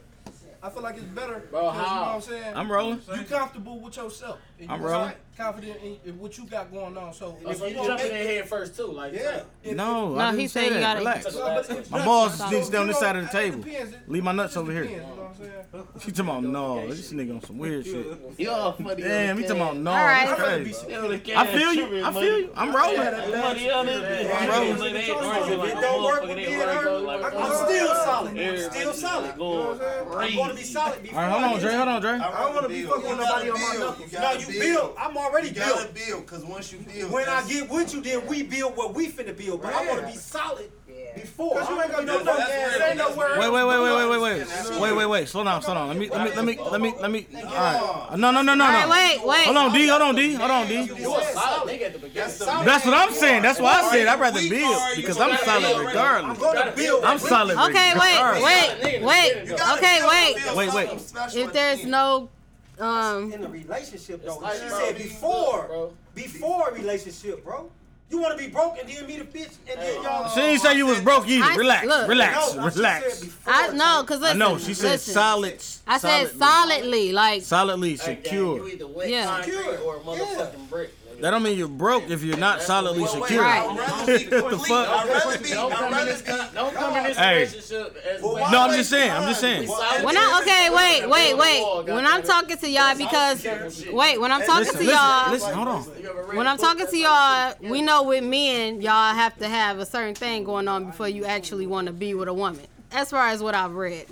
I feel like it's better.
Bro,
'cause You know
how?
what I'm saying?
I'm rolling.
You comfortable with yourself. and
I'm
you
rolling.
not Confident in, in what you got going on. So
Oh,
if
so
you
you
don't
jumping
make-
in here first too, like
Yeah. If-
no,
No,
I
he
didn't
said
say
you
that.
gotta-
Relax.
No, but if-
My balls
so
sits down
you
this
know,
side of the
it
table.
depends. It
Leave my nuts over here.
depends, you know what I'm saying?
She talking about no. This nigga on some weird shit.
You all funny.
Damn, he talking about no.
All right.
That's
I'd rather be
crazy.
secure.
I
I feel you. I feel you. I'm rolling.
Money on this bitch.
I'm rolling.
They ain't
If
arguing like
it don't work
motherfucker.
with
They
being
arguing
hurt,
like
I'm
motherfucker.
still solid. I'm
Everybody
still
just
solid. You know what I'm
Going
saying? I'm going to be
crazy.
solid
All
before
right, hold
I
on,
get
Dre. Hold on, Dre.
I don't want to be fucking with nobody on my
You
knuckles. No,
gotta
you
build.
build. I'm already
You gotta
built.
build, cause once you build,
When I
that's-
get with you, then we build what we finna build. But I want to be solid before.
Cause you ain't gonna
I
do
don't
nothing.
know, there ain't no word.
Wait, wait, wait, wait, wait, wait, wait, wait, wait, wait. Slow down, slow down. Let me, let me, let me, let me, let me. All right. No, no, no, no,
All
no.
right, wait, wait.
Hold on, D. Hold on, D. Hold on, D.
You a solid nigga at the beginning.
That's what I'm saying. That's why I said I'd rather build because I'm solid
I'm
regardless.
going to build.
I'm solid
Okay, wait,
regardless.
wait, wait. Okay, wait.
Wait, wait.
If there's no, um,
in a relationship though.
like,
she
bro,
said
be
before,
good, bro.
before a relationship, bro. You want to be broke and then meet a bitch and then y'all.
She ain't say you was broke
I-
either. Relax,
look.
relax,
No, she
relax.
said before.
I no, cause
I
listen.
know. She said
listen.
solid.
I said
solidly-
solidly, like
Hey,
Solidly
gang, You
secure.
either wet
Yeah.
concrete or a
Secure.
motherfucking brick. nigga.
That don't mean you're broke if you're not solidly
Well, wait,
secure.
Right.
I'd rather be
What the
complete.
fuck?
I'd rather be.
Don't
I'd
come in
rather
this,
be.
don't come in this
Hey.
relationship as
Well,
wet.
No, I'm just saying. I'm just saying.
When I okay, wait, wait, wait. When I'm talking to y'all, because wait, when I'm talking
Listen,
to
listen,
y'all,
listen. Hold on.
when I'm talking to y'all, we know with men, y'all have to have a certain thing going on before you actually want to be with a woman. As far as what I've read,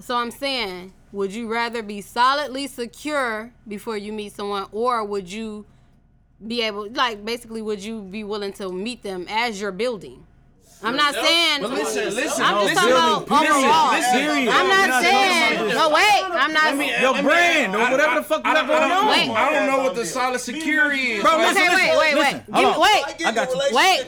so I'm saying Would you rather be solidly secure before you meet someone, or would you be able, like, basically, would you be willing to meet them as you're building? I'm not
Yourself?
saying.
But listen, listen,
I'm just talking
listen,
about
period,
overall.
listen, period.
I'm
We're not
not
talking
saying.
about
No,
this.
wait. I'm not.
Let me- I- I- I- I- I don't- I don't know what the solid security is.
Bro,
Like,
listen, okay, wait, wait, wait. Give,
hold on.
wait, wait,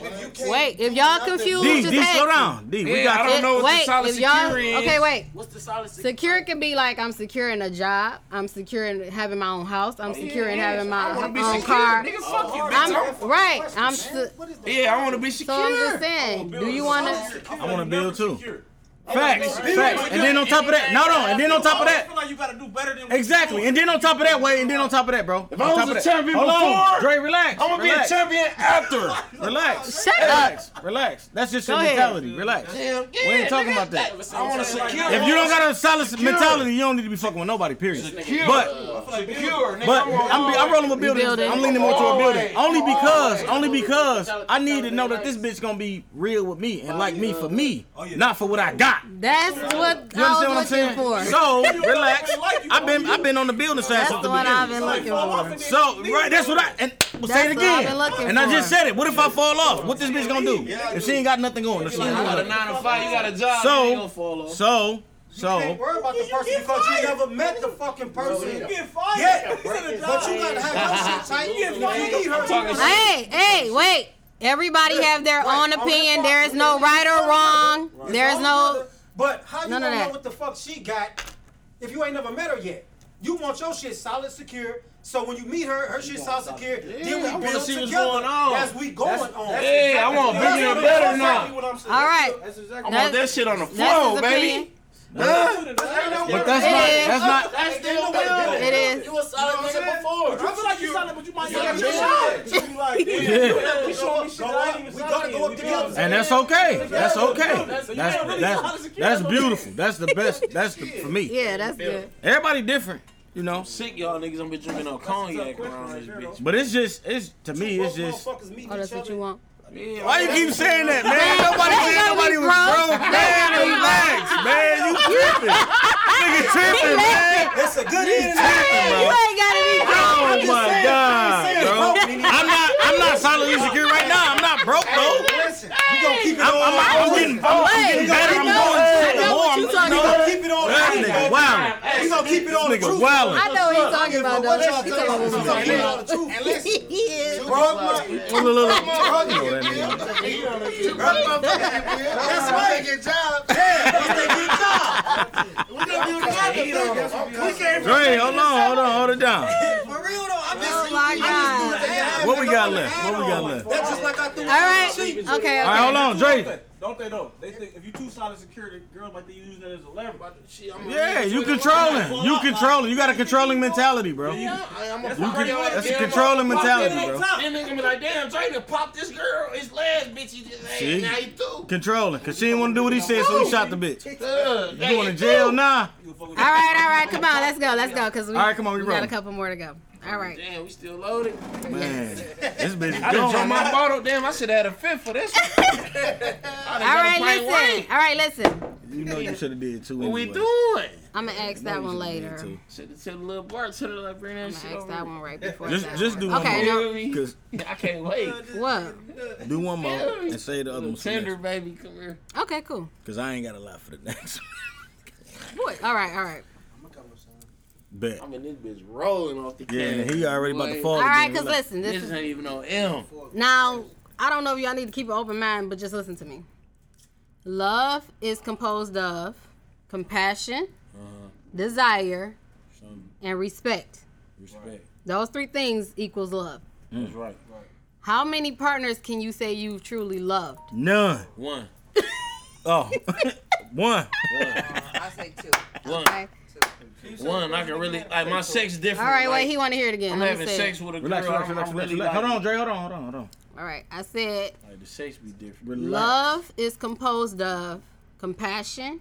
wait. If y'all confused,
D,
just
D,
ask
slow
me.
down. D, we
Yeah,
got
I don't
you.
know what the
wait,
solid
if y'all,
security is.
okay, wait.
What's the solid security?
Secure can be like I'm securing a job, I'm securing having my own house, I'm securing
yeah,
having
so
my
I wanna
own
be secure.
car.
Nigga, fuck you,
I'm-
bitch. I'm-
right. I'm. se-
Yeah, I want to be
so
secure.
I'm just
Oh,
saying. Do you want to?
I want to build too.
I
Facts,
wanna build.
facts. And then on top of that, no, no. And then on top of that,
like you gotta do better than
exactly. And then on top of that, wait. And then on top of that, bro.
If
on
I was
top
a
of that-
champion
Hold on,
before,
Dre, relax.
I'ma be a
relax.
champion after.
Relax.
Shut
relax. Relax. That's just your
Go ahead.
mentality. Relax.
Damn,
we
yeah,
ain't talking
nigga.
about that.
I want to secure.
If you don't got a solid
Secure.
mentality, you don't need to be fucking with nobody. Period.
Secure.
But
secure, nigga,
but
I'm on-
I'm, be, I'm rolling with buildings.
Building.
I'm leaning more to a building.
Always.
Only because,
Always.
only because I need to know that this bitch gonna be real with me and like me
Oh,
for me, not for what I got.
That's what
You understand
I
what I'm
was looking
saying?
for.
So relax. I've been I've been on the building side
That's
since the
what
beginning.
I've been looking for.
So right, that's what I and well, say it
That's what I've
again.
been looking
and I just
for.
said it. What if I fall off? What this bitch gonna do? If she ain't got nothing going, if she ain't
You got a
doing
nine to five, you got a job, you ain't gonna fall
nothing. So
off.
so
Don't
so
worry about the person because you never met the fucking person. You get fired. but you gotta have your shit tight. You get
Hey, hey, wait. Everybody have their own opinion. There is no right or wrong. There is no.
But how you
None
gonna
of
know
that.
what the fuck she got if you ain't never met her yet? You want your shit solid, secure. So when you meet her, her shit solid, secure.
Yeah, I
then
want
we build
to see
together.
what's going on.
That's we going
That's-
on.
that's Yeah, exactly- I want bigger and better now.
All right.
I want that shit on the
that's
floor,
his
baby. Huh?
But that's not that's not
That's still building.
It is.
You a solid nigga before.
I feel like you solid, but you might
You got
not
your
be solid. You like,
Yeah.
damn, you got- we show up, go up, We gotta go up together.
And that's okay. That's okay. That's that's that's beautiful. That's the best. That's the for me.
Yeah, that's good.
Everybody different, you know.
Sick, y'all niggas. I'm be drinking on cognac around this bitch.
But it's just it's to me it's just
Oh, that's what you want.
Why you keep saying that, man? Nobody said nobody was broke, man. Relax, man. You tripping? Nigga tripping, man.
It's a good
You tripping, bro?
You ain't gotta be
Oh
broke.
my god, bro. I'm not I'm not solidly secure right now. I'm not broke though.
Listen, we gonna keep
I'm,
it on.
I'm, I'm getting, I'm, I'm getting better. I'm going to the more. I'm
We gonna keep it on.
That nigga, wow.
We gonna keep it on. the
This nigga
truth.
wildin'.
I know what he's talking about though.
What y'all
He
tell you? We
talking about what
gonna
we
keep it
want.
on the truth. And listen,
He is.
broke my-
Look, look, look.
Broke
You know that nigga.
That's right. Get job. Yeah, once they get a job. We gonna do another thing. We can't.
Dre, hold on, hold on, hold it down.
For real though, I'm just.
Oh my
I just do
God.
it to have.
What we got left? What we got left? All
That's just like I threw.
All right.
Cheap.
Okay. okay.
right, hold on, Dre.
Don't they though? They think if you too solid security, girls like they use that as a lever.
Yeah, you controlling. You controlling. You got a controlling mentality, bro. that's a controlling mentality, bro.
Then nigga be like, damn, Drake to pop this girl. His last bitch, he just hey,
See?
now he do.
Controlling, cause she didn't want to do what he said, so he shot the bitch.
Uh,
You going to jail now?
All right. All right. Come on. Let's go. Let's go. Cause we.
All right, come on, we
We got a
rolling.
couple more to go. All right.
Damn, we still loaded.
Man, this
I
bitch
done drunk
gone.
my bottle. Damn, I should have had a fifth for this. one.
All
I done got a
right.
pint
Listen.
wine.
All right. Listen.
You know you should have did too.
What we
anyway.
doing?
I'm gonna ask that one later.
Too.
Should have took a little bartender like bring that
I'm
shit
gonna ask
over.
that one right before.
Just,
that
just
one.
do one
Okay.
more. Cause
here. I can't wait.
No. What?
do one more and say the other
Little
one. for next
tender baby, come here.
Okay. Cool.
Cause I ain't got a lot for the next. one.
Boy. All right. All right.
Bet.
I mean, this bitch rolling off the
Yeah,
cab.
he already about to
Boy.
fall.
All right.
again.
Cause
Relax.
listen. This
This
is
ain't even on M.
Now, I don't know if y'all need to keep an open mind, but just listen to me. Love is composed of compassion,
Uh-huh.
desire, and respect.
Respect.
Those three things equals love.
That's right.
How many partners can you say you've truly loved?
None.
One.
Oh, one.
I say two.
One.
Okay.
One. I can really like my sex
All
different.
right,
like,
wait, he want to hear it again.
I'm
Let me
having
say
sex
it.
with a girl.
Relax, relax,
I'm-
relax,
I'm
relax,
really
relax. Hold
like-
on, Dre. Hold on, hold on, hold on.
All right, I said
Like the sex be different.
Relax.
love is composed of compassion,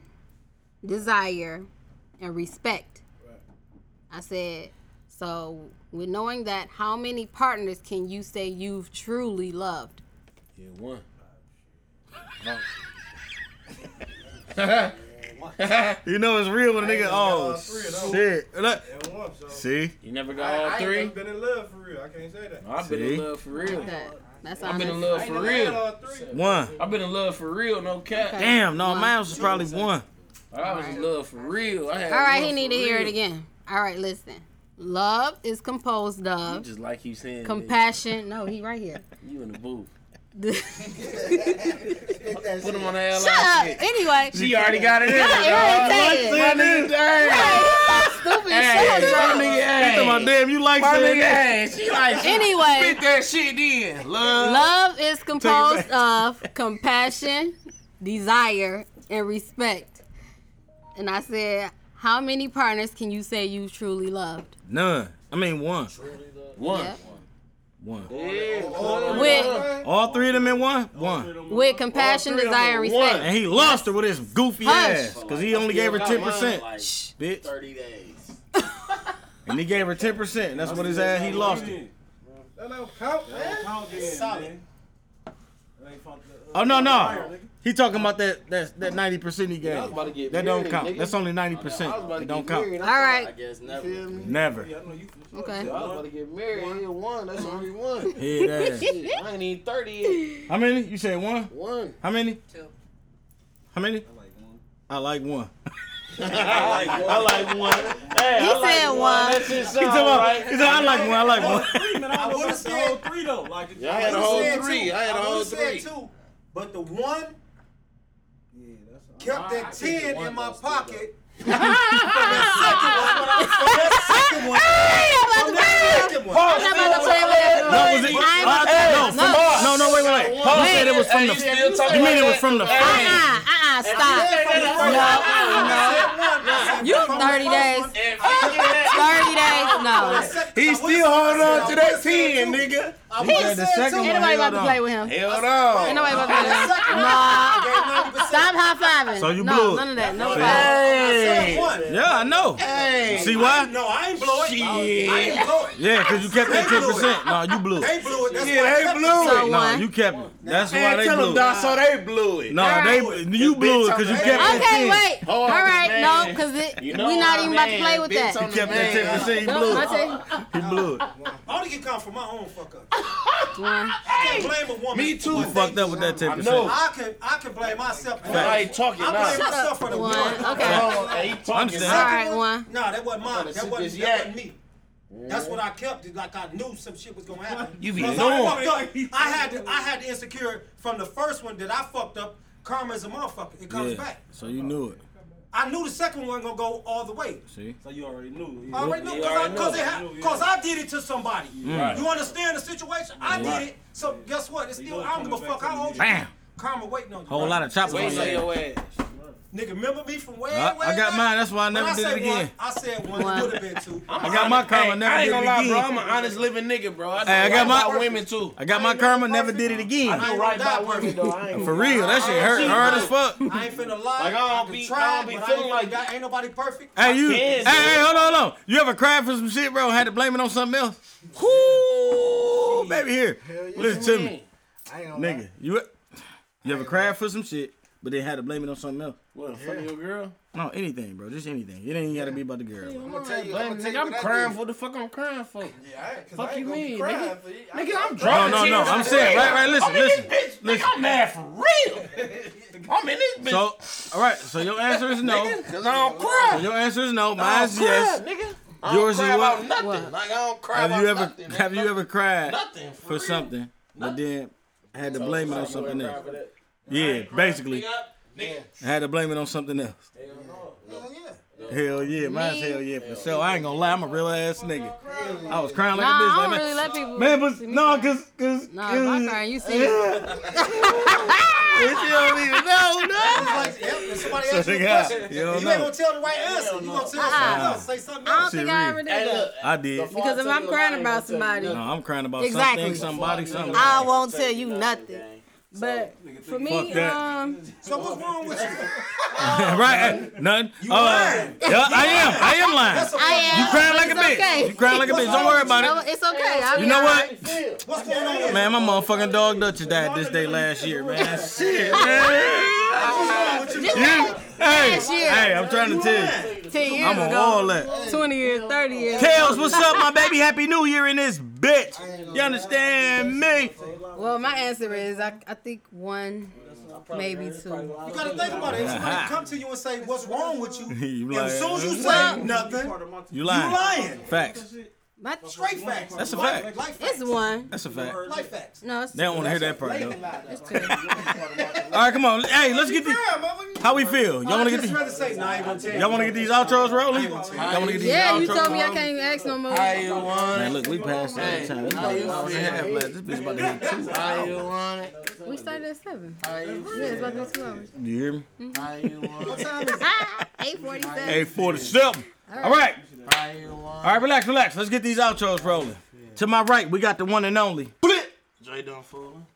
desire, and respect. I said, so with knowing that, how many partners can you say you've truly loved?
Yeah, one.
you know it's real when a
I ain't
nigga.
got all
Oh
three of those.
shit! Look.
And one, so-
See,
You never
I-
got all
I ain't
three?
never been in love for real. I can't say that.
I've been
See?
in love for real.
Like that. That's
I've been in
honest.
love
I ain't
for
never had all
real.
three.
One.
I've been in love for real, no cap.
Damn, no, mine was probably one.
I was in love for real. I had
All right,
love
he
for
need to hear
real.
it again. All right, listen. Love is composed
You
of
just like you saying. nigga.
compassion. No, he right here.
You in the booth.
Put
him on the airline.
Shut up. Anyway,
She already got it in.
Y'all
dog.
irritated.
My nigga, damn.
Stupid
Hey,
shit,
my
bro.
nigga, hey.
My damn, you like
My
saying
nigga,
that.
hey, she like
Anyway.
Spit that shit in. Love.
Love is composed of compassion, desire, and respect. And I said, how many partners can you say you truly loved?
None. I mean one. One.
Yeah.
One.
With
All three of them in one. One.
with compassion, desire, and respect.
And he lost her with his goofy
Hush.
ass because he only gave her ten percent, bitch.
Thirty days.
And he gave her ten percent. That's what his ass. He lost it.
That don't count, man. That
count,
It's
then,
solid.
man.
Oh no no. He talking about that that that ninety percent he
I
gave.
was about to get
That don't
married,
count.
nigga.
That's only ninety
I was
percent.
about to
It don't
get married,
count.
I
All
thought,
right.
I guess never.
Never.
Okay.
I was about to get married. One. He won. That's already one.
Head ass.
Shit, I ain't even thirty yet.
How many? You said one.
One.
How many?
Two.
How many? I like one.
I like one.
Hey,
He said one.
That shit
He
sound
talking about-
right.
he said, I like one. I like one.
I would have said three though. Like
Yeah, I had a whole
said
three.
two.
I had a whole
would've said
three.
two, but the one kept that ten in my pocket. that second one,
I'm
from that second one, from that second one.
No, was it? I, no, no, no, wait, wait, wait. Paul said it was from the. You mean it was from the first?
Uh-uh, uh-uh, stop. You 30 days. 30 days, no.
He still holding on to that ten, nigga.
He said the second
Ain't
one.
nobody about
held
to
on.
play with him.
Held on.
Ain't nobody about to play with him. Nah. Stop high-fiving.
So you
no,
blew it.
none of that. No
So you-
five.
Yeah, I know. See why?
No, I ain't blow it. I
Shit.
ain't blow it.
Yeah, because you kept that ten percent. No, you blew
They
it.
blew it. That's
Yeah,
why I
they
kept it.
blew it.
So
No,
one.
you kept it. That's why
Man,
they
tell
blew
them,
it.
dog, so they blew it.
No, they you blew it because you
Bitch,
kept
I'm-
that
Okay,
ten.
wait. All
Hard
right, no,
man.
because it
You know
we not
I'm
even
a
about to
man,
play with
bitch,
that.
I'm a
He kept that
man.
ten percent. He
No,
blew
I
it.
tell you,
He blew it.
I only get count for my own fuck up.
one.
I can't blame a woman.
Me
for
too.
what
You
they
fucked up with that ten percent.
I can I can blame myself. for
I
that.
ain't talking
I
now.
blame myself for the
One.
one.
Okay.
Hey, he
I
talking.
understand.
All right, one.
No, that wasn't mine. That
sip this
wasn't,
yak.
that wasn't me. That's what I kept. Like I knew some shit was gonna happen.
You be
'Cause
Oh.
knowing.
I, fucked up. I had to, I had to insecure from the first one that I fucked up. Karma's a motherfucker. It comes
Yeah.
back.
So you knew it.
I knew the second one gonna go all the way.
See?
So you already knew.
I already knew
You
because I,
already
cause
know.
it ha- cause I did it to somebody.
Right.
You understand the situation? I did it. So guess what? It's
You
still
know
I don't give a
coming
fuck
back to
how
the
old you.
Bam.
Karma waiting on you.
Whole
bro.
lot of choppers on
Wait on
that.
your ass.
Nigga, remember me from way,
Uh,
way
I got
back?
mine. That's why I
When
never did
said
it again.
One, I said one.
One.
It would have been two.
I got my karma.
Hey,
Never
I ain't
did
gonna
it
lie, bro.
again.
I'm an honest living nigga, bro. I, do
Hey, I got
right
my-
by women too.
I got my karma. Never did it again.
I
I
ain't
do right
gonna
by
lie,
women though. I ain't
For
gonna
real,
lie.
that shit hurt hard as fuck.
I ain't finna lie.
Like, I don't
can
be-
try,
I don't be
but
feeling
ain't
like-
that. Ain't nobody perfect.
Hey you, hey,
can, dude.
hey, hold on, hold on. You ever cried for some shit, bro? and Had to blame it on something else? Whoo, baby, here, listen to me,
I ain't gonna
nigga. You, you ever cried for some shit, but then had to blame it on something else?
What, fuck your girl?
No, anything, bro. Just anything. It ain't gotta be about the girl. bro.
I'm gonna tell you. I'm
Blame
gonna tell
nigga,
you.
I'm
what I
crying
did.
for the fuck I'm crying for.
Yeah, I,
Fuck you mean, nigga? Nigga,
Nigga,
I'm
No,
drunk.
no, no. I'm saying, right, right. Listen,
I'm in
listen,
this bitch. Nigga,
listen.
I'm mad for real. I'm in this bitch.
So, all right. So your answer is no.
Cause I don't
So
cry.
your answer is no.
I
Mine's
don't cry,
yes.
nigga. I don't
Yours
cry
is
about Oh,
what?
nothing.
What?
Like I don't cry
Have
about
you ever,
nothing.
have you ever cried
nothing for,
for
real.
something, but then had to blame it on something
Cry
else?
for that.
Yeah, basically.
Nigga,
I had to blame it on something else.
Hell yeah.
Hell yeah, mine's
Me?
hell yeah for sure. I ain't gonna lie, I'm a real ass nigga. I was crying
Nah,
like a bitch.
I
Like,
don't
man,
really let people.
man, but
see me
no,
cry.
cause, cause,
Nah,
cause
if I'm crying, you see me.
bitch, you don't even know,
It's
no.
like, yep, if somebody
So
asks you a
they got-
question,
you
you,
don't
ain't
know.
gonna tell the right answer. You gonna tell something
Uh-uh.
else. Say something
I don't
else.
think I ever did
Hey,
that.
look.
I did.
before
Because
I
if
tell
I'm
you,
crying
I ain't
about
gonna tell you
somebody,
No,
nothing.
I'm crying about
Exactly. Oh.
something, somebody, something.
I won't tell you nothing.
gang.
But for me,
Fuck that.
um,
So what's wrong with you?
right? eh, None. You uh,
lying.
Yeah, I am. I am lying.
That's a-
I am.
You crying like a
it's Okay.
bitch. You crying like a bitch. Don't worry
No,
about it.
it's okay. I'll
You
be
know
alright.
what?
What's going on?
Man, my motherfucking dog Dutchess died this day last year, man. Shit, man.
What's wrong with you?
You, Hey,
Last year.
hey, I'm trying to tell you.
10 years
I'm on
ago.
all that.
20 years, 30 years.
Tails, what's up, my baby? Happy New Year in this bitch. You understand me?
Well, my answer is I, I think one, maybe two.
You gotta think about it. If somebody come to you and say, "What's wrong with you?"
You
and as soon as you
lying.
say nothing,
You lying.
You lying.
Facts.
My
Straight facts.
That's a
Life-
fact.
life
It's one.
That's a fact.
Life facts.
No, it's
They don't want to hear that part,
Lazy
though.
lie.
All right, come on. Hey, let's get these. How we feel? Y'all want to get
I
these?
just rather say, nah, I ain't gonna tell
Y'all want to get these outros rolling? Y'all want to get these
Yeah, you
outros
told me I
rolling?
can't even ask no more.
Man, look, we passed out of time. It's about an hour and a half left. This bitch about to hit two. hours.
We started at seven. Yeah, it's about to be two hours.
Do you hear me?
What time is Eight forty-seven.
Eight forty-seven. All right. All right, relax, relax. Let's get these outros rolling. To my right, we got the one and only.
Jay done fooling.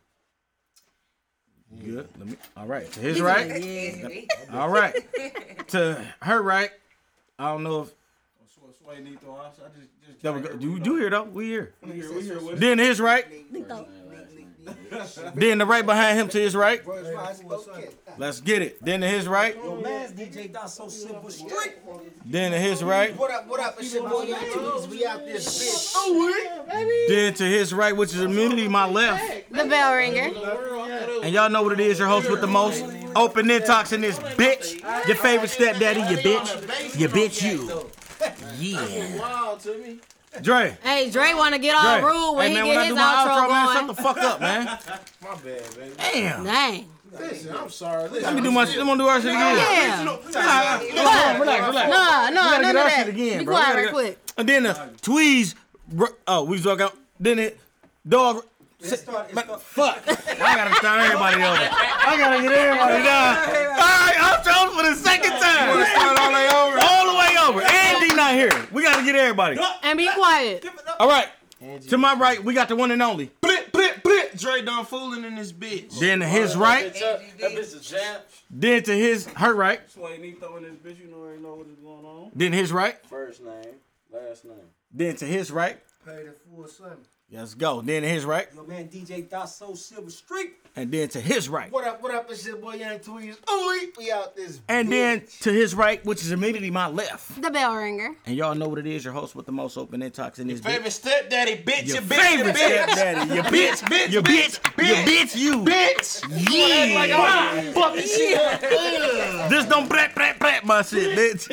Good. Let me. All right. To his right. All right. To her right. I don't know if that we go. You, you hear though? We here. Then to his right. Then the right behind him to his right. Let's get it. Then to his right.
Your man's DJ got so simple, straight.
Then to his right.
What up? What up? It's your boy Young T's. We out this bitch.
Then to his right, which is immediately my left.
The bell ringer.
And y'all know what it is, your host with the most. Open intox in this bitch. Your favorite stepdaddy, your bitch. Your bitch you. Yeah.
Wild to me.
Dre.
Hey, Dre want to get all
Dre.
rude when
Hey, man,
he
when
get
I
his
do my
outro,
outro,
going.
man, shut the fuck up, man.
My bad, baby.
Damn.
Dang.
Listen, I'm sorry.
Let me do my shit. Let me do our shit again.
Yeah.
All right,
What?
Relax, relax, relax. We
Nah, nah,
gotta
none
get
of
our
that.
shit again,
Be
bro. We
quiet
gotta
right
get-
quick.
And then the tweez. ru- Oh, we talking. out. Then it. Dog. But fuck. I gotta start everybody over. I gotta get everybody down. All right, I'm trying for the second time.
wanna start all the way over?
All the way over. Andy not here. We gotta get everybody.
And be quiet.
All right. To my right, we got the one and only.
Blit, blit, blit. Dre done fooling in this bitch.
Then to his right.
That bitch is jab.
Then to his her right.
Swainito in this bitch, you know, already know what is going on.
Then his right.
First name, last name.
Then to his right.
Pay the fool something.
Let's go. Then to his right.
Your man DJ Dot So Silver Street.
And then to his right.
What up? What up? It's your boy Young T's. Ooh, we out this.
And then to his right, which is immediately my left.
The bell ringer.
And y'all know what it is. Your host with the most open intox in this bitch.
Favorite stepdaddy, bitch,
Your
your, bitch,
favorite
your bitch.
stepdaddy. Your bitch,
bitch,
your bitch, your bitch, you.
Bitch.
Yeah.
Like, I'm fucking shit.
Just don't brat, brat, brat my shit, bitch.